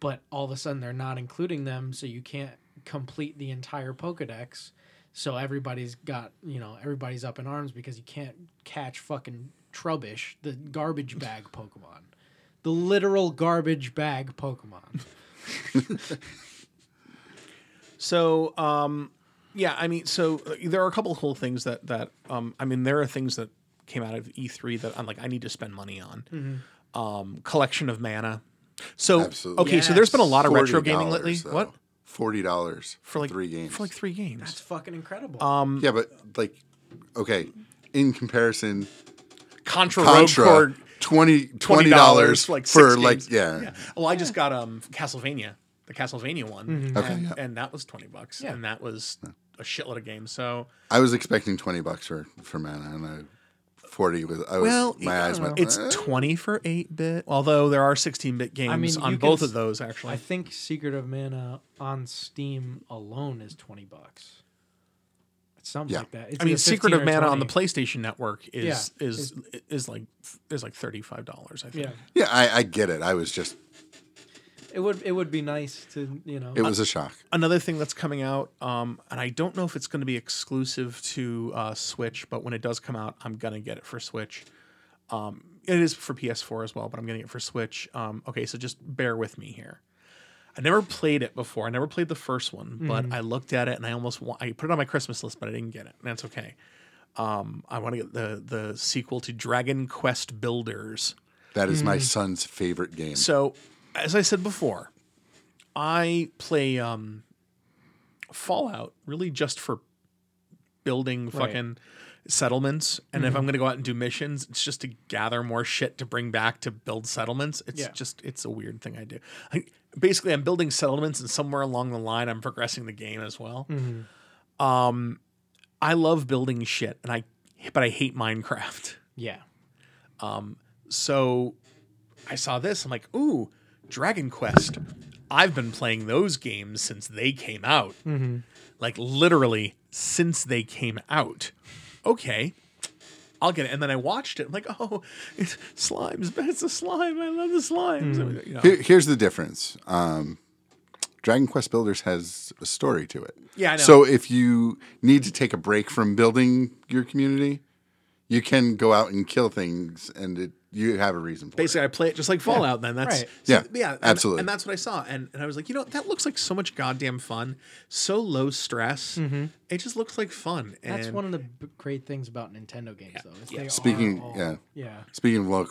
Speaker 2: but all of a sudden they're not including them, so you can't complete the entire Pokedex. So everybody's got you know everybody's up in arms because you can't catch fucking Trubbish, the garbage bag Pokemon, the literal garbage bag Pokemon.
Speaker 5: So, um, yeah, I mean, so uh, there are a couple of cool things that that um, I mean, there are things that came out of E3 that I'm like, I need to spend money on.
Speaker 2: Mm-hmm.
Speaker 5: Um, collection of mana. So,
Speaker 3: Absolutely.
Speaker 5: okay, so there's been a lot of
Speaker 3: $40
Speaker 5: retro gaming lately.
Speaker 3: though.
Speaker 5: What
Speaker 3: Forty dollars
Speaker 5: for like
Speaker 3: three games.
Speaker 5: For like three games.
Speaker 2: It's fucking incredible.
Speaker 3: yeah, but like, okay, in comparison,
Speaker 5: Contra,
Speaker 3: Contra
Speaker 5: Rogue Core,
Speaker 3: twenty
Speaker 5: twenty
Speaker 3: twenty dollars
Speaker 5: dollars for like
Speaker 3: for
Speaker 5: six
Speaker 3: like
Speaker 5: games.
Speaker 3: yeah.
Speaker 5: Well, I just got um Castlevania, the Castlevania one,
Speaker 3: Okay,
Speaker 5: and,
Speaker 3: yeah.
Speaker 5: and that was twenty bucks,
Speaker 2: Mm-hmm. Yeah.
Speaker 5: and that was a shitload of games. So
Speaker 3: I was expecting twenty bucks for for mana, and I forty was. I was
Speaker 5: well,
Speaker 3: my eyes went.
Speaker 5: it's
Speaker 3: "Eh."
Speaker 5: twenty for eight bit. Although there are sixteen bit games
Speaker 2: mean,
Speaker 5: on
Speaker 2: you can
Speaker 5: both
Speaker 2: s-
Speaker 5: of those
Speaker 2: I
Speaker 5: actually.
Speaker 2: think Secret of Mana on Steam alone is twenty bucks. It's something
Speaker 3: Yeah.
Speaker 2: like that. It's
Speaker 5: I mean,
Speaker 2: either
Speaker 5: Secret
Speaker 2: 15
Speaker 5: of
Speaker 2: or
Speaker 5: Mana on the
Speaker 2: 20.
Speaker 5: PlayStation Network is
Speaker 2: Yeah.
Speaker 5: is is like is like thirty five dollars. I think.
Speaker 2: Yeah,
Speaker 3: Yeah, I, I get it. I was just.
Speaker 2: it would it would be nice to you know.
Speaker 3: It was a shock.
Speaker 5: Another thing that's coming out, um, and I don't know if it's going to be exclusive to uh, Switch, but when it does come out, I'm gonna get it for Switch. Um, it is for PS4 as well, but I'm getting it for Switch. Um, okay, so just bear with me here. I never played it before. I never played the first one,
Speaker 2: Mm-hmm.
Speaker 5: but I looked at it and I almost wa- I put it on my Christmas list, but I didn't get it, and that's okay. Um, I want to get the the sequel to Dragon Quest Builders.
Speaker 3: That is my son's favorite game.
Speaker 5: Mm. So, as I said before, I play um, Fallout really just for building fucking settlements. And if I'm going to go out and do missions, it's just to gather more shit to bring back to build settlements. It's
Speaker 2: Yeah.
Speaker 5: just, it's a weird thing I do. I, basically, I'm building settlements, and somewhere along the line, I'm progressing the game as well. Um, I love building shit, and I, but I hate Minecraft.
Speaker 2: yeah,
Speaker 5: So I saw this. I'm like, ooh, Dragon Quest. I've been playing those games since they came out.
Speaker 2: Mm-hmm.
Speaker 5: Like literally since they came out. Okay. I'll get it. And then I watched it. I'm like, oh, it's slimes, but it's a slime. I love the
Speaker 2: Mm.
Speaker 5: slimes. You know.
Speaker 3: Here- here's the difference. Um, Dragon Quest Builders has a story to it.
Speaker 5: Yeah, I know.
Speaker 3: So if you need to take a break from building your community, you can go out and kill things, and it, you have a reason for
Speaker 5: Basically, I play it just like Fallout. Then that's
Speaker 2: Right.
Speaker 3: Yeah.
Speaker 5: and-
Speaker 3: Absolutely.
Speaker 5: And that's what I saw, and and I was like, you know, that looks like so much goddamn fun, so low stress. It just looks like fun. And
Speaker 2: Mm-hmm. that's one of the b- great things about Nintendo games though. Is they
Speaker 3: Speaking-
Speaker 2: are all,
Speaker 3: yeah.
Speaker 2: yeah.
Speaker 3: it. Speaking of low,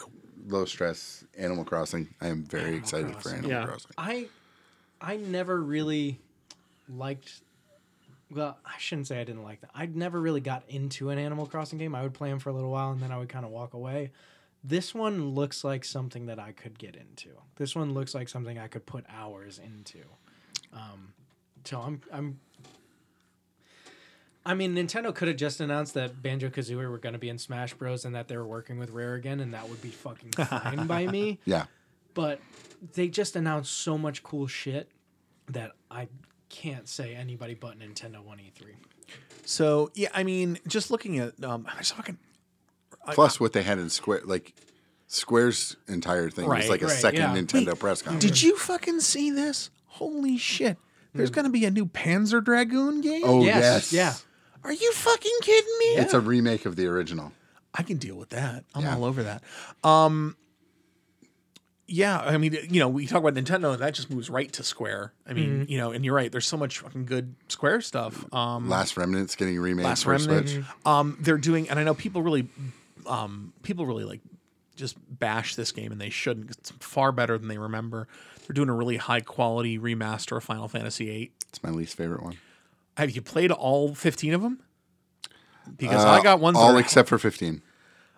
Speaker 3: low stress, Animal Crossing, I am very excited for Animal
Speaker 5: Yeah.
Speaker 3: Crossing.
Speaker 2: I I never really liked. Well, I shouldn't say I didn't like that. I never really got into an Animal Crossing game. I would play them for a little while and then I would kind of walk away. This one looks like something that I could get into. This one looks like something I could put hours into. Um, so I'm I'm. I mean, Nintendo could have just announced that Banjo Kazooie were going to be in Smash Bros. and that they were working with Rare again, and that would be fucking fine by me
Speaker 3: Yeah.
Speaker 2: but they just announced so much cool shit that I can't say anybody but Nintendo E won E3.
Speaker 5: So yeah, I mean, just looking at um, I was talking
Speaker 3: Plus, what they had in Square, like Square's entire thing
Speaker 5: Right,
Speaker 3: was like a
Speaker 2: right,
Speaker 3: second
Speaker 2: yeah.
Speaker 3: Nintendo
Speaker 5: Wait,
Speaker 3: press conference.
Speaker 5: Did you fucking see this? Holy shit! There's gonna be a new Panzer Dragoon game.
Speaker 3: Hmm. oh yes,
Speaker 2: Yes, yeah.
Speaker 5: Are you fucking kidding me?
Speaker 3: It's a remake of the original.
Speaker 5: I can deal with that. I'm
Speaker 3: Yeah.
Speaker 5: all over that. Um, yeah, I mean, you know, we talk about Nintendo, and that just moves right to Square. I mean,
Speaker 3: Mm-hmm.
Speaker 5: you know, and you're right. There's so much fucking good Square stuff. Um,
Speaker 3: Last Remnant's getting remade
Speaker 5: Last
Speaker 3: for
Speaker 5: Remnant.
Speaker 3: Switch.
Speaker 5: Um, they're doing, and I know people really, um, people really like just bash this game, and they shouldn't. 'cause It's far better than they remember. They're doing a really high quality remaster of Final Fantasy VIII.
Speaker 3: It's my least favorite one.
Speaker 5: Have you played all fifteen of them? Because
Speaker 3: Uh,
Speaker 5: I got ones that
Speaker 3: all
Speaker 5: are-
Speaker 3: except for fifteen.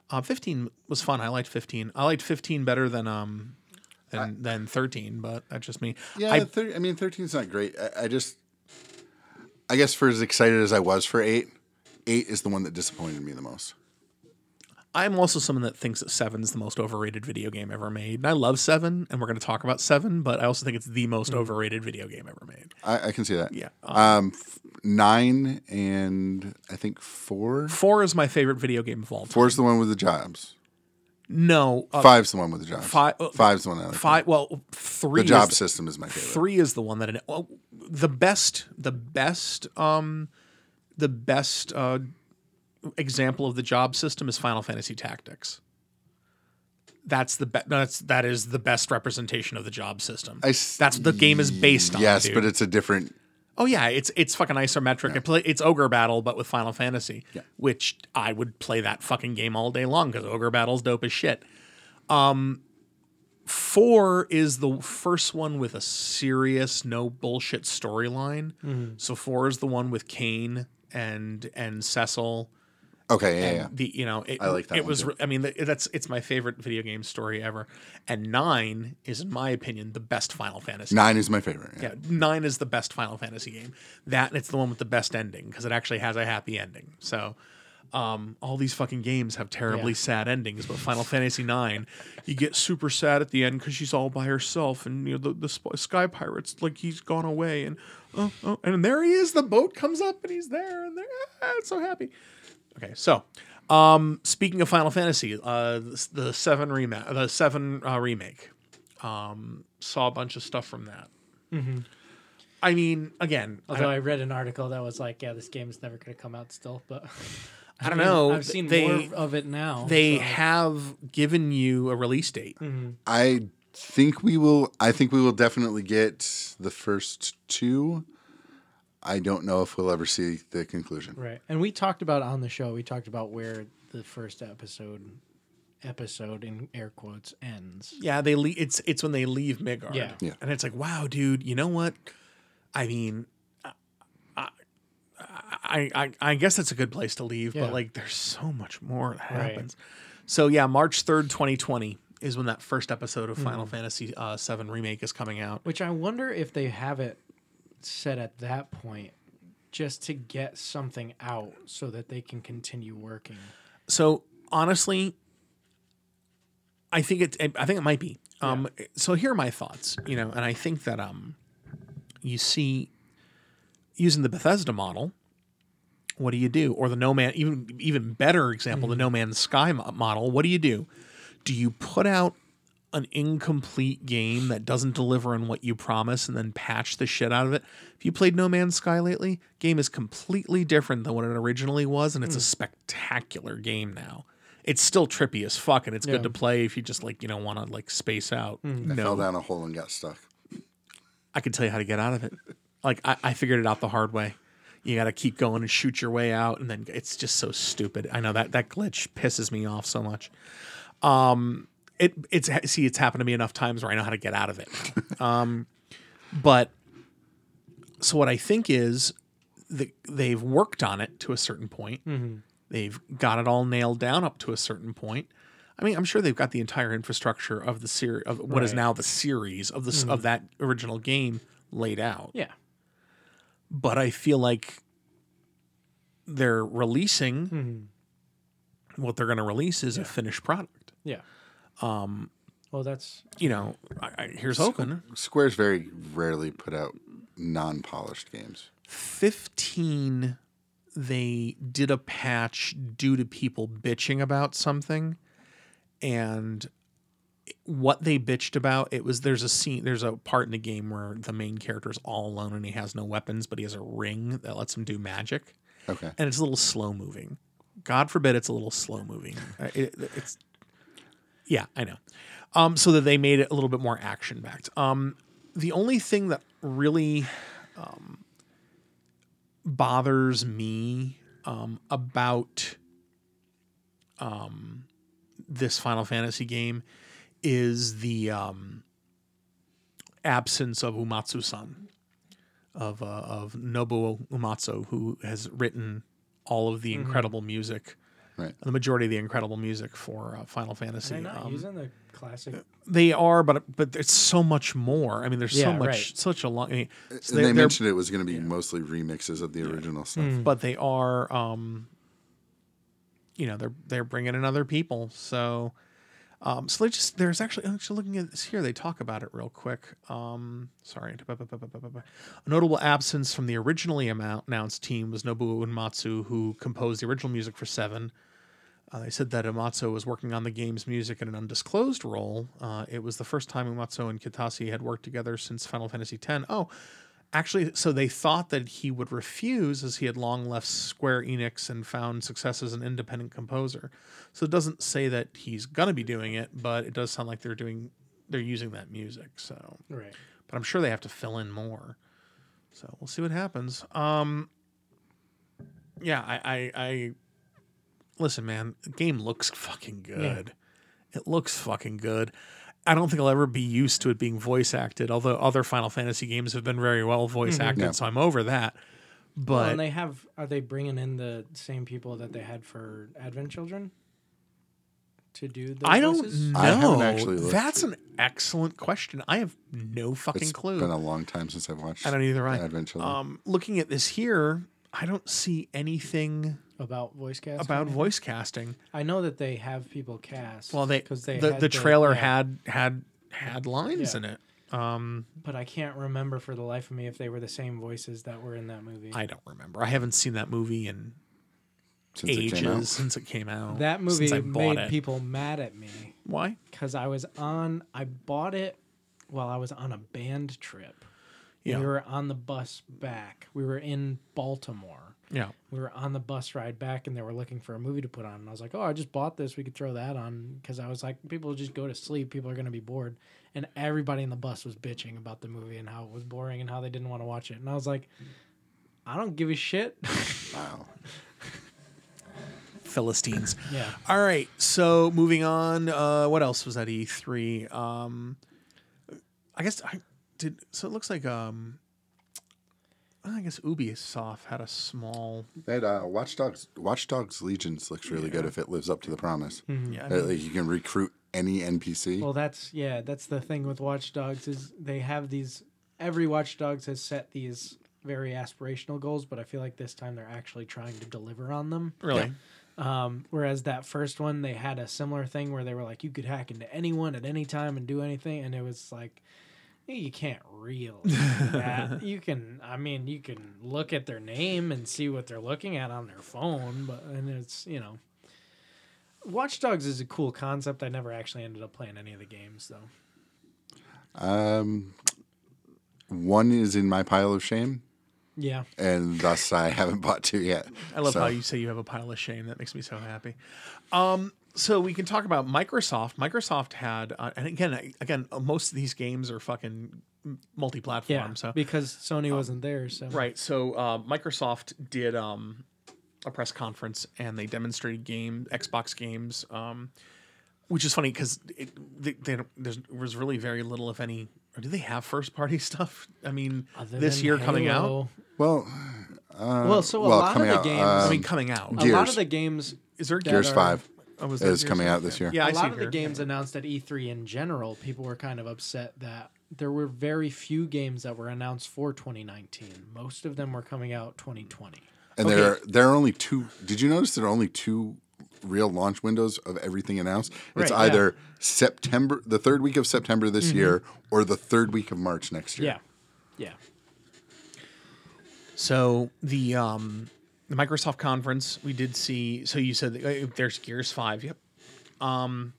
Speaker 5: uh, fifteen was fun. I liked fifteen. I liked fifteen better than um than than thirteen, but that's just me.
Speaker 3: Yeah, I,
Speaker 5: I,
Speaker 3: thir- I mean, 13's not great. I, I just, I guess, for as excited as I was for eight, eight is the one that disappointed me the most.
Speaker 5: I'm also someone that thinks that Seven's the most overrated video game ever made. And I love Seven, and we're going to talk about Seven, but I also think it's the most
Speaker 3: Mm.
Speaker 5: overrated video game ever made.
Speaker 3: I, I can see that.
Speaker 5: Yeah. uh,
Speaker 3: Um, f- nine and I think four.
Speaker 5: Four is my favorite video game of all time.
Speaker 3: Four's the one with the jobs.
Speaker 5: No, uh,
Speaker 3: Five's the one with the jobs.
Speaker 5: fi- uh,
Speaker 3: Five's the one. I like.
Speaker 5: five. Well, three.
Speaker 3: The job
Speaker 5: is,
Speaker 3: system is my favorite.
Speaker 5: Three is the one that well, the best. The best. Um, the best uh, example of the job system is Final Fantasy Tactics. That's the be- that's that is the best representation of the job system.
Speaker 3: I s-
Speaker 5: that's what the game is based on.
Speaker 3: Yes,
Speaker 5: dude.
Speaker 3: but it's a different.
Speaker 5: Oh yeah, it's it's fucking isometric. It play, it's ogre battle, but with Final Fantasy, which I would play that fucking game all day long because ogre battle's dope as shit. Um, four is the first one with a serious, no bullshit storyline.
Speaker 3: Mm-hmm.
Speaker 5: So four is the one with Kane and and Cecil.
Speaker 3: Okay, yeah, yeah.
Speaker 5: The you know it,
Speaker 3: I like that
Speaker 5: It
Speaker 3: one,
Speaker 5: was
Speaker 3: too.
Speaker 5: re- I mean th- that's it's my favorite video game story ever. And nine is in my opinion the best Final Fantasy.
Speaker 3: Nine is my favorite. Yeah.
Speaker 5: Yeah, nine is the best Final Fantasy game. That and it's the one with the best ending because it actually has a happy ending. So, um, all these fucking games have terribly
Speaker 2: Yeah.
Speaker 5: sad endings, but Final Fantasy nine, you get super sad at the end because she's all by herself and you know the, the sp- sky pirates like he's gone away and oh, oh and there he is. The boat comes up and he's there and they're ah, it's so happy. Okay, so. Um, speaking of Final Fantasy, uh, the, the seven remake, the seven uh, remake, um, saw a bunch of stuff from that.
Speaker 2: Mm-hmm.
Speaker 5: I mean, again, I
Speaker 2: Although
Speaker 5: don't,
Speaker 2: I, read an article that was like, yeah, this game is never going to come out still, but
Speaker 5: I don't know.
Speaker 2: I've seen
Speaker 5: they
Speaker 2: more of it now.
Speaker 5: they
Speaker 2: so-
Speaker 5: have given you a release date.
Speaker 3: I think we will. I think we will definitely get the first two. I don't know if we'll ever see the conclusion.
Speaker 2: right. And we talked about on the show, we talked about where the first episode episode in air quotes ends.
Speaker 5: Yeah, they le- it's it's when they leave Midgard.
Speaker 2: Yeah.
Speaker 3: Yeah.
Speaker 5: and it's like, wow, dude, you know what? I mean, I I, I, I guess that's a good place to leave,
Speaker 2: Yeah.
Speaker 5: but like, there's so much more that happens. So yeah, March third, twenty twenty is when that first episode of
Speaker 2: Mm-hmm.
Speaker 5: Final Fantasy uh, Seven remake is coming out.
Speaker 2: Which I wonder if they have it set at that point just to get something out so that they can continue working.
Speaker 5: So honestly, I think it. I think it might be. Um, So here are my thoughts. You know, and I think that um, you see, using the Bethesda model, what do you do? Or the No Man, even even better example, the No Man's Sky mo- model. What do you do? Do you put out an incomplete game that doesn't deliver on what you promise and then patch the shit out of it? If you played No Man's Sky lately, game is completely different than what it originally was, and it's a spectacular game now. It's still trippy as fuck, and it's good
Speaker 2: Yeah.
Speaker 5: to play if you just like you know want to like space out.
Speaker 3: I fell
Speaker 5: No,
Speaker 3: down a hole and got stuck.
Speaker 5: I can tell you how to get out of it. Like I, I figured it out the hard way. You got to keep going and shoot your way out, and then it's just so stupid. I know that that glitch pisses me off so much. Um, it it's see it's happened to me enough times where I know how to get out of it. Um, but so what I think is the, they've worked on it to a certain point. They've got it all nailed down up to a certain point. I mean, I'm sure they've got the entire infrastructure of the series of what is
Speaker 2: Right.
Speaker 5: now the series of this of that original game laid out.
Speaker 2: Yeah.
Speaker 5: But I feel like they're releasing
Speaker 2: Mm-hmm.
Speaker 5: what they're going to release is a finished product.
Speaker 2: Yeah. Um
Speaker 5: Um,
Speaker 2: well that's
Speaker 5: You know, I, I, here's hoping
Speaker 3: Square's very rarely put out non-polished games.
Speaker 5: 15 they did a patch due to people bitching about something and what they bitched about it was there's a scene there's a part in the game where the main character is all alone and he has no weapons but he has a ring that lets him do magic
Speaker 3: Okay.
Speaker 5: and it's a little slow moving god forbid it's a little slow moving Uh, it- it's yeah i know um so that they made it a little bit more action backed um the only thing that really um, bothers me um, about um, this Final Fantasy game is the um, absence of Umatsu-san of uh, of Nobuo Umatsu, who has written all of the
Speaker 2: Mm-hmm.
Speaker 5: incredible music,
Speaker 3: Right.
Speaker 5: the majority of the incredible music for uh, Final Fantasy.
Speaker 2: they're not
Speaker 5: Um,
Speaker 2: using the classic
Speaker 5: they are, but but it's so much more. I mean, there's so
Speaker 2: Yeah,
Speaker 5: much,
Speaker 2: right.
Speaker 5: such a long. I mean, so
Speaker 3: and
Speaker 5: they're-
Speaker 3: Uh,
Speaker 5: Mm,
Speaker 3: they
Speaker 5: they're-
Speaker 3: mentioned it was going to be mostly remixes of the original stuff.
Speaker 5: but they are um you know they're they're bringing in other people. So um, so they just there's actually I'm actually looking at this here. They talk about it real quick. Um, sorry, a notable absence from the originally amou- announced team was Nobuo Uematsu, who composed the original music for Seven. Uh, they said that Umatsu was working on the game's music in an undisclosed role. Uh, it was the first time Umatsu and Kitase had worked together since Final Fantasy X. Oh, actually, so they thought that he would refuse as he had long left Square Enix and found success as an independent composer. So it doesn't say that he's going to be doing it, but it does sound like they're doing they're using that music. So,
Speaker 2: Right.
Speaker 5: but I'm sure they have to fill in more. So we'll see what happens. Um, yeah, I, I, I listen, man. The game looks fucking good. It looks fucking good. I don't think I'll ever be used to it being voice acted, although other Final Fantasy games have been very well voice acted,
Speaker 3: Mm-hmm. Yeah.
Speaker 5: so I'm over that.
Speaker 2: Well,
Speaker 5: But
Speaker 2: and they have are they bringing in the same people that they had for Advent Children to do the
Speaker 5: I don't
Speaker 2: voices?
Speaker 5: know.
Speaker 3: I haven't actually looked.
Speaker 5: That's an excellent question. I have no fucking
Speaker 3: It's
Speaker 5: clue.
Speaker 3: been a long time since I've watched.
Speaker 5: I don't either. I
Speaker 3: Advent Children.
Speaker 5: Um, looking at this here, I don't see anything
Speaker 2: about voice cast.
Speaker 5: about voice casting.
Speaker 2: I know that they have people cast.
Speaker 5: Well, they
Speaker 2: because they
Speaker 5: the,
Speaker 2: had
Speaker 5: the trailer
Speaker 2: yeah,
Speaker 5: had had had lines
Speaker 2: Yeah.
Speaker 5: in it. Um,
Speaker 2: but I can't remember for the life of me if they were the same voices that were in that movie.
Speaker 5: I don't remember. I haven't seen that movie in
Speaker 3: since it came
Speaker 5: ages
Speaker 3: out.
Speaker 5: since it came out.
Speaker 2: that
Speaker 5: since
Speaker 2: movie
Speaker 5: I bought
Speaker 2: made
Speaker 5: it.
Speaker 2: people mad at me
Speaker 5: Why?
Speaker 2: because I was on. I bought it while I was on a band trip.
Speaker 5: Yeah.
Speaker 2: We were on the bus back. We were in Baltimore.
Speaker 5: Yeah.
Speaker 2: we were on the bus ride back and they were looking for a movie to put on and i was like oh i just bought this we could throw that on because i was like people just go to sleep people are going to be bored and everybody in the bus was bitching about the movie and how it was boring and how they didn't want to watch it and i was like i don't give a shit
Speaker 3: Wow.
Speaker 5: Philistines.
Speaker 2: yeah
Speaker 5: All right. So moving on. Uh, what else was at E3? Um, I guess I did. So it looks like um, I guess Ubisoft had a small.
Speaker 3: That uh, Watch Dogs, Watch Dogs Legions looks really good if it lives up to the promise.
Speaker 5: Yeah. I
Speaker 3: Uh, like you can recruit any NPC.
Speaker 2: well that's yeah that's the thing with watch dogs is they have these every watch dogs has set these very aspirational goals but i feel like this time they're actually trying to deliver on them
Speaker 5: Really?
Speaker 2: Um, whereas that first one, they had a similar thing where they were like, you could hack into anyone at any time and do anything, and it was like, you can't really. do that. you can, I mean, you can look at their name and see what they're looking at on their phone, but and it's you know, Watch Dogs is a cool concept. I never actually ended up playing any of the games though.
Speaker 3: Um, one is in my pile of shame,
Speaker 2: Yeah,
Speaker 3: and thus I haven't bought two yet.
Speaker 5: I love
Speaker 3: So,
Speaker 5: how you say you have a pile of shame. That makes me so happy. Um, so we can talk about Microsoft. Microsoft had, uh, and again, I- again, uh, most of these games are fucking m- multi-platform.
Speaker 2: yeah,
Speaker 5: So Uh,
Speaker 2: because Sony wasn't there, so
Speaker 5: right. So uh, Microsoft did um, a press conference and they demonstrated game Xbox games, um, which is funny because they, they, don't- there's there was really very little, if any. Or do they have first-party stuff? I mean,
Speaker 2: Other
Speaker 5: this
Speaker 2: than
Speaker 5: year coming out.
Speaker 2: Halo-
Speaker 3: Well, uh,
Speaker 2: well, so a
Speaker 3: well,
Speaker 2: lot of
Speaker 3: coming
Speaker 2: the
Speaker 3: out,
Speaker 2: games,
Speaker 5: I
Speaker 3: um,
Speaker 5: mean, coming out.
Speaker 2: a lot
Speaker 3: Gears.
Speaker 2: of the games
Speaker 5: is there
Speaker 3: Gears
Speaker 2: are-
Speaker 3: Five
Speaker 5: Oh, was there
Speaker 3: is
Speaker 5: Gears
Speaker 3: coming
Speaker 5: five?
Speaker 3: out this year.
Speaker 5: Yeah, I
Speaker 2: a
Speaker 5: see
Speaker 2: lot of the
Speaker 5: here.
Speaker 2: games announced at E3 in general, people were kind of upset that there were very few games that were announced for 2019. Most of them were coming out 2020.
Speaker 3: and there are, there are only two. Did you notice there are only two real launch windows of everything announced? It's
Speaker 5: Right, Mm-hmm.
Speaker 3: either September, the third week of September this year, or the third week of March next year.
Speaker 2: Yeah.
Speaker 5: So the um, the Microsoft conference, we did see. So you said that, uh, there's Gears Five. Yep. Um,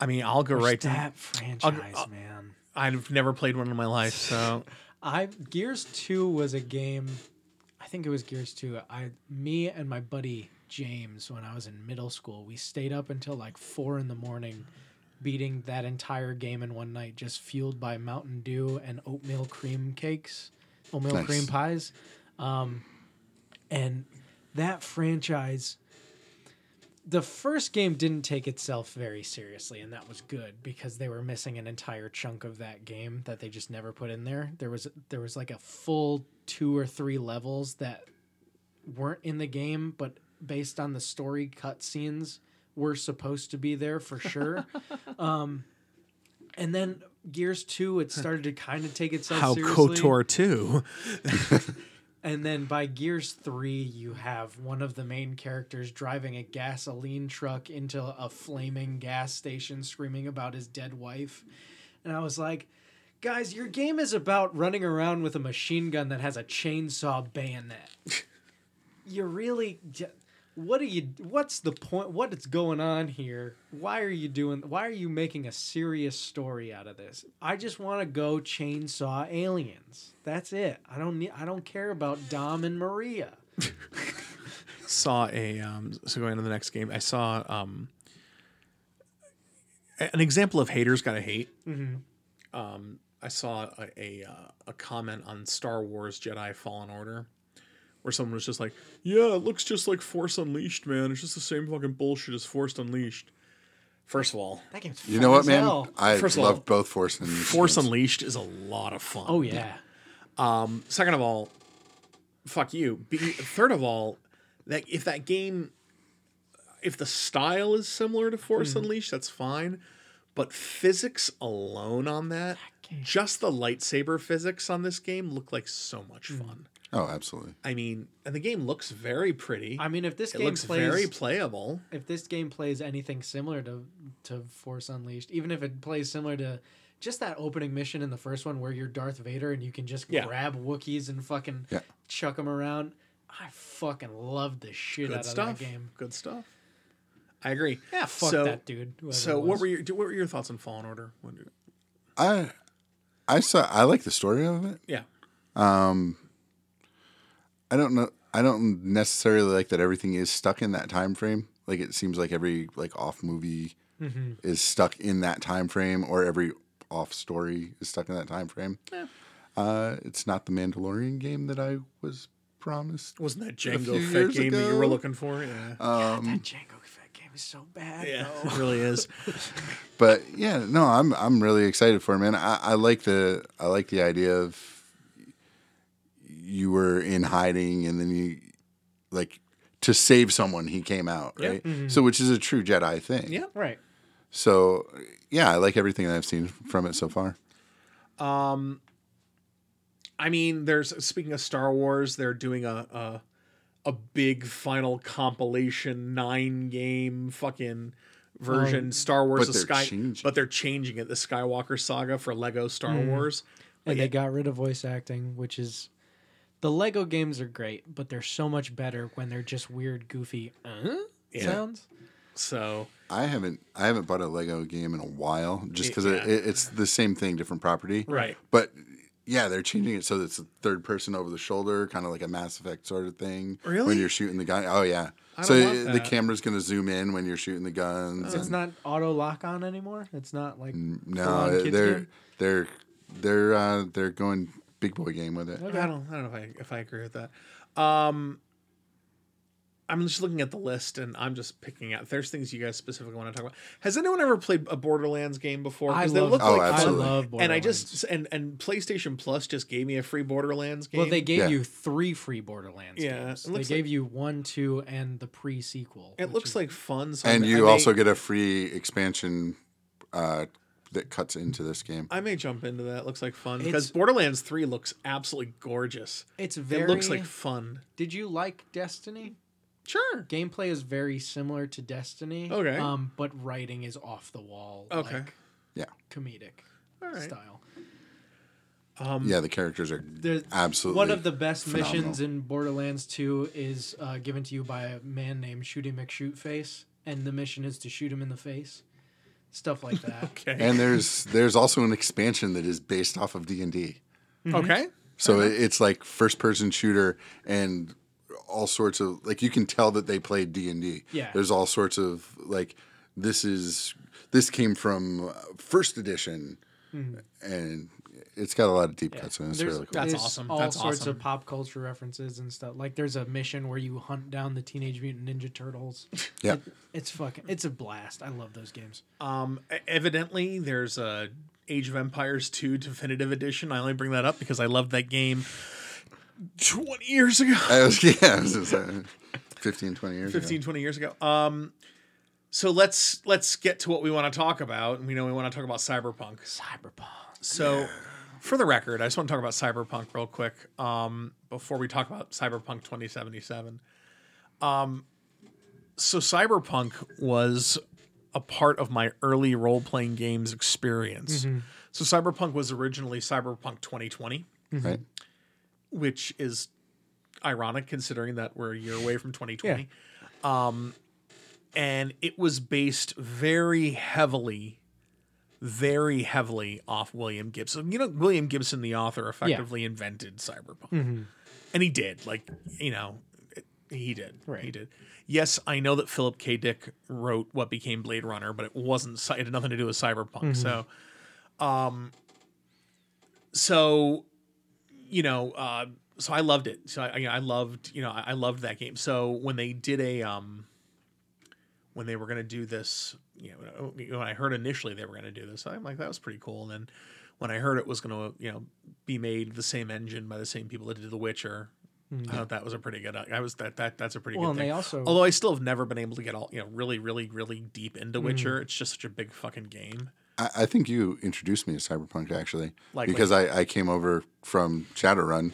Speaker 5: I mean, I'll go right
Speaker 2: Right.
Speaker 5: to.
Speaker 2: That franchise, man.
Speaker 5: I've never played one in my life, so
Speaker 2: I Gears 2 was a game I think it was Gears 2. I me and my buddy James when I was in middle school, we stayed up until like 4 in the morning beating that entire game in one night just fueled by Mountain Dew and oatmeal cream cakes, oatmeal
Speaker 3: Nice.
Speaker 2: cream pies. Um and that franchise the first game didn't take itself very seriously, and that was good because they were missing an entire chunk of that game that they just never put in there. There was there was like a full two or three levels that weren't in the game, but based on the story cutscenes, were supposed to be there for sure. um, and then Gears Two, it started to kind of take itself
Speaker 5: how
Speaker 2: seriously.
Speaker 5: Kotor two.
Speaker 2: And then by Gears 3, you have one of the main characters driving a gasoline truck into a flaming gas station screaming about his dead wife. And I was like, guys, your game is about running around with a machine gun that has a chainsaw bayonet. you really j- what are you what's the point what is going on here why are you doing why are you making a serious story out of this i just want to go chainsaw aliens that's it i don't need i don't care about dom and maria
Speaker 5: saw a um, so going into the next game. I saw um, a- an example of haters gotta hate. Um, I saw a a, uh, a comment on Star Wars Jedi Fallen Order, where someone was just like, "Yeah, it looks just like Force Unleashed, man. It's just the same fucking bullshit as Force Unleashed." First of all,
Speaker 2: that game's
Speaker 3: You
Speaker 2: fun
Speaker 3: know what,
Speaker 2: as
Speaker 3: man?
Speaker 2: hell.
Speaker 3: I
Speaker 5: First of all,
Speaker 3: love both Force and
Speaker 5: Force Unleashed is a lot of fun.
Speaker 2: oh yeah
Speaker 5: Second of all, fuck you. Be, third of all, that if that game, if the style is similar to Force
Speaker 2: Mm-hmm.
Speaker 5: Unleashed, that's fine. But physics alone on that, just the lightsaber physics on this game look like so much
Speaker 2: Mm.
Speaker 5: fun.
Speaker 3: Oh, absolutely.
Speaker 5: I mean, and the game looks very pretty.
Speaker 2: i mean if this
Speaker 5: it
Speaker 2: game
Speaker 5: looks
Speaker 2: plays
Speaker 5: very playable.
Speaker 2: if this game plays anything similar to to Force Unleashed, even if it plays similar to just that opening mission in the first one where you're Darth Vader and you can just
Speaker 5: Yeah.
Speaker 2: grab Wookiees and fucking
Speaker 3: Yeah.
Speaker 2: chuck them around, I fucking love the shit
Speaker 5: Good
Speaker 2: out
Speaker 5: stuff.
Speaker 2: of that game.
Speaker 5: Good stuff. I agree.
Speaker 2: Yeah, fuck
Speaker 5: so,
Speaker 2: that dude. whoever
Speaker 5: So,
Speaker 2: it
Speaker 5: what
Speaker 2: was.
Speaker 5: were your what were your thoughts on Fallen Order? What-
Speaker 3: I I saw I like the story of it. Um,
Speaker 5: Yeah,
Speaker 3: I don't know I don't necessarily like that everything is stuck in that time frame. Like it seems like every like off movie is stuck in that time frame or every off story is stuck in that time frame. Uh, it's not the Mandalorian game that I was promised.
Speaker 5: wasn't that
Speaker 3: few
Speaker 5: Django
Speaker 3: years
Speaker 5: Fett game that you were
Speaker 3: ago?
Speaker 5: looking for? Yeah.
Speaker 2: God, that Django Fett game is so bad.
Speaker 5: Yeah,
Speaker 2: though.
Speaker 5: it really is.
Speaker 3: but yeah, no, I'm I'm really excited for it, man. I, I like the I like the idea of you were in hiding and then you like to save someone he came out,
Speaker 5: Yeah. Mm-hmm.
Speaker 3: right? So which is a true Jedi thing.
Speaker 5: Yeah.
Speaker 2: Right.
Speaker 3: So yeah, I like everything that I've seen from it so far.
Speaker 5: I mean, there's speaking of Star Wars, they're doing a a, a big final compilation nine game fucking version Star
Speaker 3: Um,
Speaker 5: Wars
Speaker 3: but
Speaker 5: of
Speaker 3: they're
Speaker 5: Sky,
Speaker 3: changing.
Speaker 5: but they're changing it. The Skywalker Saga for Lego Star
Speaker 3: Mm.
Speaker 5: Wars.
Speaker 2: And they got rid of voice acting, which is the Lego games are great, but they're so much better when they're just weird, goofy uh, sounds.
Speaker 5: So
Speaker 3: I haven't I haven't bought a Lego game in a while just because
Speaker 5: Yeah.
Speaker 3: it, it, it's the same thing, different property,
Speaker 5: right,
Speaker 3: But yeah, they're changing it so that it's a third person over the shoulder, kind of like a Mass Effect sort of thing.
Speaker 5: Really?
Speaker 3: When you're shooting the gun. Oh yeah.
Speaker 5: don't
Speaker 3: So
Speaker 5: want
Speaker 3: it- the
Speaker 5: that.
Speaker 3: camera's gonna zoom in when you're shooting the guns.
Speaker 2: Oh, It's
Speaker 3: and-
Speaker 2: not auto lock on anymore. It's not like full-on
Speaker 3: Uh. no,
Speaker 2: kids
Speaker 3: they're
Speaker 2: game?
Speaker 3: they're they're uh, they're going big boy game with it.
Speaker 5: I don't I don't know if I if I agree with that. Um, I'm just looking at the list and I'm just picking out. There's things you guys specifically want to talk about. Has anyone ever played a Borderlands game before?
Speaker 2: I
Speaker 5: 'Cause they
Speaker 2: love,
Speaker 5: look
Speaker 3: Oh,
Speaker 5: like
Speaker 2: I
Speaker 5: fun.
Speaker 3: absolutely.
Speaker 2: love
Speaker 5: and I
Speaker 2: Borderlands.
Speaker 5: just and and PlayStation Plus just gave me a free Borderlands game.
Speaker 2: well, they gave
Speaker 3: Yeah.
Speaker 2: you three free Borderlands
Speaker 5: Yeah,
Speaker 2: games.
Speaker 5: it
Speaker 2: They
Speaker 5: looks
Speaker 2: gave you one, two, and the pre sequel.
Speaker 5: it looks like fun. So I
Speaker 3: And
Speaker 5: may- I
Speaker 3: you
Speaker 5: may-
Speaker 3: also get a free expansion uh, that cuts into this game.
Speaker 5: I may jump into that. It looks like fun because
Speaker 2: It's-
Speaker 5: Borderlands Three looks absolutely gorgeous.
Speaker 2: it's very.
Speaker 5: It looks like fun.
Speaker 2: Did you like Destiny?
Speaker 5: Sure.
Speaker 2: Gameplay is very similar to Destiny.
Speaker 5: Okay.
Speaker 2: Um, but writing is off the wall.
Speaker 5: Okay.
Speaker 2: Like,
Speaker 3: Yeah.
Speaker 2: Comedic
Speaker 5: All right.
Speaker 2: style.
Speaker 3: yeah, the characters are
Speaker 2: There's
Speaker 3: absolutely
Speaker 2: Um, One of the best
Speaker 3: phenomenal.
Speaker 2: missions in Borderlands 2 is uh, given to you by a man named Shooty McShootface, and the mission is to shoot him in the face. Stuff like that.
Speaker 5: Okay.
Speaker 3: And there's there's also an expansion that is based off of D and D.
Speaker 5: Mm-hmm.
Speaker 2: Mm-hmm.
Speaker 5: okay.
Speaker 3: So
Speaker 2: Uh-huh.
Speaker 3: it it's like first person shooter and all sorts of like you can tell that they played D and D.
Speaker 2: Yeah.
Speaker 3: There's all sorts of like this is this came from uh, first edition, and it's got a lot of deep cuts in it.
Speaker 2: Mm-hmm.
Speaker 3: It's
Speaker 2: There's-
Speaker 3: really cool.
Speaker 5: That's
Speaker 2: there's
Speaker 5: awesome.
Speaker 2: All
Speaker 5: That's
Speaker 2: sorts
Speaker 5: awesome.
Speaker 2: of pop culture references and stuff. Like there's a mission where you hunt down the Teenage Mutant Ninja Turtles.
Speaker 3: Yeah.
Speaker 2: It's fucking. It's a blast. I love those games.
Speaker 5: Um. e- Evidently, there's a Age of Empires Two Definitive Edition. I only bring that up because I loved that game. Twenty years ago.
Speaker 3: I was, yeah, I was just, uh, 15, 20 years.
Speaker 5: 15
Speaker 3: Ago.
Speaker 5: 20 years ago um so let's let's get to what we want to talk about and we know we want to talk about cyberpunk
Speaker 2: Cyberpunk.
Speaker 5: so
Speaker 1: For the record, I just want to talk about Cyberpunk real quick um, before we talk about Cyberpunk 2077. Um, so, Cyberpunk was a part of my early role playing games experience. So, Cyberpunk was originally Cyberpunk 2020,
Speaker 2: mm-hmm.
Speaker 3: right?
Speaker 1: which is ironic considering that we're a year away from 2020. Um, and it was based very heavily, very heavily off William Gibson. You know, William Gibson, the author, effectively invented cyberpunk, and he did. Like, you know, it- he did. He
Speaker 2: Right.
Speaker 1: did. Yes, I know that Philip K. Dick wrote what became Blade Runner, but it wasn't. cy- It had nothing to do with cyberpunk. So, um, so you know, uh, so I loved it. So I, you know, I loved, you know, I, I loved that game. So when they did a, um, when they were going to do this, you know, when I heard initially they were going to do this, I'm like, that was pretty cool. And then when I heard it was going to, you know, be made the same engine by the same people that did The Witcher, I thought that was a pretty good. uh, I was that that that's a pretty
Speaker 2: Mm-hmm. Well,
Speaker 1: good
Speaker 2: and
Speaker 1: thing.
Speaker 2: they also-
Speaker 1: Although I still have never been able to get all, you know, really, really, really deep into
Speaker 2: Mm-hmm.
Speaker 1: Witcher. It's just such a big fucking game.
Speaker 3: I, I think you introduced me to Cyberpunk actually,
Speaker 1: Likely.
Speaker 3: because I, I came over from Shadowrun,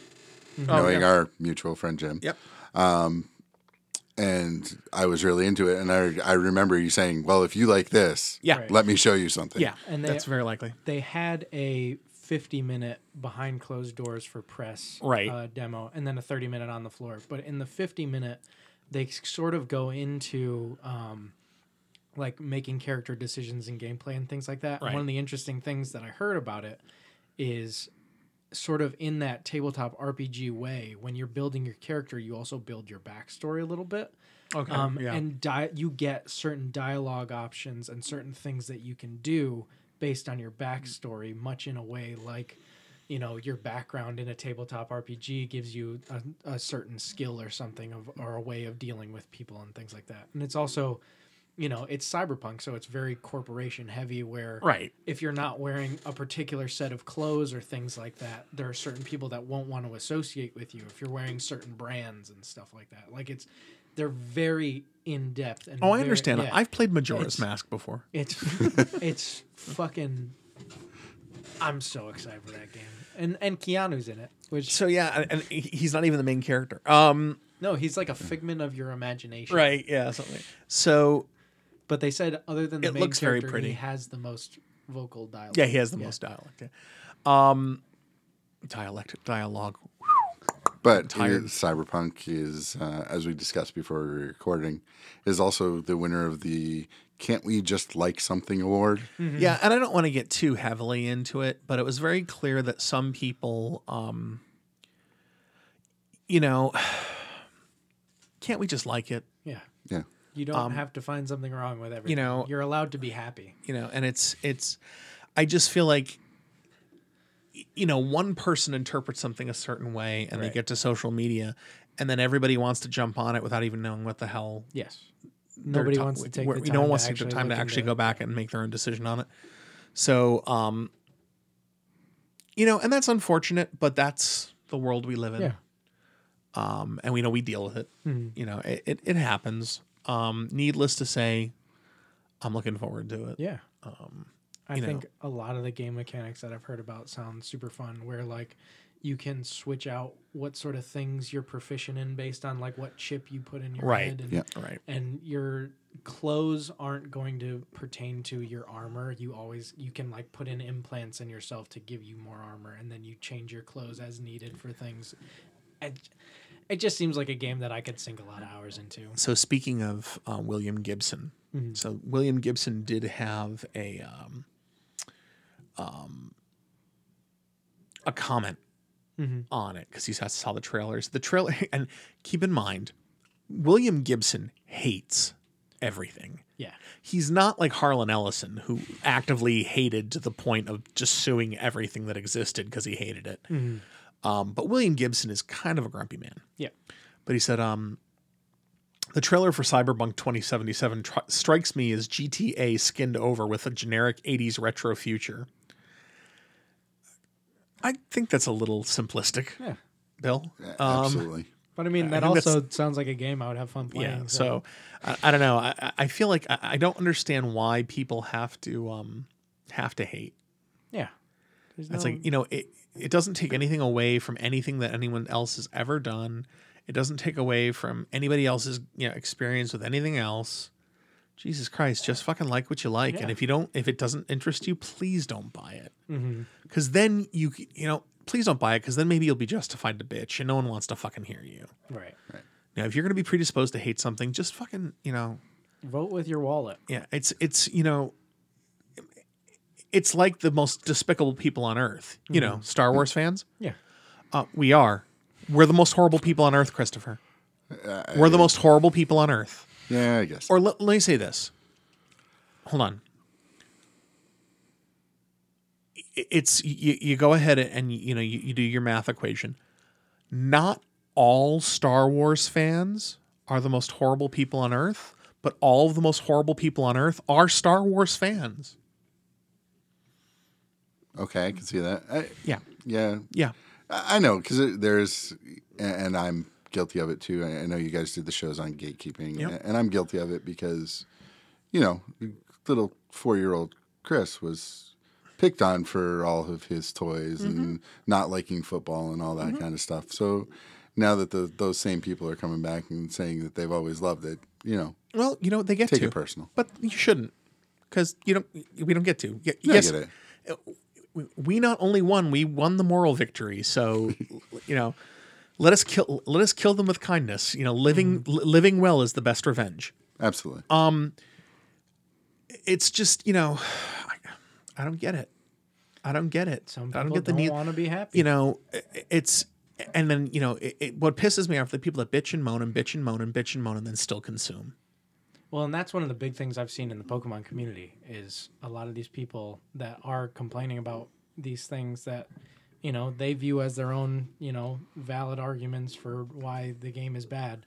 Speaker 3: knowing our mutual friend Jim.
Speaker 1: Mm-hmm. Oh,
Speaker 3: Um,
Speaker 1: Yep.
Speaker 3: and I was really into it. And I I remember you saying, "Well, if you like this,
Speaker 1: Yeah. Right.
Speaker 3: let me show you something."
Speaker 1: Yeah.
Speaker 2: And
Speaker 1: And
Speaker 2: they-
Speaker 1: that's very likely.
Speaker 2: they had a 50 minute behind closed doors for press
Speaker 1: Right.
Speaker 2: uh, demo and then a 30 minute on the floor but in the 50 minute they s- sort of go into um, like making character decisions and gameplay and things like that And
Speaker 1: Right.
Speaker 2: one of the interesting things that i heard about it is sort of in that tabletop rpg way when you're building your character you also build your backstory a little bit
Speaker 1: Okay.
Speaker 2: um,
Speaker 1: yeah.
Speaker 2: and di- you get certain dialogue options and certain things that you can do based on your backstory much in a way like you know your background in a tabletop rpg gives you a, a certain skill or something of, or a way of dealing with people and things like that and it's also you know it's cyberpunk so it's very corporation heavy where
Speaker 1: right.
Speaker 2: if you're not wearing a particular set of clothes or things like that, there are certain people that won't want to associate with you if you're wearing certain brands and stuff like that. Like it's, they're very in depth. And
Speaker 1: Oh, I
Speaker 2: very-
Speaker 1: understand.
Speaker 2: yeah.
Speaker 1: I've played Majora's
Speaker 2: It's-
Speaker 1: Mask before.
Speaker 2: It's it's fucking. I'm so excited for that game, and and Keanu's in it, which
Speaker 1: So yeah, and- and he- he's not even the main character. Um,
Speaker 2: no, he's like a figment of your imagination.
Speaker 1: right? Yeah, something. So
Speaker 2: But they said other than the
Speaker 1: It
Speaker 2: main
Speaker 1: looks very
Speaker 2: character,
Speaker 1: pretty.
Speaker 2: he has the most vocal dialogue.
Speaker 1: yeah, he has the most uh, dialect. Yeah. Um, dialect dialogue.
Speaker 3: But it
Speaker 1: tired.
Speaker 3: is- Cyberpunk is, uh, as we discussed before we were recording, is also the winner of the "Can't We Just Like Something" award.
Speaker 1: Yeah, and I don't want to get too heavily into it, but it was very clear that some people, um, you know, can't we just like it?
Speaker 2: yeah.
Speaker 3: Yeah,
Speaker 2: You don't have to find something wrong with everything.
Speaker 1: Um, know-
Speaker 2: you're allowed to be happy.
Speaker 1: you know and it's it's i just feel like y- you know one person interprets something a certain way and they
Speaker 2: Right.
Speaker 1: get to social media and then everybody wants to jump on it without even knowing what the hell
Speaker 2: Yes.
Speaker 1: they're
Speaker 2: Nobody
Speaker 1: ta-
Speaker 2: wants to take
Speaker 1: where-
Speaker 2: the time.
Speaker 1: no one
Speaker 2: to
Speaker 1: wants to take the
Speaker 2: actually
Speaker 1: time to
Speaker 2: look
Speaker 1: actually
Speaker 2: into
Speaker 1: go back and make their own decision on it so um you know and that's unfortunate but that's the world we live in
Speaker 2: Yeah.
Speaker 1: um and we know we deal with it
Speaker 2: Hmm.
Speaker 1: you know it, it, it happens um needless to say i'm looking forward to it
Speaker 2: it. Yeah. Um, I
Speaker 1: know.
Speaker 2: think a lot of the game mechanics that I've heard about sound super fun. Where like you can switch out what sort of things you're proficient in based on like what chip you put in your
Speaker 1: Right.
Speaker 2: head. And,
Speaker 3: Yeah.
Speaker 1: right
Speaker 2: and your clothes aren't going to pertain to your armor. You always you can like put in implants in yourself to give you more armor, and then you change your clothes as needed for things. It, it just seems like a game that I could sink a lot of hours into.
Speaker 1: so speaking of uh, William Gibson, so William Gibson did have a um, um, a comment on it because he saw, saw the trailers. The trailer, and keep in mind, William Gibson hates everything.
Speaker 2: Yeah.
Speaker 1: He's not like Harlan Ellison, who actively hated to the point of just suing everything that existed because he hated it. Um, but William Gibson is kind of a grumpy man
Speaker 2: Yeah.
Speaker 1: but he said um the trailer for cyberpunk 2077 tr- strikes me as gta skinned over with a generic 80s retro future i think that's a little simplistic
Speaker 2: Yeah.
Speaker 1: bill um,
Speaker 3: absolutely.
Speaker 2: But I mean, that
Speaker 1: think
Speaker 2: also sounds like a game I would have fun playing.
Speaker 1: yeah so I, I don't know i, I- I feel like I, I don't understand why people have to um have to hate
Speaker 2: yeah, There's
Speaker 1: It's
Speaker 2: no-
Speaker 1: like, you know, it, it doesn't take anything away from anything that anyone else has ever done. It doesn't take away from anybody else's you know, experience with anything else. Jesus Christ, just fucking like what you like. And
Speaker 2: Yeah.
Speaker 1: if you don't, if it doesn't interest you, please don't buy it. Because then you, c- you know, please don't buy it because then maybe you'll be justified to bitch and no one wants to fucking hear you.
Speaker 2: right.
Speaker 1: Now, if you're going to be predisposed to hate something, just fucking, you know,
Speaker 2: Vote with your wallet.
Speaker 1: yeah, it's it's you know, it's like the most despicable people on earth. You know, Star Wars fans.
Speaker 2: Yeah.
Speaker 1: Uh, we are. We're the most horrible people on earth, Christopher. We're the most horrible people on earth.
Speaker 3: Yeah, I guess.
Speaker 1: Or let, let me say this. Hold on. I- It's you, you go ahead and you know you, you do your math equation. Not all Star Wars fans are the most horrible people on earth, but all of the most horrible people on earth are Star Wars fans.
Speaker 3: okay, I can see that. I,
Speaker 1: Yeah.
Speaker 3: yeah,
Speaker 1: Yeah.
Speaker 3: I I know because there's, and I'm guilty of it too. I I know you guys did the shows on gatekeeping,
Speaker 1: Yep.
Speaker 3: and I'm guilty of it because, you know, little four year old Chris was picked on for all of his toys
Speaker 1: Mm-hmm.
Speaker 3: and not liking football and all that kind of stuff. So now that the, those same people are coming back and saying that they've always loved it, you know,
Speaker 1: Well, you know they get
Speaker 3: Take
Speaker 1: to
Speaker 3: it personal.
Speaker 1: but you shouldn't because you don't. We don't get to. Y-
Speaker 3: I
Speaker 1: yes,
Speaker 3: get it.
Speaker 1: we not only won, we won the moral victory. So, you know, let us kill let us kill them with kindness. You know, living
Speaker 2: Mm-hmm.
Speaker 1: li- living well is the best revenge.
Speaker 3: Absolutely.
Speaker 1: It's just you know, I, I don't get it. I don't get it.
Speaker 2: Some
Speaker 1: I
Speaker 2: people
Speaker 1: don't get the need.
Speaker 2: want to be happy.
Speaker 1: You know, i- i- it's and then you know it, it, what pisses me off are the people that bitch and moan and bitch and moan and bitch and moan and then still consume.
Speaker 2: Well, and that's one of the big things I've seen in the Pokemon community is a lot of these people that are complaining about these things that you know they view as their own you know valid arguments for why the game is bad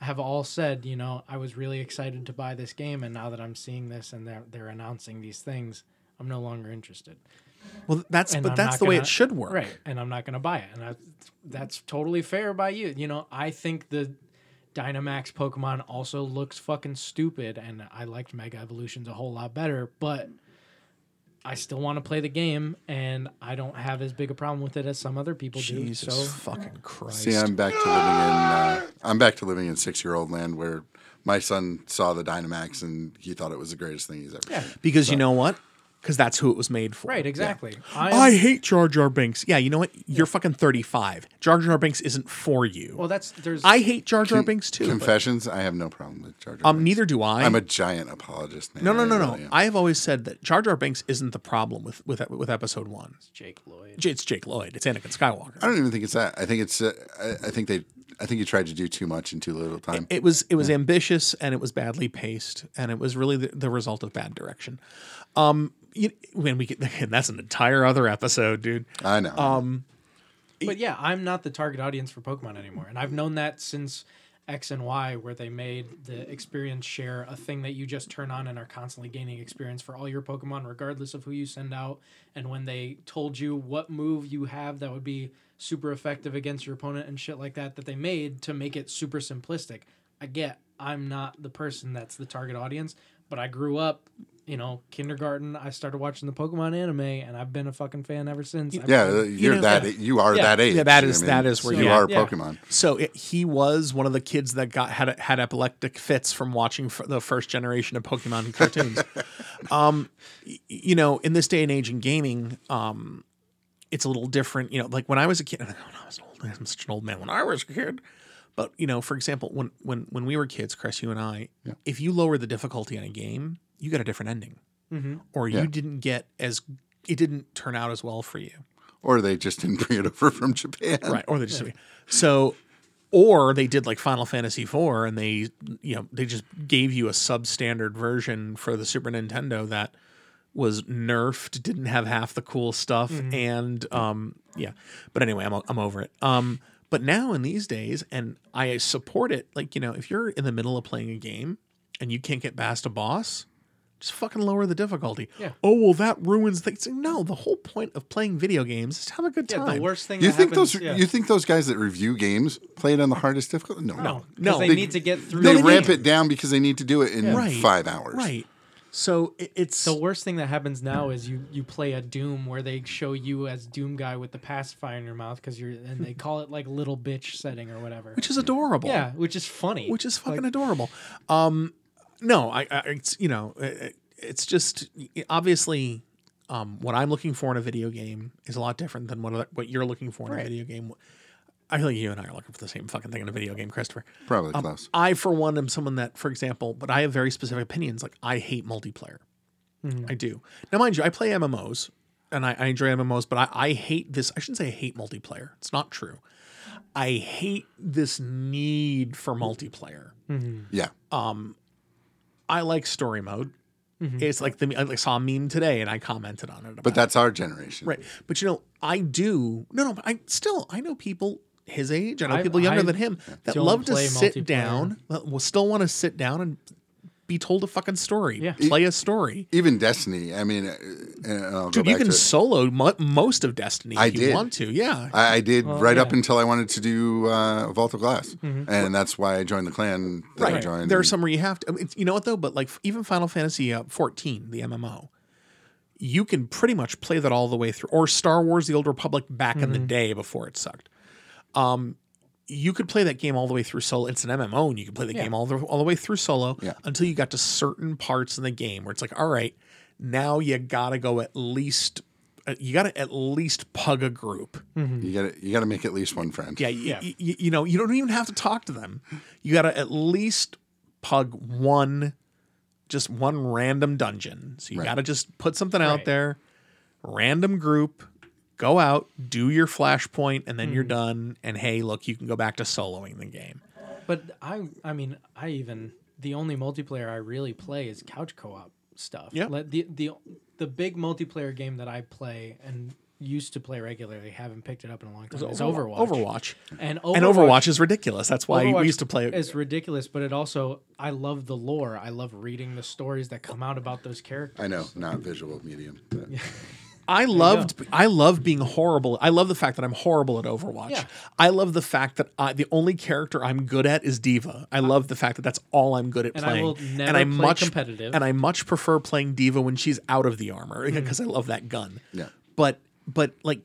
Speaker 2: have all said you know i was really excited to buy this game and now that i'm seeing this and they're, they're announcing these things i'm no longer interested
Speaker 1: Well, that's
Speaker 2: And
Speaker 1: but
Speaker 2: I'm
Speaker 1: that's
Speaker 2: not
Speaker 1: the way
Speaker 2: gonna-
Speaker 1: it should work.
Speaker 2: Right. And I'm not going to buy it. And I, that's totally fair by you. You know, I think the Dynamax Pokemon also looks fucking stupid. And I liked Mega Evolutions a whole lot better, but I still want to play the game. And I don't have as big a problem with it as some other people
Speaker 1: Jesus
Speaker 2: do. So
Speaker 1: fucking Christ.
Speaker 3: See, I'm back to living in uh, I'm back to living in six year old land where my son saw the Dynamax and he thought it was the greatest thing he's ever. Yeah.
Speaker 1: because you know what? Because that's who it was made for.
Speaker 2: Right. Exactly. I'm-
Speaker 1: I hate Jar Jar Binks. Yeah, you know what? You're fucking 35. Jar Jar Binks isn't for you.
Speaker 2: well, that's, there's,
Speaker 1: I hate Jar Jar Binks too. but,
Speaker 3: Confessions. I have no problem with Jar Jar.
Speaker 1: um,
Speaker 3: Binks.
Speaker 1: neither do I.
Speaker 3: I'm a giant apologist. Man.
Speaker 1: no, no, no, no.
Speaker 3: really am.
Speaker 1: I have always said that Jar Jar Binks isn't the problem with with with Episode One.
Speaker 2: Jake Lloyd.
Speaker 1: J- It's Jake Lloyd. It's Anakin Skywalker.
Speaker 3: I don't even think it's that. I think it's. Uh, I, I think they. I think you tried to do too much in too little time.
Speaker 1: It was it was ambitious and it was badly paced and it was really the, the result of bad direction. Um, you, when we get that's an entire other episode, dude.
Speaker 3: I know. Um,
Speaker 2: But yeah, I'm not the target audience for Pokemon anymore, and I've known that since X and Y, where they made the experience share a thing that you just turn on and are constantly gaining experience for all your Pokemon, regardless of who you send out. And when they told you what move you have that would be super effective against your opponent and shit like that, that they made to make it super simplistic. I get I'm not the person that's the target audience, but I grew up. You know, kindergarten. I started watching the Pokemon anime, and I've been a fucking fan ever since. I've
Speaker 3: yeah, uh,
Speaker 2: been-
Speaker 3: you're
Speaker 1: know-
Speaker 3: that. You are
Speaker 2: Yeah.
Speaker 3: that age.
Speaker 1: Yeah, that is- that is where
Speaker 3: you
Speaker 1: you-
Speaker 3: are
Speaker 2: yeah.
Speaker 3: Pokemon.
Speaker 1: So it, he was one of the kids that got had had epileptic fits from watching f- the first generation of Pokemon cartoons. um, y- you know, in this day and age in gaming, um, it's a little different. You know, like when I was a kid, when I was an old man, I'm such an old man. When I was a kid, but you know, for example, when when when we were kids, Chris, you and I, if you lower the difficulty on a game, you got a different ending,
Speaker 2: Mm-hmm.
Speaker 1: or you
Speaker 3: Yeah.
Speaker 1: didn't get as it didn't turn out as well for you
Speaker 3: Or they just didn't bring it over from Japan.
Speaker 1: right or they just so or they did like final fantasy IV and they you know they just gave you a substandard version for the super nintendo that was nerfed didn't have half the cool stuff and um yeah but anyway I'm, o- I'm over it um but now in these days and i support it like you know if you're in the middle of playing a game and you can't get past a boss just fucking lower the difficulty.
Speaker 2: Yeah.
Speaker 1: Oh well, that ruins things. No, the whole point of playing video games is to have a good
Speaker 2: Yeah,
Speaker 1: time.
Speaker 2: the worst thing
Speaker 3: You
Speaker 2: that
Speaker 3: think
Speaker 2: happens,
Speaker 3: those?
Speaker 2: yeah.
Speaker 3: You think those guys that review games play it on the hardest difficulty? No.
Speaker 2: no, 'cause
Speaker 1: no.
Speaker 2: they,
Speaker 1: They-
Speaker 2: need to get through.
Speaker 3: They
Speaker 2: the
Speaker 3: ramp
Speaker 2: game.
Speaker 3: it down because they need to do it in
Speaker 1: Right.
Speaker 3: five hours.
Speaker 1: Right. So it, it's
Speaker 2: The worst thing that happens now is you you play a Doom where they show you as Doom guy with the pacifier in your mouth because you're and they call it like little bitch setting or whatever.
Speaker 1: which is adorable.
Speaker 2: yeah, which is funny.
Speaker 1: which is fucking adorable. Um, no, I, I it's you know, it, it's just obviously um, what I'm looking for in a video game is a lot different than what other- what you're looking for in a video game. I think you and I are looking for the same fucking thing in a video game, Christopher.
Speaker 3: Probably
Speaker 1: Um,
Speaker 3: close.
Speaker 1: I, for one, am someone that, for example, but I have very specific opinions. Like I hate multiplayer. I do. Now, mind you, I play MMOs and I, I enjoy MMOs, but I, I hate this. I shouldn't say I hate multiplayer. It's not true. I hate this need for multiplayer.
Speaker 3: Yeah.
Speaker 1: uh, I like story mode.
Speaker 2: Mm-hmm.
Speaker 1: It's like the I like, saw a meme today and I commented on it. About
Speaker 3: But that's our generation.
Speaker 1: right. But you know, I do. No, no. But I still I know people his age. I know
Speaker 2: I-
Speaker 1: people younger
Speaker 2: I
Speaker 1: than him that
Speaker 2: don't
Speaker 1: love to
Speaker 2: play
Speaker 1: sit
Speaker 2: multiplayer.
Speaker 1: down. that Will still want to sit down and be told a fucking story.
Speaker 2: Yeah.
Speaker 1: Play a story.
Speaker 3: Even Destiny. I mean, uh, and I'll
Speaker 1: Dude,
Speaker 3: go
Speaker 1: you
Speaker 3: back
Speaker 1: can
Speaker 3: to it.
Speaker 1: solo mo- most of Destiny if
Speaker 3: I
Speaker 1: you
Speaker 3: did.
Speaker 1: want to. Oh, Yeah. Mm-hmm.
Speaker 3: I, I did right up
Speaker 2: yeah.
Speaker 3: until I wanted to do uh, Vault of Glass, and that's why I joined the clan. That I joined.
Speaker 1: There are some where you have to. I mean, it's- you know what though? But like even Final Fantasy uh, 14, the MMO, you can pretty much play that all the way through. Or Star Wars: The Old Republic back in the day before it sucked. Um, you could play that game all the way through solo. It's an MMO, and you could play the game all the all the way through solo until you got to certain parts in the game where it's like, all right, now you gotta go at least. uh, You got to at least pug a group.
Speaker 3: you got to you got to make at least one friend.
Speaker 1: Yeah, yeah. you know, you don't even have to talk to them. You got to at least pug one, just one random dungeon. So you got to just put something out
Speaker 2: Right.
Speaker 1: there, random group, go out, do your flashpoint, and then you're done. And hey, look, you can go back to soloing the game.
Speaker 2: But I, I mean, I even the only multiplayer I really play is couch co-op stuff.
Speaker 1: Yeah.
Speaker 2: Like, The the the big multiplayer game that I play and used to play regularly, haven't picked it up in a long time. Is Overwatch.
Speaker 1: Overwatch.
Speaker 2: And Overwatch,
Speaker 1: And Overwatch is ridiculous. That's why
Speaker 2: Overwatch
Speaker 1: we used to play it.
Speaker 2: It's ridiculous, but it also I love the lore. I love reading the stories that come out about those characters.
Speaker 3: I know, not visual medium. But
Speaker 1: I loved I love being horrible. I love the fact that I'm horrible at Overwatch.
Speaker 2: Yeah.
Speaker 1: I love the fact that I, the only character I'm good at is Diva. I love the fact that that's all I'm good at
Speaker 2: Uh, And I
Speaker 1: playing.
Speaker 2: will never play competitive. Mm.
Speaker 1: And I much prefer playing Diva when she's out of the armor because I love that gun.
Speaker 3: Yeah.
Speaker 1: But but like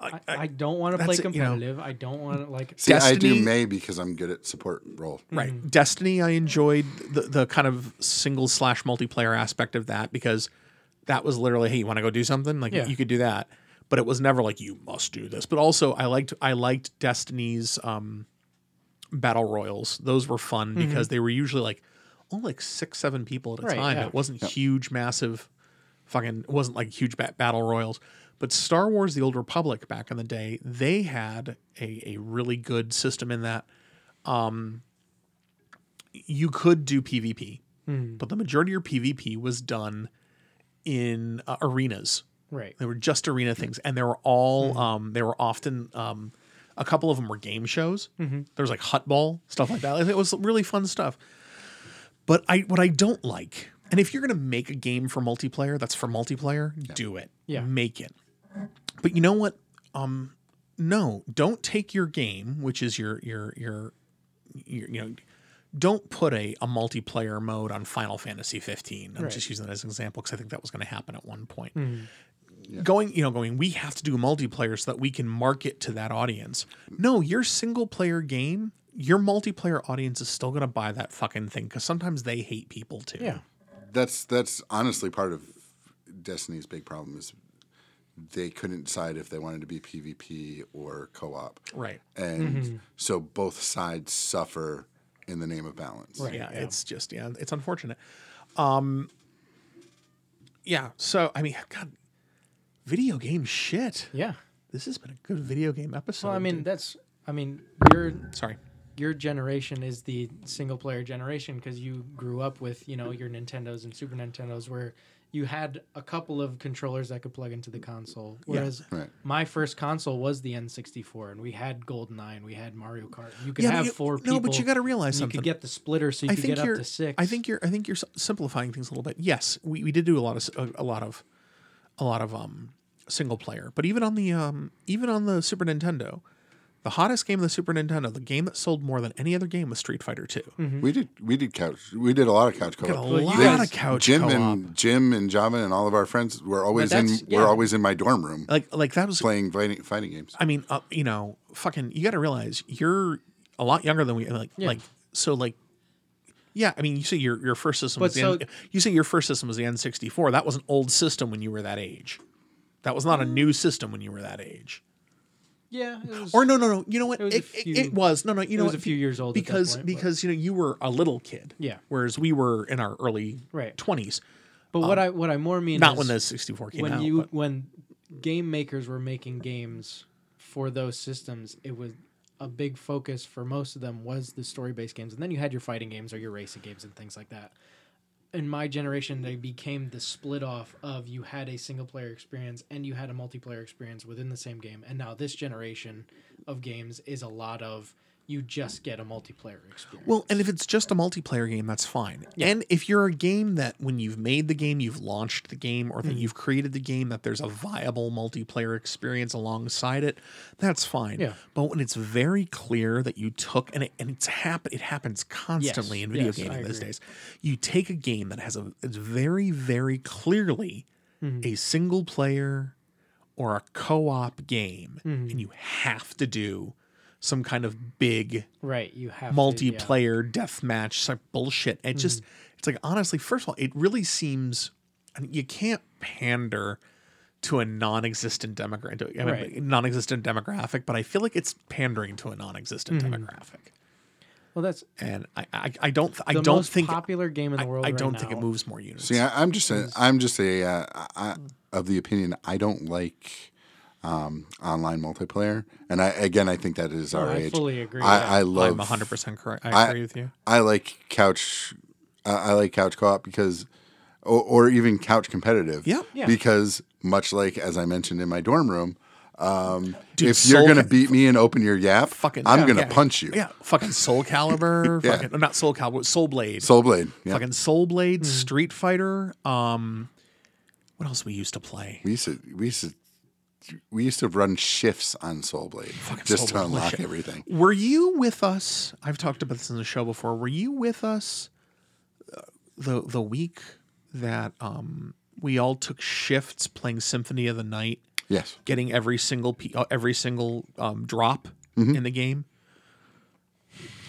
Speaker 2: I, I don't want to play
Speaker 1: that's it, you know.
Speaker 2: competitive. I don't want to like.
Speaker 3: See, I
Speaker 1: Destiny-
Speaker 3: do May because I'm good at support role.
Speaker 1: Right.
Speaker 2: Mm-hmm.
Speaker 1: Destiny, I enjoyed the, the kind of single slash multiplayer aspect of that because that was literally, hey, you want to go do something? Like
Speaker 2: Yeah.
Speaker 1: you could do that. But it was never like you must do this. But also I liked I liked Destiny's um battle royals. Those were fun because they were usually like only like six, seven people at a
Speaker 2: Mm-hmm. Right,
Speaker 1: time.
Speaker 2: yeah.
Speaker 1: It wasn't huge, massive fucking it wasn't like huge ba- battle royals. But Star Wars: The Old Republic back in the day, they had a, a really good system in that you could do PvP, but the majority of your PvP was done in uh, arenas.
Speaker 2: Right.
Speaker 1: They were just arena things, and they were all
Speaker 2: Mm-hmm.
Speaker 1: um, they were often um, a couple of them were game shows.
Speaker 2: Mm-hmm.
Speaker 1: There was like Hutball stuff like that. It was really fun stuff. But I what I don't like, and if you're gonna make a game for multiplayer, that's for multiplayer. Do it.
Speaker 2: Yeah.
Speaker 1: Make it. But you know what? Um, no, don't take your game, which is your your your, your you know. Don't put a, a multiplayer mode on Final Fantasy 15. I'm
Speaker 2: Right.
Speaker 1: just using that as an example because I think that was going to happen at one point going you know going we have to do multiplayer so that we can market to that audience no your single player game your multiplayer audience is still going to buy that fucking thing because sometimes they hate people too
Speaker 2: Yeah.
Speaker 3: That's that's honestly part of Destiny's big problem is they couldn't decide if they wanted to be PvP or co-op,
Speaker 1: right
Speaker 3: and
Speaker 1: Mm-hmm.
Speaker 3: so both sides suffer in the name of balance.
Speaker 2: Right.
Speaker 1: yeah,
Speaker 2: Yeah.
Speaker 1: it's just yeah it's unfortunate um yeah so i mean god video game shit
Speaker 2: Yeah.
Speaker 1: this has been a good video game episode
Speaker 2: Well, I mean,
Speaker 1: dude.
Speaker 2: that's. I mean, you're
Speaker 1: sorry
Speaker 2: your generation is the single player generation because you grew up with you know your Nintendos and Super Nintendos where you had a couple of controllers that could plug into the console. Whereas
Speaker 3: Right.
Speaker 2: my first console was the N64, and we had GoldenEye and we had Mario Kart. You could
Speaker 1: Yeah, but
Speaker 2: have
Speaker 1: you-
Speaker 2: four
Speaker 1: no,
Speaker 2: people.
Speaker 1: but you gotta realize
Speaker 2: and
Speaker 1: something.
Speaker 2: You could get the splitter, so you
Speaker 1: I
Speaker 2: could
Speaker 1: think
Speaker 2: get up
Speaker 1: you're.
Speaker 2: to six.
Speaker 1: I think you're. I think you're s- simplifying things a little bit. Yes, we, we did do a lot of s- a, a lot of a lot of um single player, but even on the um even on the Super Nintendo, The hottest game of the Super Nintendo, the game that sold more than any other game, was Street Fighter 2
Speaker 2: Hmm.
Speaker 3: We did we did couch we did a lot of couch
Speaker 1: Did a
Speaker 3: co-op.
Speaker 1: lot
Speaker 3: They-
Speaker 1: of couch
Speaker 3: Jim
Speaker 1: co-op.
Speaker 3: and Jim and Java and all of our friends were always in
Speaker 1: that's- yeah.
Speaker 3: were always in my dorm room
Speaker 1: Like, like that was.
Speaker 3: playing fighting, fighting games.
Speaker 1: I mean, uh, you know, fucking. You got to realize you're a lot younger than we. Like, like so, like. Yeah, I mean, you say your your first system
Speaker 2: But
Speaker 1: was the
Speaker 2: so-
Speaker 1: N, you say your first system was the N sixty four. That was an old system when you were that age. That was not a new system when you were that age.
Speaker 2: Yeah. It was,
Speaker 1: Or no, no, no. You know what? It was.
Speaker 2: It was a
Speaker 1: It,
Speaker 2: few-
Speaker 1: it was. No, no. You know
Speaker 2: was
Speaker 1: what?
Speaker 2: a few years old at that
Speaker 1: because
Speaker 2: point, but-
Speaker 1: because you know you were a little kid.
Speaker 2: Yeah.
Speaker 1: Whereas we were in our early
Speaker 2: Right.
Speaker 1: twenties. Um,
Speaker 2: but what I what I more mean
Speaker 1: Not
Speaker 2: is
Speaker 1: when the sixty four came
Speaker 2: when
Speaker 1: out.
Speaker 2: you
Speaker 1: but-
Speaker 2: when game makers were making games for those systems, it was a big focus for most of them was the story based games, and then you had your fighting games or your racing games and things like that. In my generation, they became the split off of you had a single player experience and you had a multiplayer experience within the same game, and now this generation of games is a lot of you just get a multiplayer experience.
Speaker 1: Well, and if it's just a multiplayer game, that's fine. And if you're a game that when you've made the game, you've launched the game, or that
Speaker 2: Mm.
Speaker 1: you've created the game, that there's a viable multiplayer experience alongside it, that's fine.
Speaker 2: Yeah.
Speaker 1: But when it's very clear that you took and it, and it's happen it happens constantly in video
Speaker 2: yes,
Speaker 1: gaming
Speaker 2: I
Speaker 1: these
Speaker 2: agree.
Speaker 1: days. You take a game that has a it's very very clearly
Speaker 2: Mm-hmm.
Speaker 1: a single player or a co-op game,
Speaker 2: Mm-hmm.
Speaker 1: and you have to do some kind of big
Speaker 2: right, you have to, yeah. Mm-hmm.
Speaker 1: multiplayer deathmatch type bullshit. It just it's like honestly, first of all, it really seems and you can't pander to a non-existent demographic,
Speaker 2: Right.
Speaker 1: non-existent demographic, but I feel like it's pandering to a non-existent
Speaker 2: Mm-hmm.
Speaker 1: demographic,
Speaker 2: Well, that's
Speaker 1: and I I, I don't I
Speaker 2: the
Speaker 1: don't
Speaker 2: most
Speaker 1: think
Speaker 2: popular game in the
Speaker 1: I,
Speaker 2: world.
Speaker 1: I
Speaker 2: right
Speaker 1: don't think it
Speaker 2: now.
Speaker 1: moves more units.
Speaker 3: See, I, I'm just
Speaker 1: Mm.
Speaker 3: a, I'm just a uh, I, of the opinion I don't like um, online multiplayer, and I again I think that is our
Speaker 2: I
Speaker 3: age.
Speaker 2: fully agree.
Speaker 3: I, I
Speaker 1: I'm
Speaker 3: love
Speaker 1: 100 percent correct. I,
Speaker 3: I-
Speaker 1: agree with you.
Speaker 3: I like couch. I I like couch co-op because, or, or even couch competitive.
Speaker 1: Yeah.
Speaker 2: Yeah.
Speaker 3: Because much like as I mentioned in my dorm room, um,
Speaker 1: Dude,
Speaker 3: if you're
Speaker 1: Soul
Speaker 3: gonna
Speaker 1: Ca-
Speaker 3: beat me and open your yap,
Speaker 1: Fucking,
Speaker 3: I'm
Speaker 1: yeah,
Speaker 3: gonna
Speaker 1: yeah.
Speaker 3: punch you.
Speaker 1: Yeah, fucking Soul Caliber,
Speaker 3: Yeah.
Speaker 1: fucking not Soul Caliber, Soul Blade.
Speaker 3: Soul Blade. Yeah.
Speaker 1: fucking Soul Blade,
Speaker 2: Mm-hmm.
Speaker 1: Street Fighter. Um, what else we used to play?
Speaker 3: we used to we used to we used to run shifts on Soul Blade
Speaker 1: Soul
Speaker 3: just
Speaker 1: Blade,
Speaker 3: to unlock
Speaker 1: holy shit.
Speaker 3: everything.
Speaker 1: Were you with us? I've talked about this in the show before. Were you with us uh, the the week that um, we all took shifts playing Symphony of the Night,
Speaker 3: Yes.
Speaker 1: getting every single pe- uh, every single um, drop in the game?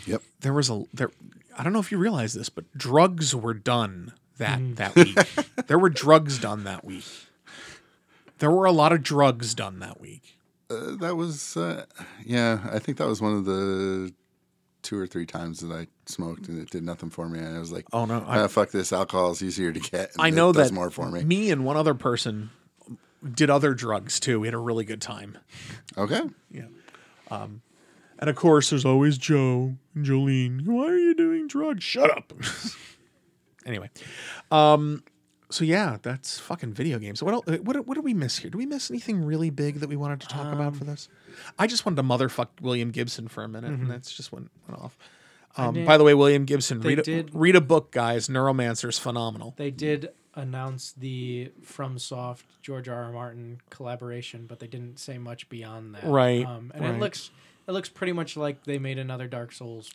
Speaker 3: Yep.
Speaker 1: There was a there. I don't know if you realize this, but drugs were done that that week. there were drugs done that week. There were a lot of drugs done that week.
Speaker 3: Uh, that was uh, yeah. I think that was one of the two or three times that I smoked and it did nothing for me. And I was like,
Speaker 1: Oh, no, I-
Speaker 3: ah, fuck this. Alcohol is easier to get. and
Speaker 1: I
Speaker 3: it
Speaker 1: know
Speaker 3: does
Speaker 1: that
Speaker 3: more for me.
Speaker 1: and one other person did other drugs too. We had a really good time.
Speaker 3: Okay.
Speaker 1: And of course, there's always Joe and Jolene. Why are you doing drugs? Shut up. anyway, um, so yeah, that's fucking video games. What, else, what what did we miss here? Do we miss anything really big that we wanted to talk
Speaker 2: Um,
Speaker 1: about for this? I just wanted to motherfuck William Gibson for a minute, and that's just went, went off. Um,
Speaker 2: Mhm. did-
Speaker 1: by the way, William Gibson,
Speaker 2: they
Speaker 1: read a,
Speaker 2: did- Oh,
Speaker 1: read a book, guys. Neuromancer's phenomenal.
Speaker 2: They did announce the FromSoft George R. R. Martin collaboration, but they didn't say much beyond that.
Speaker 1: Right,
Speaker 2: Um, and
Speaker 1: right.
Speaker 2: it looks it looks pretty much like they made another Dark Souls.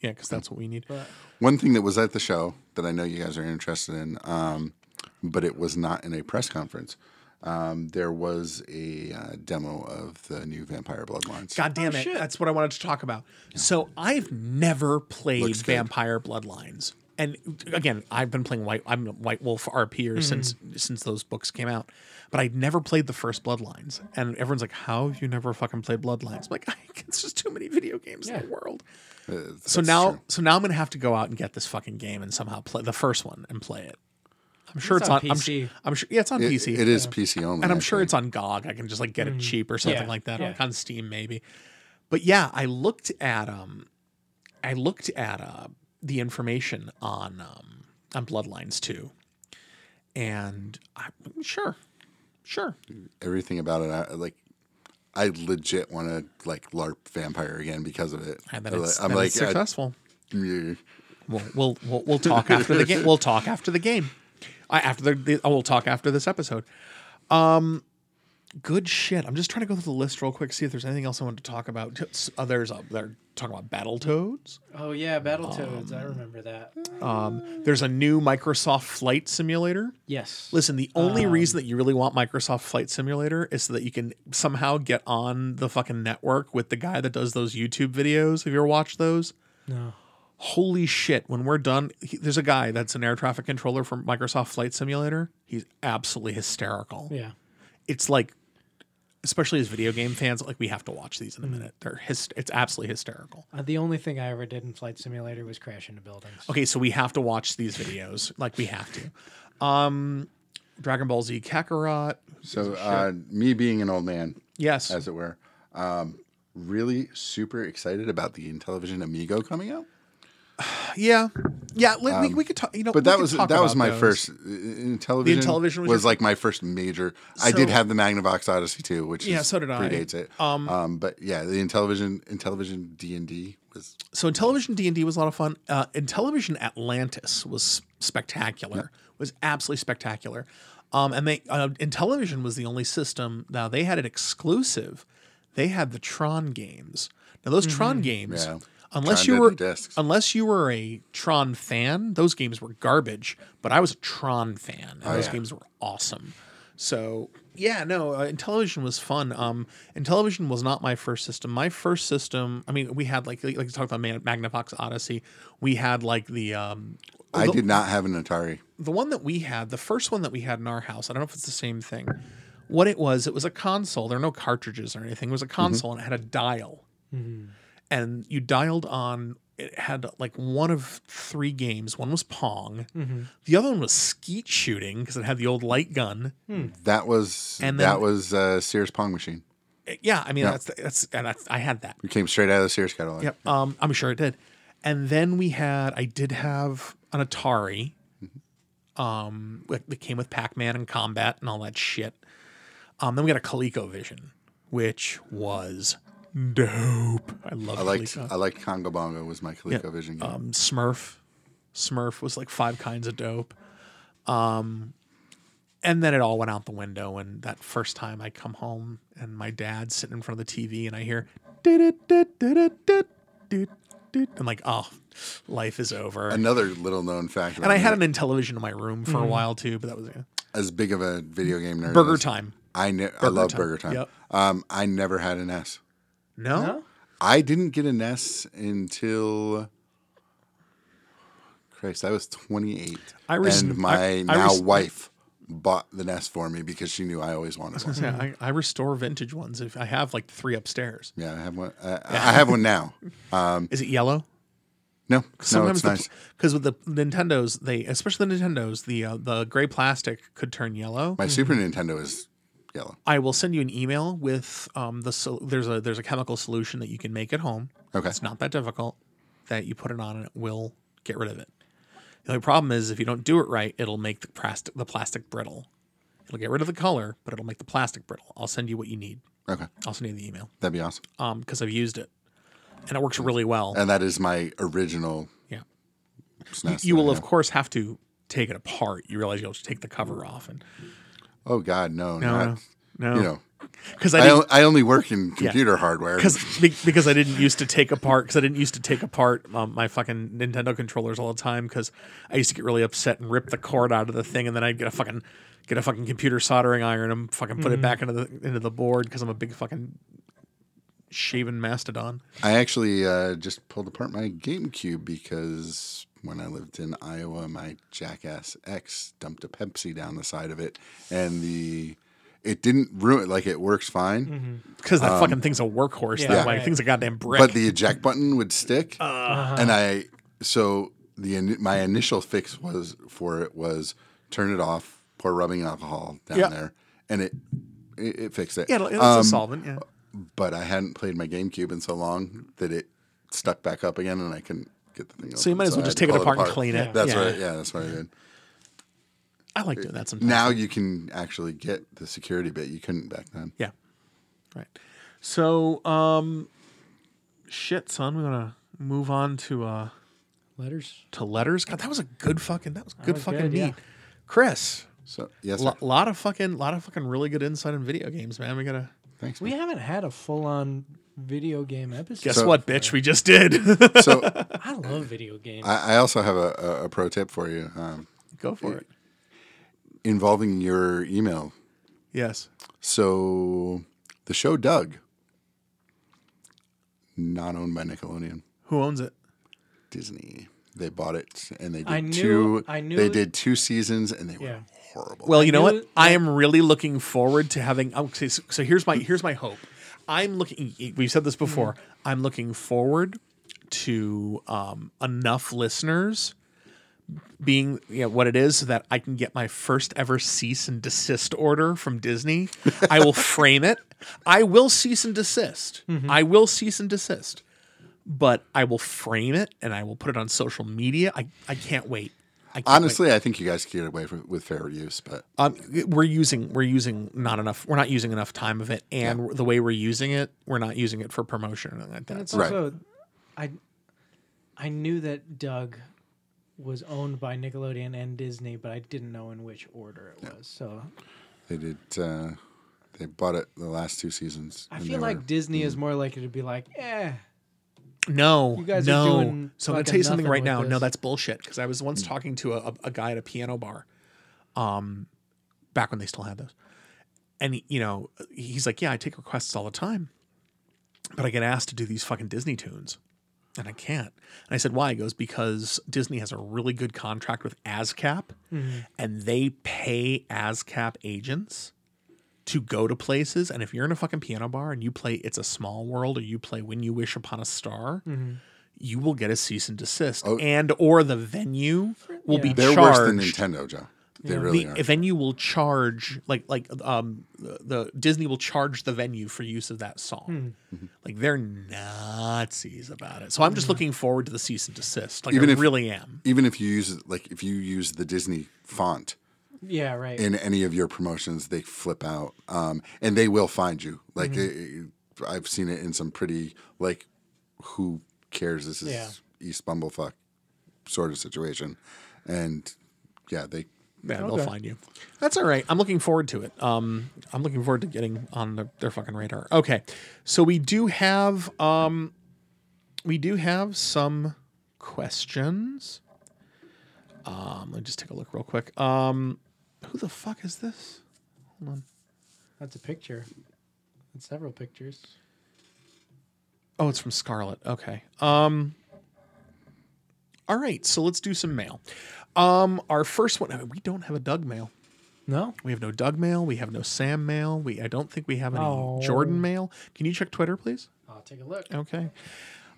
Speaker 1: Yeah, because that's what we need.
Speaker 2: But
Speaker 3: One thing that was at the show that I know you guys are interested in, um, but it was not in a press conference. Um, there was a uh, demo of the new Vampire Bloodlines.
Speaker 1: God damn it. That's what I wanted to talk about. So I've never played Vampire Bloodlines. And again, I've been playing White I'm a White Wolf
Speaker 5: Mm-hmm.
Speaker 1: RPer since since those books came out. But I'd never played the first Bloodlines. And everyone's like, How have you never fucking played Bloodlines? I'm like, it's just too many video games in the
Speaker 2: Yeah.
Speaker 1: world.
Speaker 3: Uh,
Speaker 1: So
Speaker 3: that's
Speaker 1: now
Speaker 3: true.
Speaker 1: so now I'm gonna have to go out and get this fucking game and somehow play the first one and play it. I'm sure it's,
Speaker 2: It's
Speaker 1: on,
Speaker 2: on
Speaker 1: I'm,
Speaker 2: PC.
Speaker 1: su- I'm sure yeah, it's on
Speaker 3: It-
Speaker 1: PC.
Speaker 3: it is PC only.
Speaker 1: And I'm sure
Speaker 3: actually.
Speaker 1: it's on GOG. I can just like get it cheap or something
Speaker 2: Mm-hmm. Yeah,
Speaker 1: like that, like
Speaker 2: yeah.
Speaker 1: on Steam maybe. But yeah, I looked at um, I looked at uh the information on um on Bloodlines too, and I sure, sure.
Speaker 3: everything about it. I, like, I legit want to like LARP vampire again because of it.
Speaker 1: And then
Speaker 3: I'm
Speaker 1: it's,
Speaker 3: like- I'm
Speaker 1: then
Speaker 3: like, uh, mm,
Speaker 1: it's
Speaker 3: I-
Speaker 1: successful.
Speaker 3: yeah.
Speaker 1: We'll, we'll we'll we'll talk after the game. We'll talk after the game. I after the, the we'll talk after this episode. Um,
Speaker 5: good shit. I'm just trying to go through the list real quick, see if there's anything else I wanted to talk about. S- Uh, there's a, they're talking about Battletoads.
Speaker 2: Oh yeah, Battletoads. I remember that.
Speaker 5: There's a new Microsoft Flight Simulator.
Speaker 2: Yes.
Speaker 5: Listen, the
Speaker 2: Um,
Speaker 5: only reason that you really want Microsoft Flight Simulator is so that you can somehow get on the fucking network with the guy that does those YouTube videos. Have you ever watched those?
Speaker 2: No.
Speaker 5: Holy shit, when we're done, he, there's a guy that's an air traffic controller for Microsoft Flight Simulator. He's absolutely hysterical.
Speaker 2: Yeah.
Speaker 5: It's like, especially as video game fans, like we have to watch these
Speaker 2: Mm.
Speaker 5: in a minute. They're hys- it's absolutely hysterical.
Speaker 2: Uh, the only thing I ever did in Flight Simulator was crash into buildings.
Speaker 5: Okay, so we have to watch these videos. Like we have to. Um, Dragon Ball Z Kakarot.
Speaker 3: So uh, me being an old man,
Speaker 5: Yes.
Speaker 3: as it were, um, really super excited about the Intellivision Amigo coming out.
Speaker 5: Yeah, yeah. Let, we, we could talk. You know,
Speaker 3: Um, But
Speaker 5: we
Speaker 3: that
Speaker 5: could
Speaker 3: was
Speaker 5: talk
Speaker 3: that was
Speaker 5: about
Speaker 3: my
Speaker 5: those.
Speaker 3: first uh, Intellivision.
Speaker 5: Intellivision was
Speaker 3: was,
Speaker 5: your-
Speaker 3: like my first major. I did
Speaker 5: So-
Speaker 3: have the Magnavox Odyssey too, which
Speaker 5: Yeah,
Speaker 3: is-
Speaker 5: so did I.
Speaker 3: predates it. Um, but yeah, the Intellivision Intellivision D and D was
Speaker 5: So Intellivision D and D was a lot of fun. Uh, Intellivision Atlantis was spectacular. Was absolutely spectacular. Um, and they uh, Intellivision was the only system. Now they had an exclusive. They had the Tron games. Now those Tron games,
Speaker 3: Yeah.
Speaker 5: unless
Speaker 3: Tron did
Speaker 5: you were
Speaker 3: the discs.
Speaker 5: unless you were a Tron fan, those games were garbage. But I was a Tron fan, and those
Speaker 3: Oh, yeah.
Speaker 5: games were awesome. So yeah, no, uh, Intellivision was fun. Um, Intellivision was not my first system. My first system, I mean, we had like like you talked about Man- Magnavox Odyssey. We had like the um,
Speaker 3: I
Speaker 5: the,
Speaker 3: did not have an Atari.
Speaker 5: the one that we had, the first one that we had in our house, I don't know if it's the same thing. What it was, it was a console. There were no cartridges or anything. It was a
Speaker 3: Mm-hmm.
Speaker 5: console and it had a dial.
Speaker 2: Mm-hmm.
Speaker 5: And you dialed on, it had like one of three games. One was Pong, the other one was skeet shooting because it had the old light gun.
Speaker 3: That was
Speaker 5: And then-
Speaker 3: that was uh, Sears Pong machine.
Speaker 5: Eh, Yeah, I mean, that's, that's, and that's, I had that.
Speaker 3: We came straight out of the Sears catalog.
Speaker 5: Yep. Um, I'm sure it did. And then we had, I did have an Atari, um, like that came with Pac-Man and combat and all that shit. Um, then we got a ColecoVision, which was dope. I love.
Speaker 3: I liked
Speaker 5: Coleco.
Speaker 3: I liked Congo Bongo was my ColecoVision game.
Speaker 5: Um, Smurf. Smurf was like five kinds of dope. Um, and then it all went out the window. And that first time I come home and my dad's sitting in front of the TV and I hear, "Doo-doo-doo-doo-doo-doo-doo-doo." I'm like, oh, life is over. And,
Speaker 3: Another little known fact. About
Speaker 5: I had
Speaker 3: me,
Speaker 5: an Intellivision in my room for a while too, but that was
Speaker 3: as big of a video game nerd.
Speaker 5: Burger
Speaker 3: as-
Speaker 5: Time.
Speaker 3: I ne- I love
Speaker 5: Time.
Speaker 3: Burger Time.
Speaker 5: Yep.
Speaker 3: Um, I never had an S.
Speaker 5: No?
Speaker 2: No?
Speaker 3: I didn't get an S until Christ, I was 28.
Speaker 5: I res-
Speaker 3: and my
Speaker 5: I- I
Speaker 3: now
Speaker 5: res-
Speaker 3: wife bought the Nest for me because she knew I always wanted one.
Speaker 5: Yeah, I, I restore vintage ones. If I have like three upstairs,
Speaker 3: yeah, I have one. I, I have one now. Um,
Speaker 5: is it yellow?
Speaker 3: no, no,
Speaker 5: Sometimes
Speaker 3: it's nice.
Speaker 5: because with the Nintendos, they especially the Nintendos, the uh, the gray plastic could turn yellow.
Speaker 3: My Super Nintendo is yellow.
Speaker 5: Mm-hmm. I will send you an email with um, the sol- there's a there's a chemical solution that you can make at home.
Speaker 3: Okay.
Speaker 5: it's not that difficult. That you put it on and it will get rid of it. The only problem is if you don't do it right, it'll make the plastic the plastic brittle. It'll get rid of the color, but it'll make the plastic brittle. I'll send you what you need.
Speaker 3: Okay,
Speaker 5: I'll send you the email
Speaker 3: that'd be awesome.
Speaker 5: because I've used it and it works really well.
Speaker 3: And that is my original E
Speaker 5: yeah.
Speaker 3: SNES.
Speaker 5: you
Speaker 3: that I
Speaker 5: will of
Speaker 3: have.
Speaker 5: course have to take it apart. You realize you'll have to take the cover off, and
Speaker 3: Oh God, no,
Speaker 5: no,
Speaker 3: not,
Speaker 5: no,
Speaker 3: You know,
Speaker 5: because
Speaker 3: I,
Speaker 5: I
Speaker 3: o- I only work in computer hardware.
Speaker 5: because because I didn't used to take apart because I didn't used to take apart um, my fucking Nintendo controllers all the time because I used to get really upset and rip the cord out of the thing, and then I'd get a fucking get a fucking computer soldering iron and fucking put it back into the into the board because I'm a big fucking shaven mastodon.
Speaker 3: I actually uh, just pulled apart my GameCube because when I lived in Iowa, my Jackass X dumped a Pepsi down the side of it, and the it didn't ruin like it works fine,
Speaker 5: Mm-hmm. Because that fucking thing's a workhorse.
Speaker 2: yeah, yeah.
Speaker 5: that way, thing's a goddamn brick.
Speaker 3: but the eject button would stick,
Speaker 5: Uh, uh-huh.
Speaker 3: and I so the ini- my initial fix was for it was turn it off, pour rubbing alcohol down
Speaker 5: Yeah.
Speaker 3: there, and it. It, it fixed it, Um,
Speaker 5: yeah, it's a solvent. Yeah.
Speaker 3: but I hadn't played my GameCube in so long that it stuck back up again, and I couldn't get the thing.
Speaker 5: So you
Speaker 3: open,
Speaker 5: might as well
Speaker 3: I
Speaker 5: just
Speaker 3: had
Speaker 5: take
Speaker 3: to
Speaker 5: it
Speaker 3: pull
Speaker 5: apart and clean it.
Speaker 3: That's
Speaker 5: Yeah.
Speaker 3: right. Yeah, that's what I did.
Speaker 5: I like doing that sometimes.
Speaker 3: Now you can actually get the security bit. You couldn't back then.
Speaker 5: Yeah. Right. So, um, shit, son, we're gonna move on to uh
Speaker 2: Letters.
Speaker 5: to letters. God, that was a good fucking. That was good
Speaker 2: was
Speaker 5: fucking
Speaker 2: good,
Speaker 5: meat.
Speaker 2: yeah.
Speaker 5: Chris,
Speaker 3: So yes,
Speaker 5: A
Speaker 3: sir.
Speaker 5: lot of fucking, lot of fucking really good insight in video games, man. We gotta
Speaker 3: thanks.
Speaker 2: We
Speaker 3: man.
Speaker 2: haven't had a full on video game episode.
Speaker 5: guess
Speaker 3: So-
Speaker 5: what, bitch? We just did.
Speaker 3: so
Speaker 2: I love video games.
Speaker 3: I, I also have a, a, a pro tip for you um,
Speaker 5: Go for it.
Speaker 3: involving your email.
Speaker 5: Yes.
Speaker 3: So the show Doug, not owned by Nickelodeon,
Speaker 5: Who owns it?
Speaker 3: Disney. They bought it and they did
Speaker 2: I knew-
Speaker 3: two.
Speaker 2: I knew
Speaker 3: they
Speaker 2: it-
Speaker 3: did two seasons and they
Speaker 2: Yeah.
Speaker 3: were horrible.
Speaker 5: Well, you know
Speaker 2: knew
Speaker 5: what?
Speaker 2: it-
Speaker 5: I am really looking forward to having. oh, So so here's my here's my hope. I'm looking. We've said this before. I'm looking forward to um, enough listeners being you know, what it is so that I can get my first ever cease and desist order from Disney. I will frame it. I will cease and desist.
Speaker 3: Mm-hmm.
Speaker 5: I will cease and desist. But I will frame it and I will put it on social media. I, I can't wait. I can't wait.
Speaker 3: Honestly, I think you guys could get away with, with fair use, but
Speaker 5: Um, we're using we're using not enough. We're not using enough time of it, and the way we're using it, we're not using it for promotion or anything like
Speaker 2: and it's
Speaker 5: that.
Speaker 3: Right.
Speaker 2: also, I, I knew that Doug was owned by Nickelodeon and Disney, but I didn't know in which order it was. So
Speaker 3: they did. Uh, they bought it the last two seasons.
Speaker 2: I
Speaker 3: and
Speaker 2: feel
Speaker 3: they
Speaker 2: like
Speaker 3: were-
Speaker 2: Disney is more likely to be like, eh,
Speaker 5: No,
Speaker 2: You guys are
Speaker 5: no.
Speaker 2: doing
Speaker 5: so I'm gonna
Speaker 2: fucking
Speaker 5: tell you something
Speaker 2: nothing
Speaker 5: right
Speaker 2: with
Speaker 5: now. No,
Speaker 2: this. Mm.
Speaker 5: that's bullshit. Because I was once talking to a, a, a guy at a piano bar, um, back when they still had those, and you know, he's like, "Yeah, I take requests all the time, but I get asked to do these fucking Disney tunes." And I can't. And I said, why? He goes, because Disney has a really good contract with ASCAP
Speaker 2: Mm-hmm.
Speaker 5: and they pay ASCAP agents to go to places. And if you're in a fucking piano bar and you play It's a Small World or you play When You Wish Upon a Star, you will get a cease and desist.
Speaker 3: Oh.
Speaker 5: And or the venue will be
Speaker 2: Yeah.
Speaker 3: they're
Speaker 5: charged.
Speaker 3: worse than Nintendo, Joe. They really
Speaker 5: the
Speaker 3: are.
Speaker 5: venue will charge like like um the, the Disney will charge the venue for use of that song. Like they're Nazis about it. So I'm just looking forward to the cease and desist. Like
Speaker 3: Even
Speaker 5: I
Speaker 3: if-
Speaker 5: really am.
Speaker 3: Even if you use like if you use the Disney font,
Speaker 2: yeah, right.
Speaker 3: in any of your promotions, they flip out, um, and they will find you. Like it, I've seen it in some pretty like, who cares? This is
Speaker 2: Yeah.
Speaker 3: East Bumblefuck sort of situation, and yeah, they
Speaker 5: Yeah,
Speaker 2: Okay.
Speaker 5: they'll find you. That's all right. I'm looking forward to it. Um, I'm looking forward to getting on the, their fucking radar. Okay, so we do have um, we do have some questions. Um, let me just take a look real quick. Um, who the fuck is this?
Speaker 2: That's a picture. That's several pictures.
Speaker 5: Oh, it's from Scarlet. Okay. Um. All right, so let's do some mail. Um, our first one. I mean, we don't have a Doug mail.
Speaker 2: No,
Speaker 5: We have no Doug mail. We have no Sam mail. We I don't think we have any
Speaker 2: Oh.
Speaker 5: Jordan mail. Can you check Twitter, please?
Speaker 2: I'll take a look.
Speaker 5: Okay.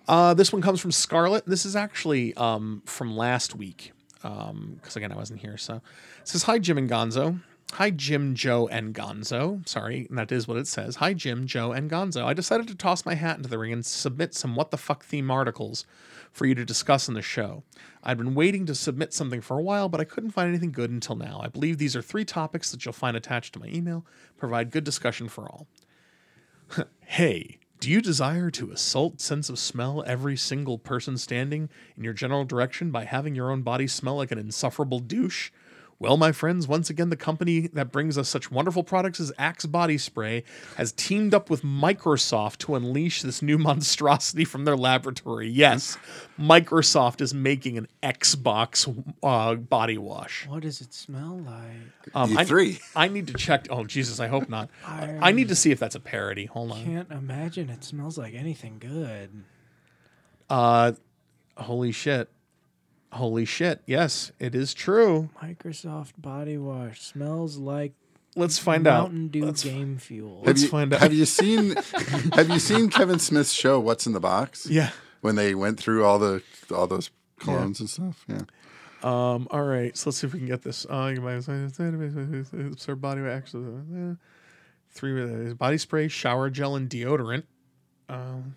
Speaker 5: Uh, this one comes from Scarlett. This is actually um, from last week because again I wasn't here. So it says hi Jim and Gonzo. Hi Jim, Joe, and Gonzo. Sorry, and that is what it says. Hi Jim, Joe, and Gonzo. I decided to toss my hat into the ring and submit some what the fuck theme articles for you to discuss in the show. I'd been waiting to submit something for a while, but I couldn't find anything good until now. I believe these are three topics that you'll find attached to my email. Provide good discussion for all. Hey, do you desire to assault sense of smell every single person standing in your general direction by having your own body smell like an insufferable douche? Well, my friends, once again, the company that brings us such wonderful products as Axe Body Spray has teamed up with Microsoft to unleash this new monstrosity from their laboratory. Yes, Microsoft is making an Xbox uh, body wash.
Speaker 2: What does it smell like?
Speaker 5: Um, I-
Speaker 3: E3.
Speaker 5: I, need to check. Oh, Jesus, I hope not. I need to see if that's a parody. Hold on.
Speaker 2: Can't imagine it smells like anything good.
Speaker 5: Uh, holy shit. Holy shit. Yes, it is true.
Speaker 2: Microsoft body wash smells like
Speaker 5: Let's find
Speaker 2: Mountain Dew
Speaker 5: out. Let's,
Speaker 2: game fuel.
Speaker 5: let's
Speaker 3: have you,
Speaker 5: find out.
Speaker 3: Have you seen Have you seen Kevin Smith's show What's in the Box?
Speaker 5: yeah.
Speaker 3: when they went through all the all those clones and stuff. Yeah,
Speaker 5: Um, all right. So let's see if we can get this.
Speaker 1: Oh,
Speaker 5: Uh, you might absorb body wax. Three uh, body spray, shower gel, and deodorant. Um,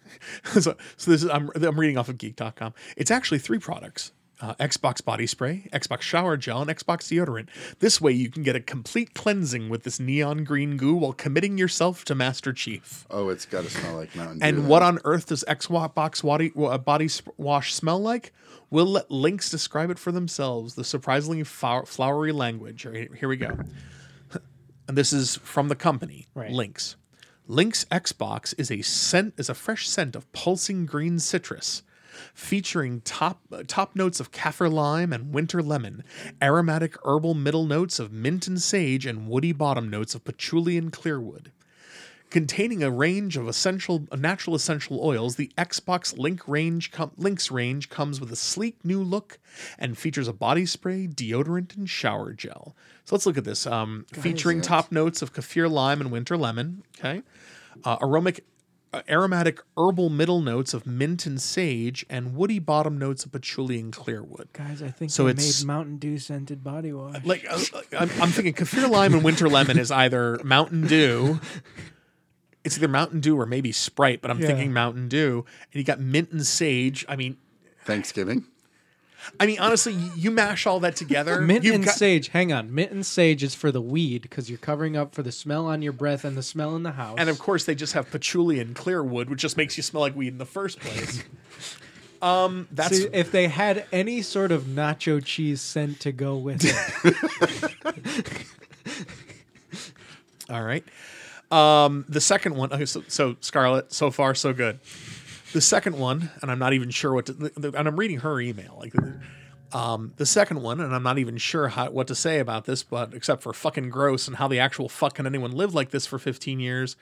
Speaker 5: so, so this is I'm, I'm reading off of geek.com. It's actually three products.
Speaker 1: uh, Xbox body spray, Xbox shower gel, and Xbox deodorant. This way, you can get a complete cleansing with this neon green goo while committing yourself to Master Chief.
Speaker 3: Oh, it's got to smell like Mountain Dew.
Speaker 1: And
Speaker 3: then.
Speaker 1: what on earth does Xbox body, uh, body sp- wash smell like? We'll let links describe it for themselves. The surprisingly flow- flowery language. Here, here we go. And this is from the company,
Speaker 2: Right.
Speaker 1: Lynx. Lynx Xbox is a scent is a fresh scent of pulsing green citrus, featuring top uh, top notes of kaffir lime and winter lemon, aromatic herbal middle notes of mint and sage, and woody bottom notes of patchouli and clearwood containing a range of essential natural essential oils the xbox link range com- links range comes with a sleek new look and features a body spray deodorant and shower gel so let's look at this um, featuring top notes of kaffir lime and winter lemon okay uh, aromatic uh, aromatic herbal middle notes of mint and sage and woody bottom notes of patchouli and clearwood
Speaker 2: Guys, I think
Speaker 1: So
Speaker 2: so they
Speaker 1: it's-
Speaker 2: made Mountain Dew scented body wash.
Speaker 1: like uh, I'm, I'm thinking kaffir lime and winter lemon is either mountain dew it's either mountain dew or maybe sprite but i'm thinking mountain dew and you got mint and sage i mean
Speaker 3: Thanksgiving.
Speaker 1: i mean honestly y- you mash all that together
Speaker 2: Mint
Speaker 1: you've
Speaker 2: and
Speaker 1: got-
Speaker 2: sage. Hang on. Mint and sage is for the weed because you're covering up for the smell on your breath and the smell in the house.
Speaker 1: and of course they just have patchouli and clearwood which just makes you smell like weed in the first place um that's
Speaker 2: See, if they had any sort of nacho cheese scent to go with it,
Speaker 1: All right. Um, the second one. Okay, so, so Scarlett, so far so good. The second one, and I'm not even sure what. To, the- the- and I'm reading her email. Like, um, the second one, and I'm not even sure how, what to say about this, but except for fucking gross and how the actual fuck can anyone live like this for 15 years.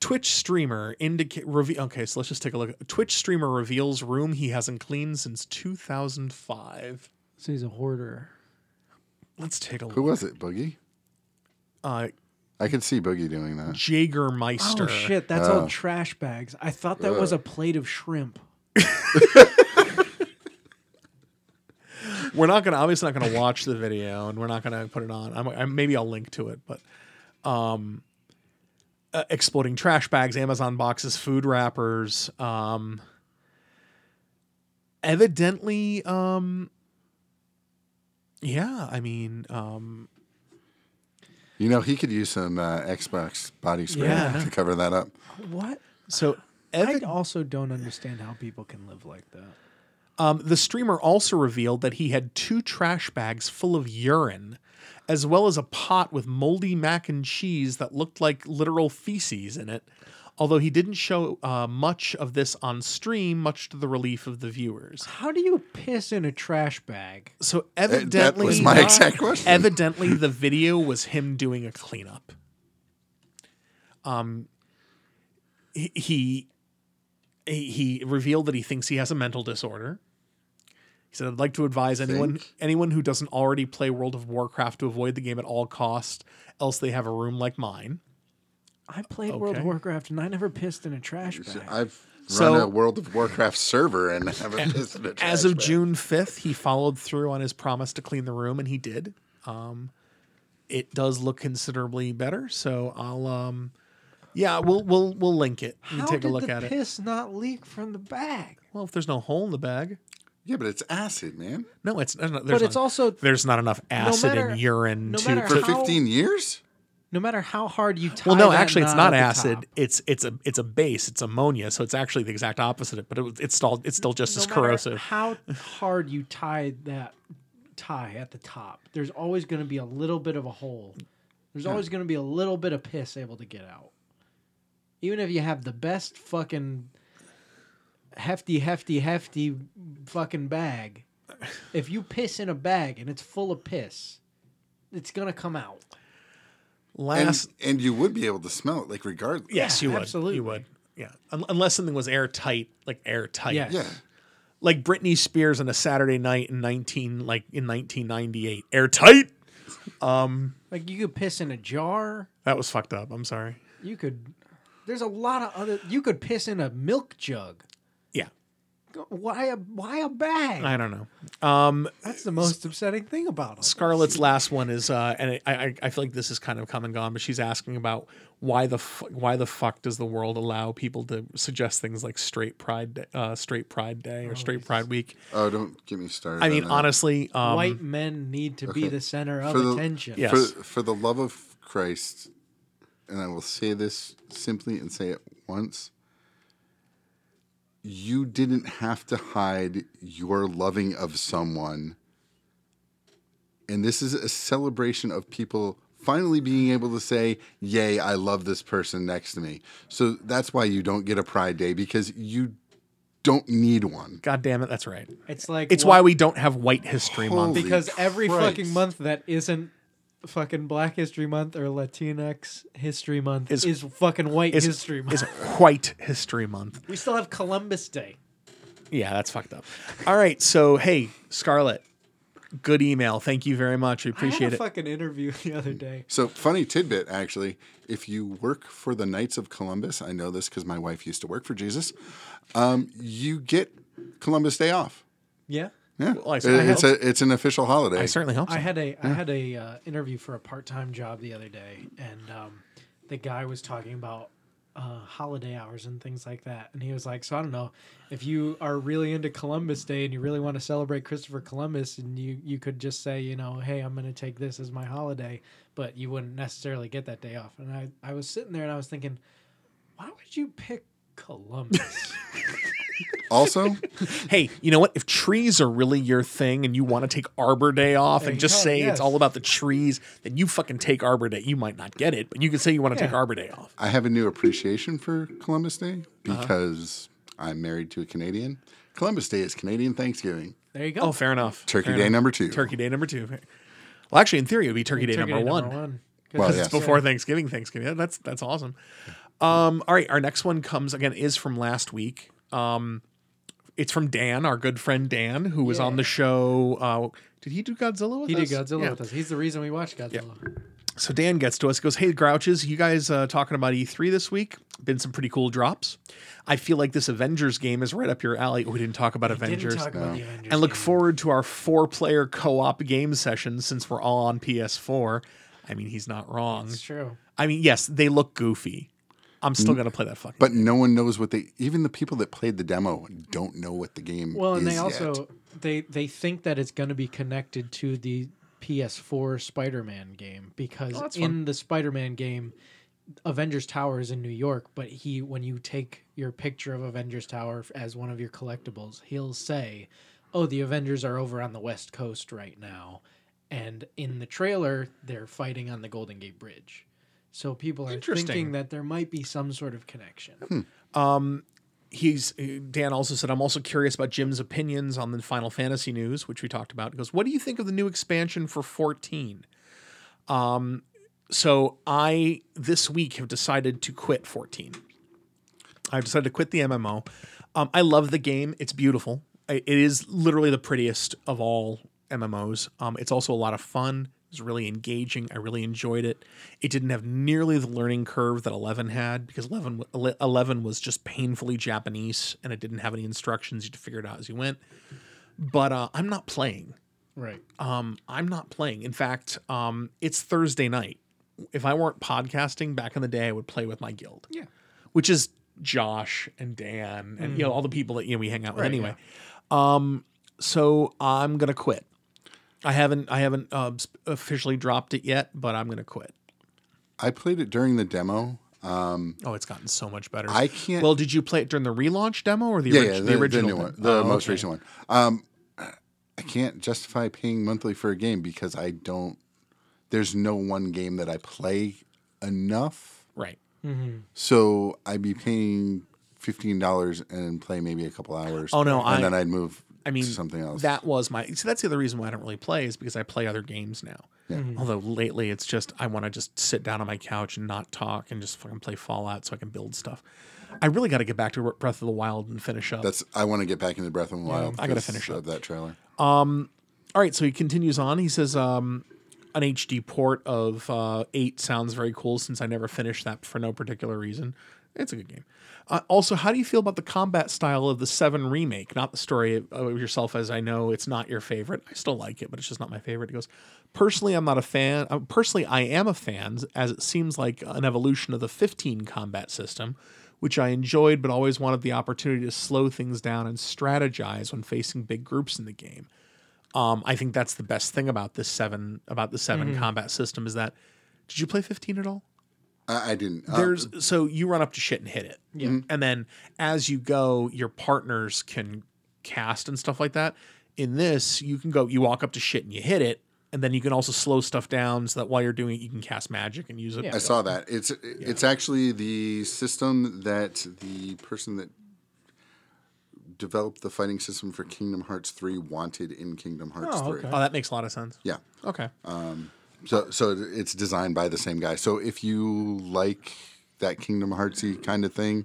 Speaker 1: Twitch streamer indicate reveal. Okay, so let's just take a look. Twitch streamer reveals room he hasn't cleaned since 2005.
Speaker 2: so he's a hoarder.
Speaker 1: Let's take a
Speaker 3: Who
Speaker 1: look.
Speaker 3: was it? Boogie.
Speaker 1: Uh,
Speaker 3: I could see Boogie doing that.
Speaker 1: Jagermeister.
Speaker 2: Oh shit, that's all trash bags. I thought that was a plate of shrimp.
Speaker 1: we're not gonna obviously not gonna watch the video and we're not gonna put it on. I'm, I, maybe I'll link to it, but um, uh, exploding trash bags, Amazon boxes, food wrappers. Um, evidently, um, yeah. I mean, um,
Speaker 3: You know, he could use some uh, Xbox body spray
Speaker 1: Yeah.
Speaker 3: to cover that up.
Speaker 2: What?
Speaker 1: so
Speaker 2: I
Speaker 1: evi-
Speaker 2: also don't understand how people can live like that.
Speaker 1: um, the streamer also revealed that he had two trash bags full of urine. As well as a pot with moldy mac and cheese that looked like literal feces in it, although he didn't show uh, much of this on stream, much to the relief of the viewers.
Speaker 2: How do you piss in a trash bag?
Speaker 1: So
Speaker 3: That-
Speaker 1: evidently,
Speaker 3: that was my
Speaker 2: not
Speaker 3: exact question.
Speaker 1: evidently the video was him doing a cleanup. Um, he- he he he revealed that he thinks he has a mental disorder. He said, "I'd like to advise anyone anyone who doesn't already play World of Warcraft to avoid the game at all cost, else they have a room like mine."
Speaker 2: I played World
Speaker 1: Okay.
Speaker 2: of Warcraft and I never pissed in a trash bag.
Speaker 3: I've
Speaker 1: So-
Speaker 3: run a World of Warcraft server and haven't visited a trash
Speaker 1: As of
Speaker 3: bag.
Speaker 1: June 5th, he followed through on his promise to clean the room, and he did. Um, it does look considerably better, so I'll um, yeah, we'll we'll we'll link it. You can
Speaker 2: how
Speaker 1: take a
Speaker 2: did
Speaker 1: look
Speaker 2: the
Speaker 1: at it.
Speaker 2: piss not leak from the bag?
Speaker 1: Well, if there's no hole in the bag,
Speaker 3: Yeah, but it's acid, man.
Speaker 1: no, it's there's not,
Speaker 2: But it's also
Speaker 1: there's not enough acid
Speaker 2: matter-
Speaker 1: and urine
Speaker 2: no
Speaker 1: to.
Speaker 2: matter
Speaker 3: For
Speaker 2: How-
Speaker 3: 15 years?
Speaker 2: no matter how hard you tie.
Speaker 1: well, no,
Speaker 2: that
Speaker 1: actually, it's
Speaker 2: knot
Speaker 1: not
Speaker 2: at the
Speaker 1: acid.
Speaker 2: top,
Speaker 1: It's it's a it's a base. It's ammonia, so it's actually the exact opposite. Of, but it, was- it's still it's still just
Speaker 2: no
Speaker 1: as
Speaker 2: matter
Speaker 1: corrosive.
Speaker 2: How hard you tie that tie at the top? There's always going to be a little bit of a hole. There's always going to be a little bit of piss able to get out. Even if you have the best fucking hefty, hefty, hefty fucking bag, if you piss in a bag and it's full of piss, it's gonna come out.
Speaker 1: Last
Speaker 3: And, and you would be able to smell it, like, regardless.
Speaker 1: Yes,
Speaker 2: Yeah,
Speaker 1: you would.
Speaker 2: absolutely.
Speaker 1: You would. Yeah. Un- unless something was airtight, like airtight.
Speaker 2: Yes.
Speaker 3: Yeah.
Speaker 1: Like Britney Spears on a Saturday night in 19 like in 1998. Airtight?
Speaker 2: Like you could piss in a jar.
Speaker 1: That was fucked up. I'm sorry.
Speaker 2: You could. There's a lot of other. You could piss in a milk jug.
Speaker 1: Yeah.
Speaker 2: Why a why a bag?
Speaker 1: I don't know. Um,
Speaker 2: That's the most upsetting thing about him.
Speaker 1: Scarlett's last one is, uh, and I, I, I feel like this is kind of come and gone, but she's asking about why the fu- why the fuck does the world allow people to suggest things like straight pride, Day- uh, straight pride day or straight pride week?
Speaker 3: Oh, don't get me started.
Speaker 1: I
Speaker 3: on
Speaker 1: mean,
Speaker 3: that.
Speaker 1: honestly, um,
Speaker 2: White men need to be the center of
Speaker 3: For the-
Speaker 2: attention.
Speaker 1: Yeah. yes.
Speaker 3: For, for the love of Christ, and I will say this simply and say it once you didn't have to hide your loving of someone. And this is a celebration of people finally being able to say, Yay, I love this person next to me. So that's why you don't get a Pride Day because you don't need one.
Speaker 1: God damn it, that's right.
Speaker 2: It's like
Speaker 1: It's
Speaker 2: why
Speaker 1: why we don't have White History Month.
Speaker 3: Holy
Speaker 2: because every
Speaker 3: Christ.
Speaker 2: fucking month that isn't fucking Black History Month or Latinx History Month is, fucking White
Speaker 1: Is-
Speaker 2: History Month.
Speaker 1: Is White History Month.
Speaker 2: we still have Columbus Day.
Speaker 1: Yeah, that's fucked up. All right, so hey, Scarlett, good email. Thank you very much. We
Speaker 2: I had
Speaker 1: appreciate
Speaker 2: a
Speaker 1: it.
Speaker 2: fucking interview the other day.
Speaker 3: So, funny tidbit actually, if you work for the Knights of Columbus, I know this because my wife used to work for Jesus, um, you get Columbus Day off.
Speaker 2: Yeah.
Speaker 3: Yeah.
Speaker 1: Well, I-
Speaker 3: It-
Speaker 1: I
Speaker 3: it's, a, it's an official holiday.
Speaker 1: I certainly hope so.
Speaker 2: I had a I had a uh, interview for a part time job the other day, and um, the guy was talking about uh, holiday hours and things like that, and he was like, "So I don't know if you are really into Columbus Day and you really want to celebrate Christopher Columbus, and you you could just say, you know, hey, I'm going to take this as my holiday, but you wouldn't necessarily get that day off." And I I was sitting there and I was thinking, why would you pick Columbus?
Speaker 3: Also,
Speaker 1: Hey, you know what? If trees are really your thing and you want to take Arbor Day off
Speaker 2: you
Speaker 1: and just
Speaker 2: go,
Speaker 1: say
Speaker 2: yes.
Speaker 1: it's all about the trees, then you fucking take Arbor Day. You might not get it, but you can say you want to take
Speaker 2: Yeah.
Speaker 1: Arbor Day off.
Speaker 3: I have a new appreciation for Columbus Day
Speaker 1: Uh-huh.
Speaker 3: because I'm married to a Canadian. Columbus Day is Canadian Thanksgiving.
Speaker 2: there you go.
Speaker 1: Oh, fair enough.
Speaker 3: Turkey
Speaker 1: Fair
Speaker 3: Day
Speaker 1: enough.
Speaker 3: number two.
Speaker 1: Turkey Day number two. Well, actually, in theory, it would be Turkey Day
Speaker 2: Turkey
Speaker 1: number
Speaker 2: Day
Speaker 1: one.
Speaker 3: Well,
Speaker 2: 'Cause
Speaker 3: yeah.
Speaker 1: It's before Thanksgiving. Thanksgiving. Yeah, That's that's awesome. Um, all right, our next one comes again is from last week. Um, it's from Dan, our good friend Dan, who was on the show. Uh, did he do Godzilla with
Speaker 2: He
Speaker 1: us?
Speaker 2: did Godzilla
Speaker 1: Yeah.
Speaker 2: with us. He's the reason we watched Godzilla.
Speaker 1: So Dan gets to us, goes, "Hey Grouches, you guys uh, talking about E3 this week? Been some pretty cool drops. I feel like this Avengers game is right up your alley. Oh, We didn't talk about Avengers,
Speaker 2: Didn't talk about the Avengers.
Speaker 1: and look
Speaker 2: game.
Speaker 1: forward to our four-player co-op game session since we're all on PS4. I mean, he's not wrong.
Speaker 2: It's true.
Speaker 1: I mean, yes, they look goofy. I'm
Speaker 2: Mm.
Speaker 1: still gonna play that fucking.
Speaker 3: But no one knows what they, even the people that played the demo don't know what the game
Speaker 2: Well, and
Speaker 3: is
Speaker 2: they also
Speaker 3: yet.
Speaker 2: they they think that it's going to be connected to the PS4 Spider-Man game because
Speaker 1: that's fun.
Speaker 2: in the Spider-Man game, Avengers Tower is in New York, but he when you take your picture of Avengers Tower f- as one of your collectibles, he'll say, "Oh, the Avengers are over on the West Coast right now." And in the trailer, they're fighting on the Golden Gate Bridge. So people are
Speaker 1: Interesting. Hmm.
Speaker 2: thinking that there might be some sort of connection.
Speaker 1: he's uh, Dan also said, I'm also curious about Jim's opinions on the Final Fantasy news, which we talked about. He goes, What do you think of the new expansion for 14? Um, so I this week have decided to quit 14. I've decided to quit the MMO. Um, I love the game. It's beautiful. I- It is literally the prettiest of all MMOs. Um, it's also a lot of fun. It was really engaging. I really enjoyed it. It didn't have nearly the learning curve that 11 had because 11, w- ele- 11 was just painfully Japanese and it didn't have any instructions. You had to figure it out as you went. But uh, I'm not playing.
Speaker 2: Right.
Speaker 1: Um, I'm not playing. In fact, um, it's Thursday night. If I weren't podcasting back in the day, I would play with my guild
Speaker 2: Yeah.
Speaker 1: which is Josh and Dan and you know all the people that you know we hang out with
Speaker 2: Mm. Right,
Speaker 1: anyway. Um, so I'm gonna quit. I haven't I haven't uh, s- officially dropped it yet, but I'm gonna quit.
Speaker 3: I played it during the demo. Um,
Speaker 1: Oh, it's gotten so much better.
Speaker 3: I can't.
Speaker 1: well, did you play it during the relaunch demo or the,
Speaker 3: yeah,
Speaker 1: orig-
Speaker 3: yeah, the,
Speaker 1: the,
Speaker 3: the
Speaker 1: original
Speaker 3: new
Speaker 1: demo?
Speaker 3: one, the
Speaker 1: Oh,
Speaker 3: most
Speaker 1: okay.
Speaker 3: recent one. Um, I can't justify paying monthly for a game because I don't. There's no one game that I play enough,
Speaker 1: Right.
Speaker 3: so I'd be paying fifteen dollars and play maybe a couple hours.
Speaker 1: Oh, no,
Speaker 3: and
Speaker 1: I-
Speaker 3: then I'd move.
Speaker 1: I mean,
Speaker 3: to something else.
Speaker 1: That was my. So that's the other reason why I don't really play is because I play other games now. Although lately it's just I want to just sit down on my couch and not talk and just fucking play Fallout so I can build stuff. I really got to get back to Breath of the Wild and finish up.
Speaker 3: That's I want to get back into Breath of the Wild.
Speaker 1: I gotta
Speaker 3: 'cause
Speaker 1: finish
Speaker 3: of
Speaker 1: up.
Speaker 3: that trailer.
Speaker 1: All right, so he continues on. He says, um, an HD port of uh, eight sounds very cool since I never finished that for no particular reason. It's a good game. Uh, also, how do you feel about the combat style of the Seven remake? Not the story of- of yourself, as I know it's not your favorite. I still like it, but it's just not my favorite. It goes. Personally, I'm not a fan. uh, Personally, I am a fan, as it seems like an evolution of the 15 combat system, which I enjoyed, but always wanted the opportunity to slow things down and strategize when facing big groups in the game. Um, I think that's the best thing about this seven about the 7 combat system is that. Did you play 15 at all?
Speaker 3: I, I didn't. Uh, Mm-hmm.
Speaker 1: there's so you run up to shit and hit it. Yeah. And then as you go, your partners can cast and stuff like that. In this, you can go you walk up to shit and you hit it, and then you can also slow stuff down so that while you're doing it, you can cast magic and use it.
Speaker 3: I saw that. It's it's actually the system that the person that developed the fighting system for Kingdom Hearts 3 wanted in Kingdom Hearts 3.
Speaker 1: Oh, that makes a lot of sense.
Speaker 3: Yeah.
Speaker 1: Okay.
Speaker 3: So so it's designed by the same guy. So if you like that Kingdom Heartsy kind of thing,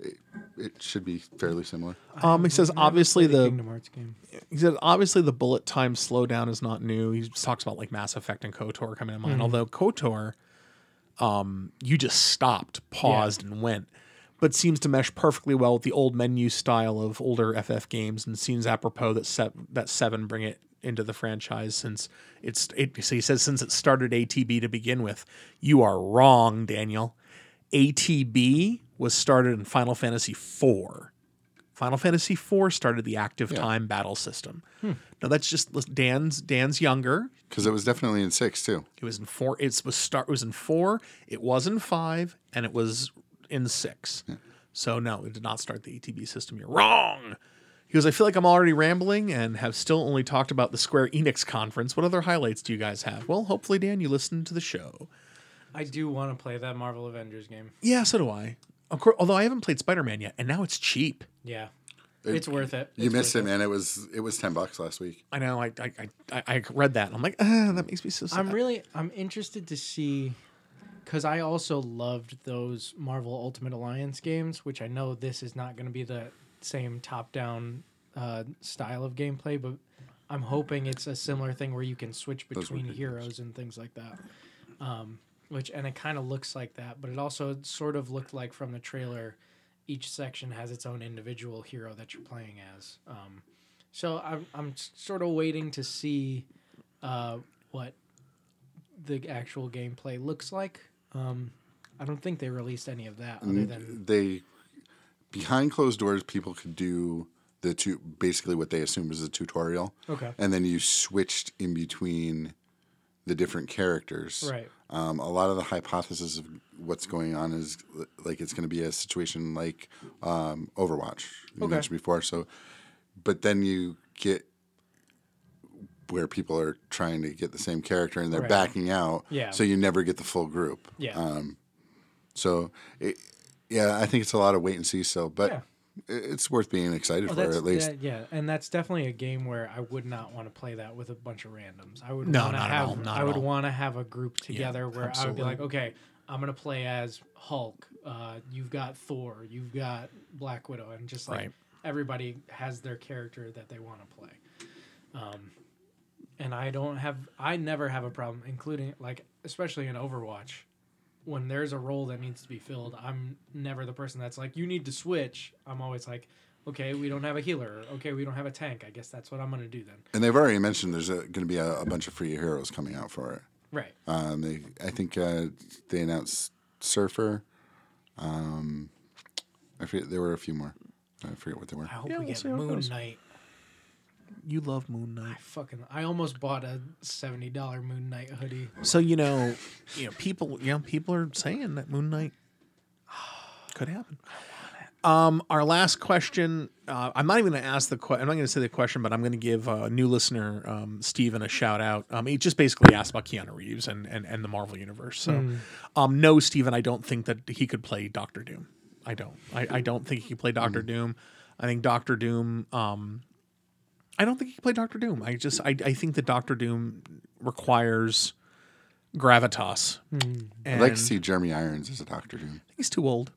Speaker 3: it, it should be fairly similar.
Speaker 1: Um, he says obviously
Speaker 2: The
Speaker 1: the
Speaker 2: Kingdom Hearts game.
Speaker 1: he said obviously the bullet time slowdown is not new. He just talks about like Mass Effect and Kotor coming to mind. Although Kotor, um, you just stopped, paused, and went, but seems to mesh perfectly well with the old menu style of older FF games, and seems apropos that set that seven bring it into the franchise since it's it. So he says since it started ATB to begin with, you are wrong, Daniel. ATB was started in Final Fantasy IV. Final Fantasy IV started the active time battle system. Now that's just listen, Dan's Dan's younger.
Speaker 3: Cuz it was definitely in 6 too.
Speaker 1: It was in four. It was start. It was in four. It was in five, and it was in six. So no, it did not start the ATB system. You're wrong. He goes. I feel like I'm already rambling and have still only talked about the Square Enix conference. What other highlights do you guys have? Well, hopefully, Dan, you listened to the show.
Speaker 2: I do want to play that Marvel Avengers game.
Speaker 1: Yeah, so do I. Of course, although I haven't played Spider-Man yet, and now it's cheap.
Speaker 2: Yeah, it's worth it.
Speaker 3: You
Speaker 2: It's
Speaker 3: missed
Speaker 2: worth
Speaker 3: it, man. It was it was 10 bucks last week.
Speaker 1: I know. I I I, I read that. And I'm like, ah, that makes me so sad.
Speaker 2: I'm really I'm interested to see because I also loved those Marvel Ultimate Alliance games, which I know this is not going to be the same top-down uh, style of gameplay, but I'm hoping it's a similar thing where you can switch between heroes and things like that. Um, which and it kind of looks like that, but it also sort of looked like from the trailer, each section has its own individual hero that you're playing as. Um, so I'm I'm sort of waiting to see uh, what the actual gameplay looks like. Um, I don't think they released any of that
Speaker 3: Mm.
Speaker 2: other than
Speaker 3: they behind closed doors people could do the two basically what they assume is a tutorial
Speaker 2: Okay.
Speaker 3: and then you switched in between the different characters
Speaker 2: right.
Speaker 3: um, a lot of the hypothesis of what's going on is l- like it's going to be a situation like um, overwatch you
Speaker 2: Okay.
Speaker 3: mentioned before so but then you get where people are trying to get the same character and they're
Speaker 2: Right.
Speaker 3: backing out
Speaker 2: Yeah.
Speaker 3: so you never get the full group
Speaker 2: Yeah.
Speaker 3: um, so it, yeah, I think it's a lot of wait and see still, but
Speaker 2: Yeah.
Speaker 3: it- it's worth being excited
Speaker 2: Oh,
Speaker 3: for
Speaker 2: that's,
Speaker 3: at least.
Speaker 2: that- yeah, and that's definitely a game where I would not want to play that with a bunch of randoms. I would
Speaker 1: No,
Speaker 2: wanna
Speaker 1: not at
Speaker 2: have,
Speaker 1: all, not
Speaker 2: I
Speaker 1: at
Speaker 2: would
Speaker 1: all.
Speaker 2: want to have a group together where I would be like,
Speaker 1: absolutely.
Speaker 2: okay, I'm gonna play as Hulk. Uh, you've got Thor. You've got Black Widow, and just like
Speaker 1: Right.
Speaker 2: everybody has their character that they want to play. Um, and I don't have, I never have a problem, including like especially in Overwatch. When there's a role that needs to be filled, I'm never the person that's like, you need to switch. I'm always like, okay, we don't have a healer. Okay, we don't have a tank. I guess that's what I'm gonna do then.
Speaker 3: And they've already mentioned there's going to be a, a bunch of free heroes coming out for it.
Speaker 2: Right.
Speaker 3: Um, they, I think uh, they announced Surfer. Um, I forget there were a few more. I forget what they were.
Speaker 2: I hope
Speaker 1: Yeah,
Speaker 2: we
Speaker 1: we'll
Speaker 2: get
Speaker 1: see how it
Speaker 2: Moon
Speaker 1: goes.
Speaker 2: Knight.
Speaker 1: you love Moon Knight.
Speaker 2: I fucking, I almost bought a seventy dollar Moon Knight hoodie.
Speaker 1: So you know, you know, people, you know, people are saying that Moon Knight could happen. Um, our last question. Uh, I'm not even going to ask the. Que- I'm not going to say the question, but I'm going to give a uh, new listener, um, Steven, a shout out. Um, he just basically asked about Keanu Reeves and and, and the Marvel universe. So, um, no, Steven, I don't think that he could play Doctor Doom. I don't. I, I don't think he could play Doctor
Speaker 2: Mm.
Speaker 1: Doom. I think Doctor Doom. Um, I don't think he could play Doctor Doom. I just. I, I think that Doctor Doom requires gravitas.
Speaker 3: I'd
Speaker 1: And
Speaker 3: like to see Jeremy Irons as a Doctor Doom.
Speaker 1: he's too old.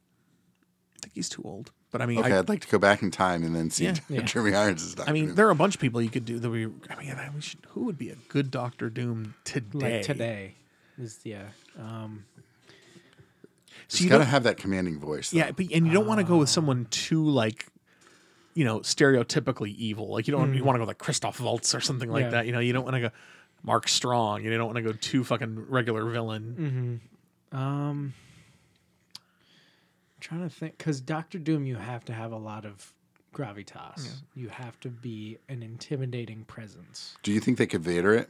Speaker 1: I think he's too old. But I mean,
Speaker 3: Okay,
Speaker 1: I,
Speaker 3: I, would like to go back in time and then see
Speaker 1: Yeah.
Speaker 2: Yeah.
Speaker 3: Jeremy Irons is
Speaker 1: I mean, there are a bunch of people you could do that. We, I mean, I wish, who would be a good Doctor Doom today?
Speaker 2: Like today is yeah. Um,
Speaker 1: so
Speaker 3: you
Speaker 1: you
Speaker 3: got to
Speaker 1: don't-
Speaker 3: have that commanding voice.
Speaker 1: yeah, but, and you don't want to go with someone too like, you know, stereotypically evil. Like you don't you want to go like Christoph Waltz or something like
Speaker 2: Mm. Yeah.
Speaker 1: that. You know, you don't want to go Mark Strong. You don't want to go too fucking regular villain.
Speaker 2: um, trying to think because Doctor Doom, you have to have a lot of gravitas. You have to be an intimidating presence.
Speaker 3: Do you think they could Vader it?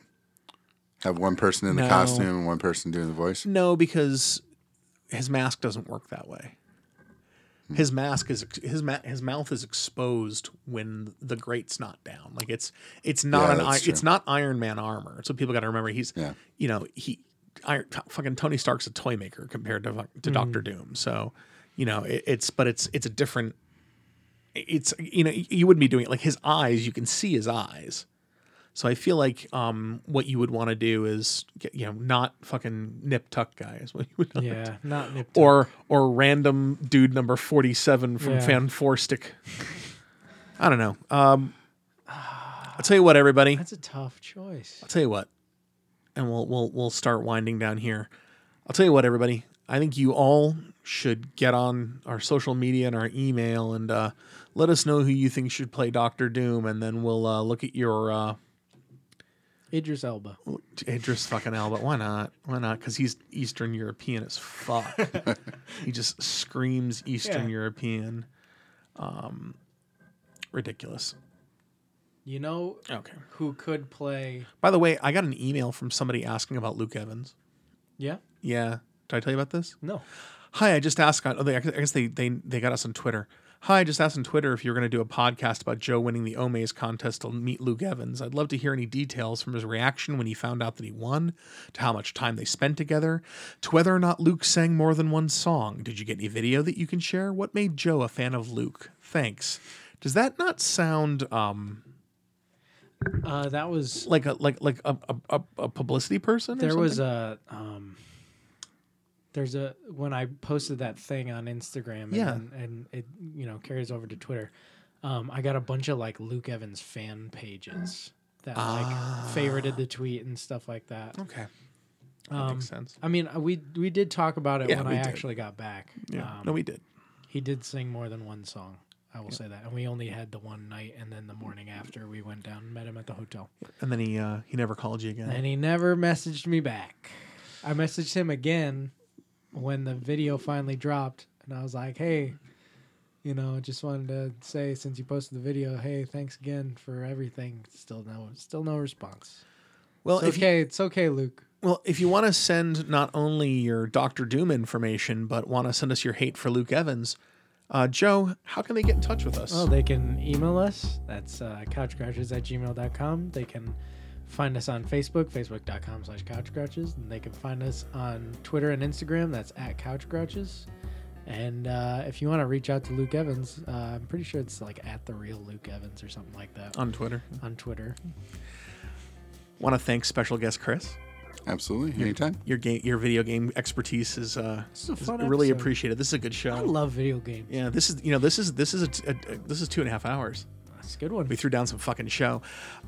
Speaker 3: Have one person in the
Speaker 1: No.
Speaker 3: costume and one person doing the voice.
Speaker 1: No, because his mask doesn't work that way.
Speaker 2: Mm.
Speaker 1: His mask is his ma- his mouth is exposed when the grate's not down. Like it's it's not
Speaker 3: Yeah,
Speaker 1: an
Speaker 3: that's
Speaker 1: I-
Speaker 3: true.
Speaker 1: it's not Iron Man armor. So people got to remember he's
Speaker 3: Yeah.
Speaker 1: you know he Iron, fucking Tony Stark's a toy maker compared to fuck-
Speaker 2: Mm-hmm.
Speaker 1: to Doctor Doom. So you know it, it's but it's it's a different. It's you know you wouldn't be doing it like his eyes. You can see his eyes. So I feel like um, what you would want to do is get, you know not fucking nip tuck guy is what you would want to do.
Speaker 2: Yeah, not nip
Speaker 1: or or random dude number forty seven from
Speaker 2: Yeah.
Speaker 1: Fan Four I don't know. Um, I'll tell you what, everybody.
Speaker 2: That's a tough choice.
Speaker 1: I'll tell you what, and we'll we'll we'll start winding down here. I'll tell you what, everybody. I think you all should get on our social media and our email and uh, let us know who you think should play Doctor Doom, and then we'll uh, look at your uh,
Speaker 2: Idris Elba.
Speaker 1: Idris fucking Elba. Why not? Why not? Because he's Eastern European as fuck. he just screams Eastern
Speaker 2: Yeah.
Speaker 1: European. Um, ridiculous.
Speaker 2: You know
Speaker 1: Okay.
Speaker 2: who could play?
Speaker 1: By the way, I got an email from somebody asking about Luke Evans.
Speaker 2: Yeah.
Speaker 1: Yeah. Did I tell you about this?
Speaker 2: No.
Speaker 1: Hi, I just asked on. Oh, they, I guess they they they got us on Twitter. Hi, I just asked on Twitter if you were going to do a podcast about Joe winning the Omaze contest to meet Luke Evans. I'd love to hear any details from his reaction when he found out that he won, to how much time they spent together, to whether or not Luke sang more than one song. Did you get any video that you can share? What made Joe a fan of Luke? Thanks. Does that not sound um
Speaker 2: Uh, that was
Speaker 1: like a like like a a, a, a publicity person? or
Speaker 2: there was
Speaker 1: something?
Speaker 2: a um there's a when I posted that thing on Instagram and,
Speaker 1: Yeah.
Speaker 2: and it you know carries over to Twitter. Um, I got a bunch of like Luke Evans fan pages that like favorited the tweet and stuff like that.
Speaker 1: Ah. okay. That
Speaker 2: Um,
Speaker 1: makes sense.
Speaker 2: I mean, uh, we we did talk about it
Speaker 1: Yeah,
Speaker 2: when
Speaker 1: we
Speaker 2: I
Speaker 1: did.
Speaker 2: actually got back.
Speaker 1: Yeah.
Speaker 2: Um,
Speaker 1: no, we did.
Speaker 2: he did sing more than one song. I will say that, and we only had the one night, and then the morning after we went down and met him at the hotel.
Speaker 1: And then he uh he never called you again.
Speaker 2: And he never messaged me back. I messaged him again when the video finally dropped, and I was like, "Hey, you know, just wanted to say since you posted the video, hey, thanks again for everything." Still no, still no response.
Speaker 1: Well,
Speaker 2: It's
Speaker 1: if you-
Speaker 2: okay, it's okay, Luke.
Speaker 1: Well, if you want to send not only your Doctor Doom information, but want to send us your hate for Luke Evans, uh, Joe, how can they get in touch with us?
Speaker 2: Oh, they can email us. That's uh, couchcrouches at gmail.com. They can find us on Facebook, facebook.com slash couchcrouches. And they can find us on Twitter and Instagram. That's at couchcrouches. And uh, if you want to reach out to Luke Evans, uh, I'm pretty sure it's like at the real Luke Evans or something like that
Speaker 1: on Hmm. Twitter.
Speaker 2: on Twitter.
Speaker 1: Want to thank special guest Chris.
Speaker 3: Absolutely, anytime.
Speaker 1: Your game, your video game expertise is, uh,
Speaker 2: This is a
Speaker 1: is
Speaker 2: fun
Speaker 1: really
Speaker 2: episode.
Speaker 1: appreciated. This is a good show.
Speaker 2: I love video games.
Speaker 1: yeah, this is you know this is this is a, t- a- a- this is two and a half hours.
Speaker 2: That's a good one.
Speaker 1: We threw down some fucking show.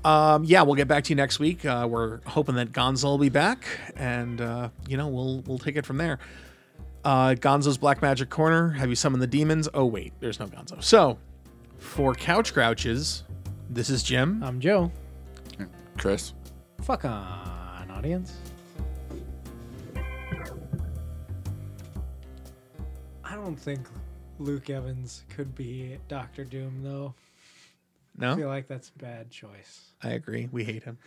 Speaker 1: Um, yeah, we'll get back to you next week. Uh, we're hoping that Gonzo will be back, and uh, you know we'll we'll take it from there. Uh, Gonzo's Black Magic Corner. Have you summoned the demons? Oh wait, there's no Gonzo. So for Couch Crouches, this is Jim.
Speaker 2: I'm Joe.
Speaker 3: Chris.
Speaker 2: Fuck on, audience. I don't think Luke Evans could be Doctor Doom, though. I
Speaker 1: No,
Speaker 2: feel like that's a bad choice.
Speaker 1: I agree. We hate him.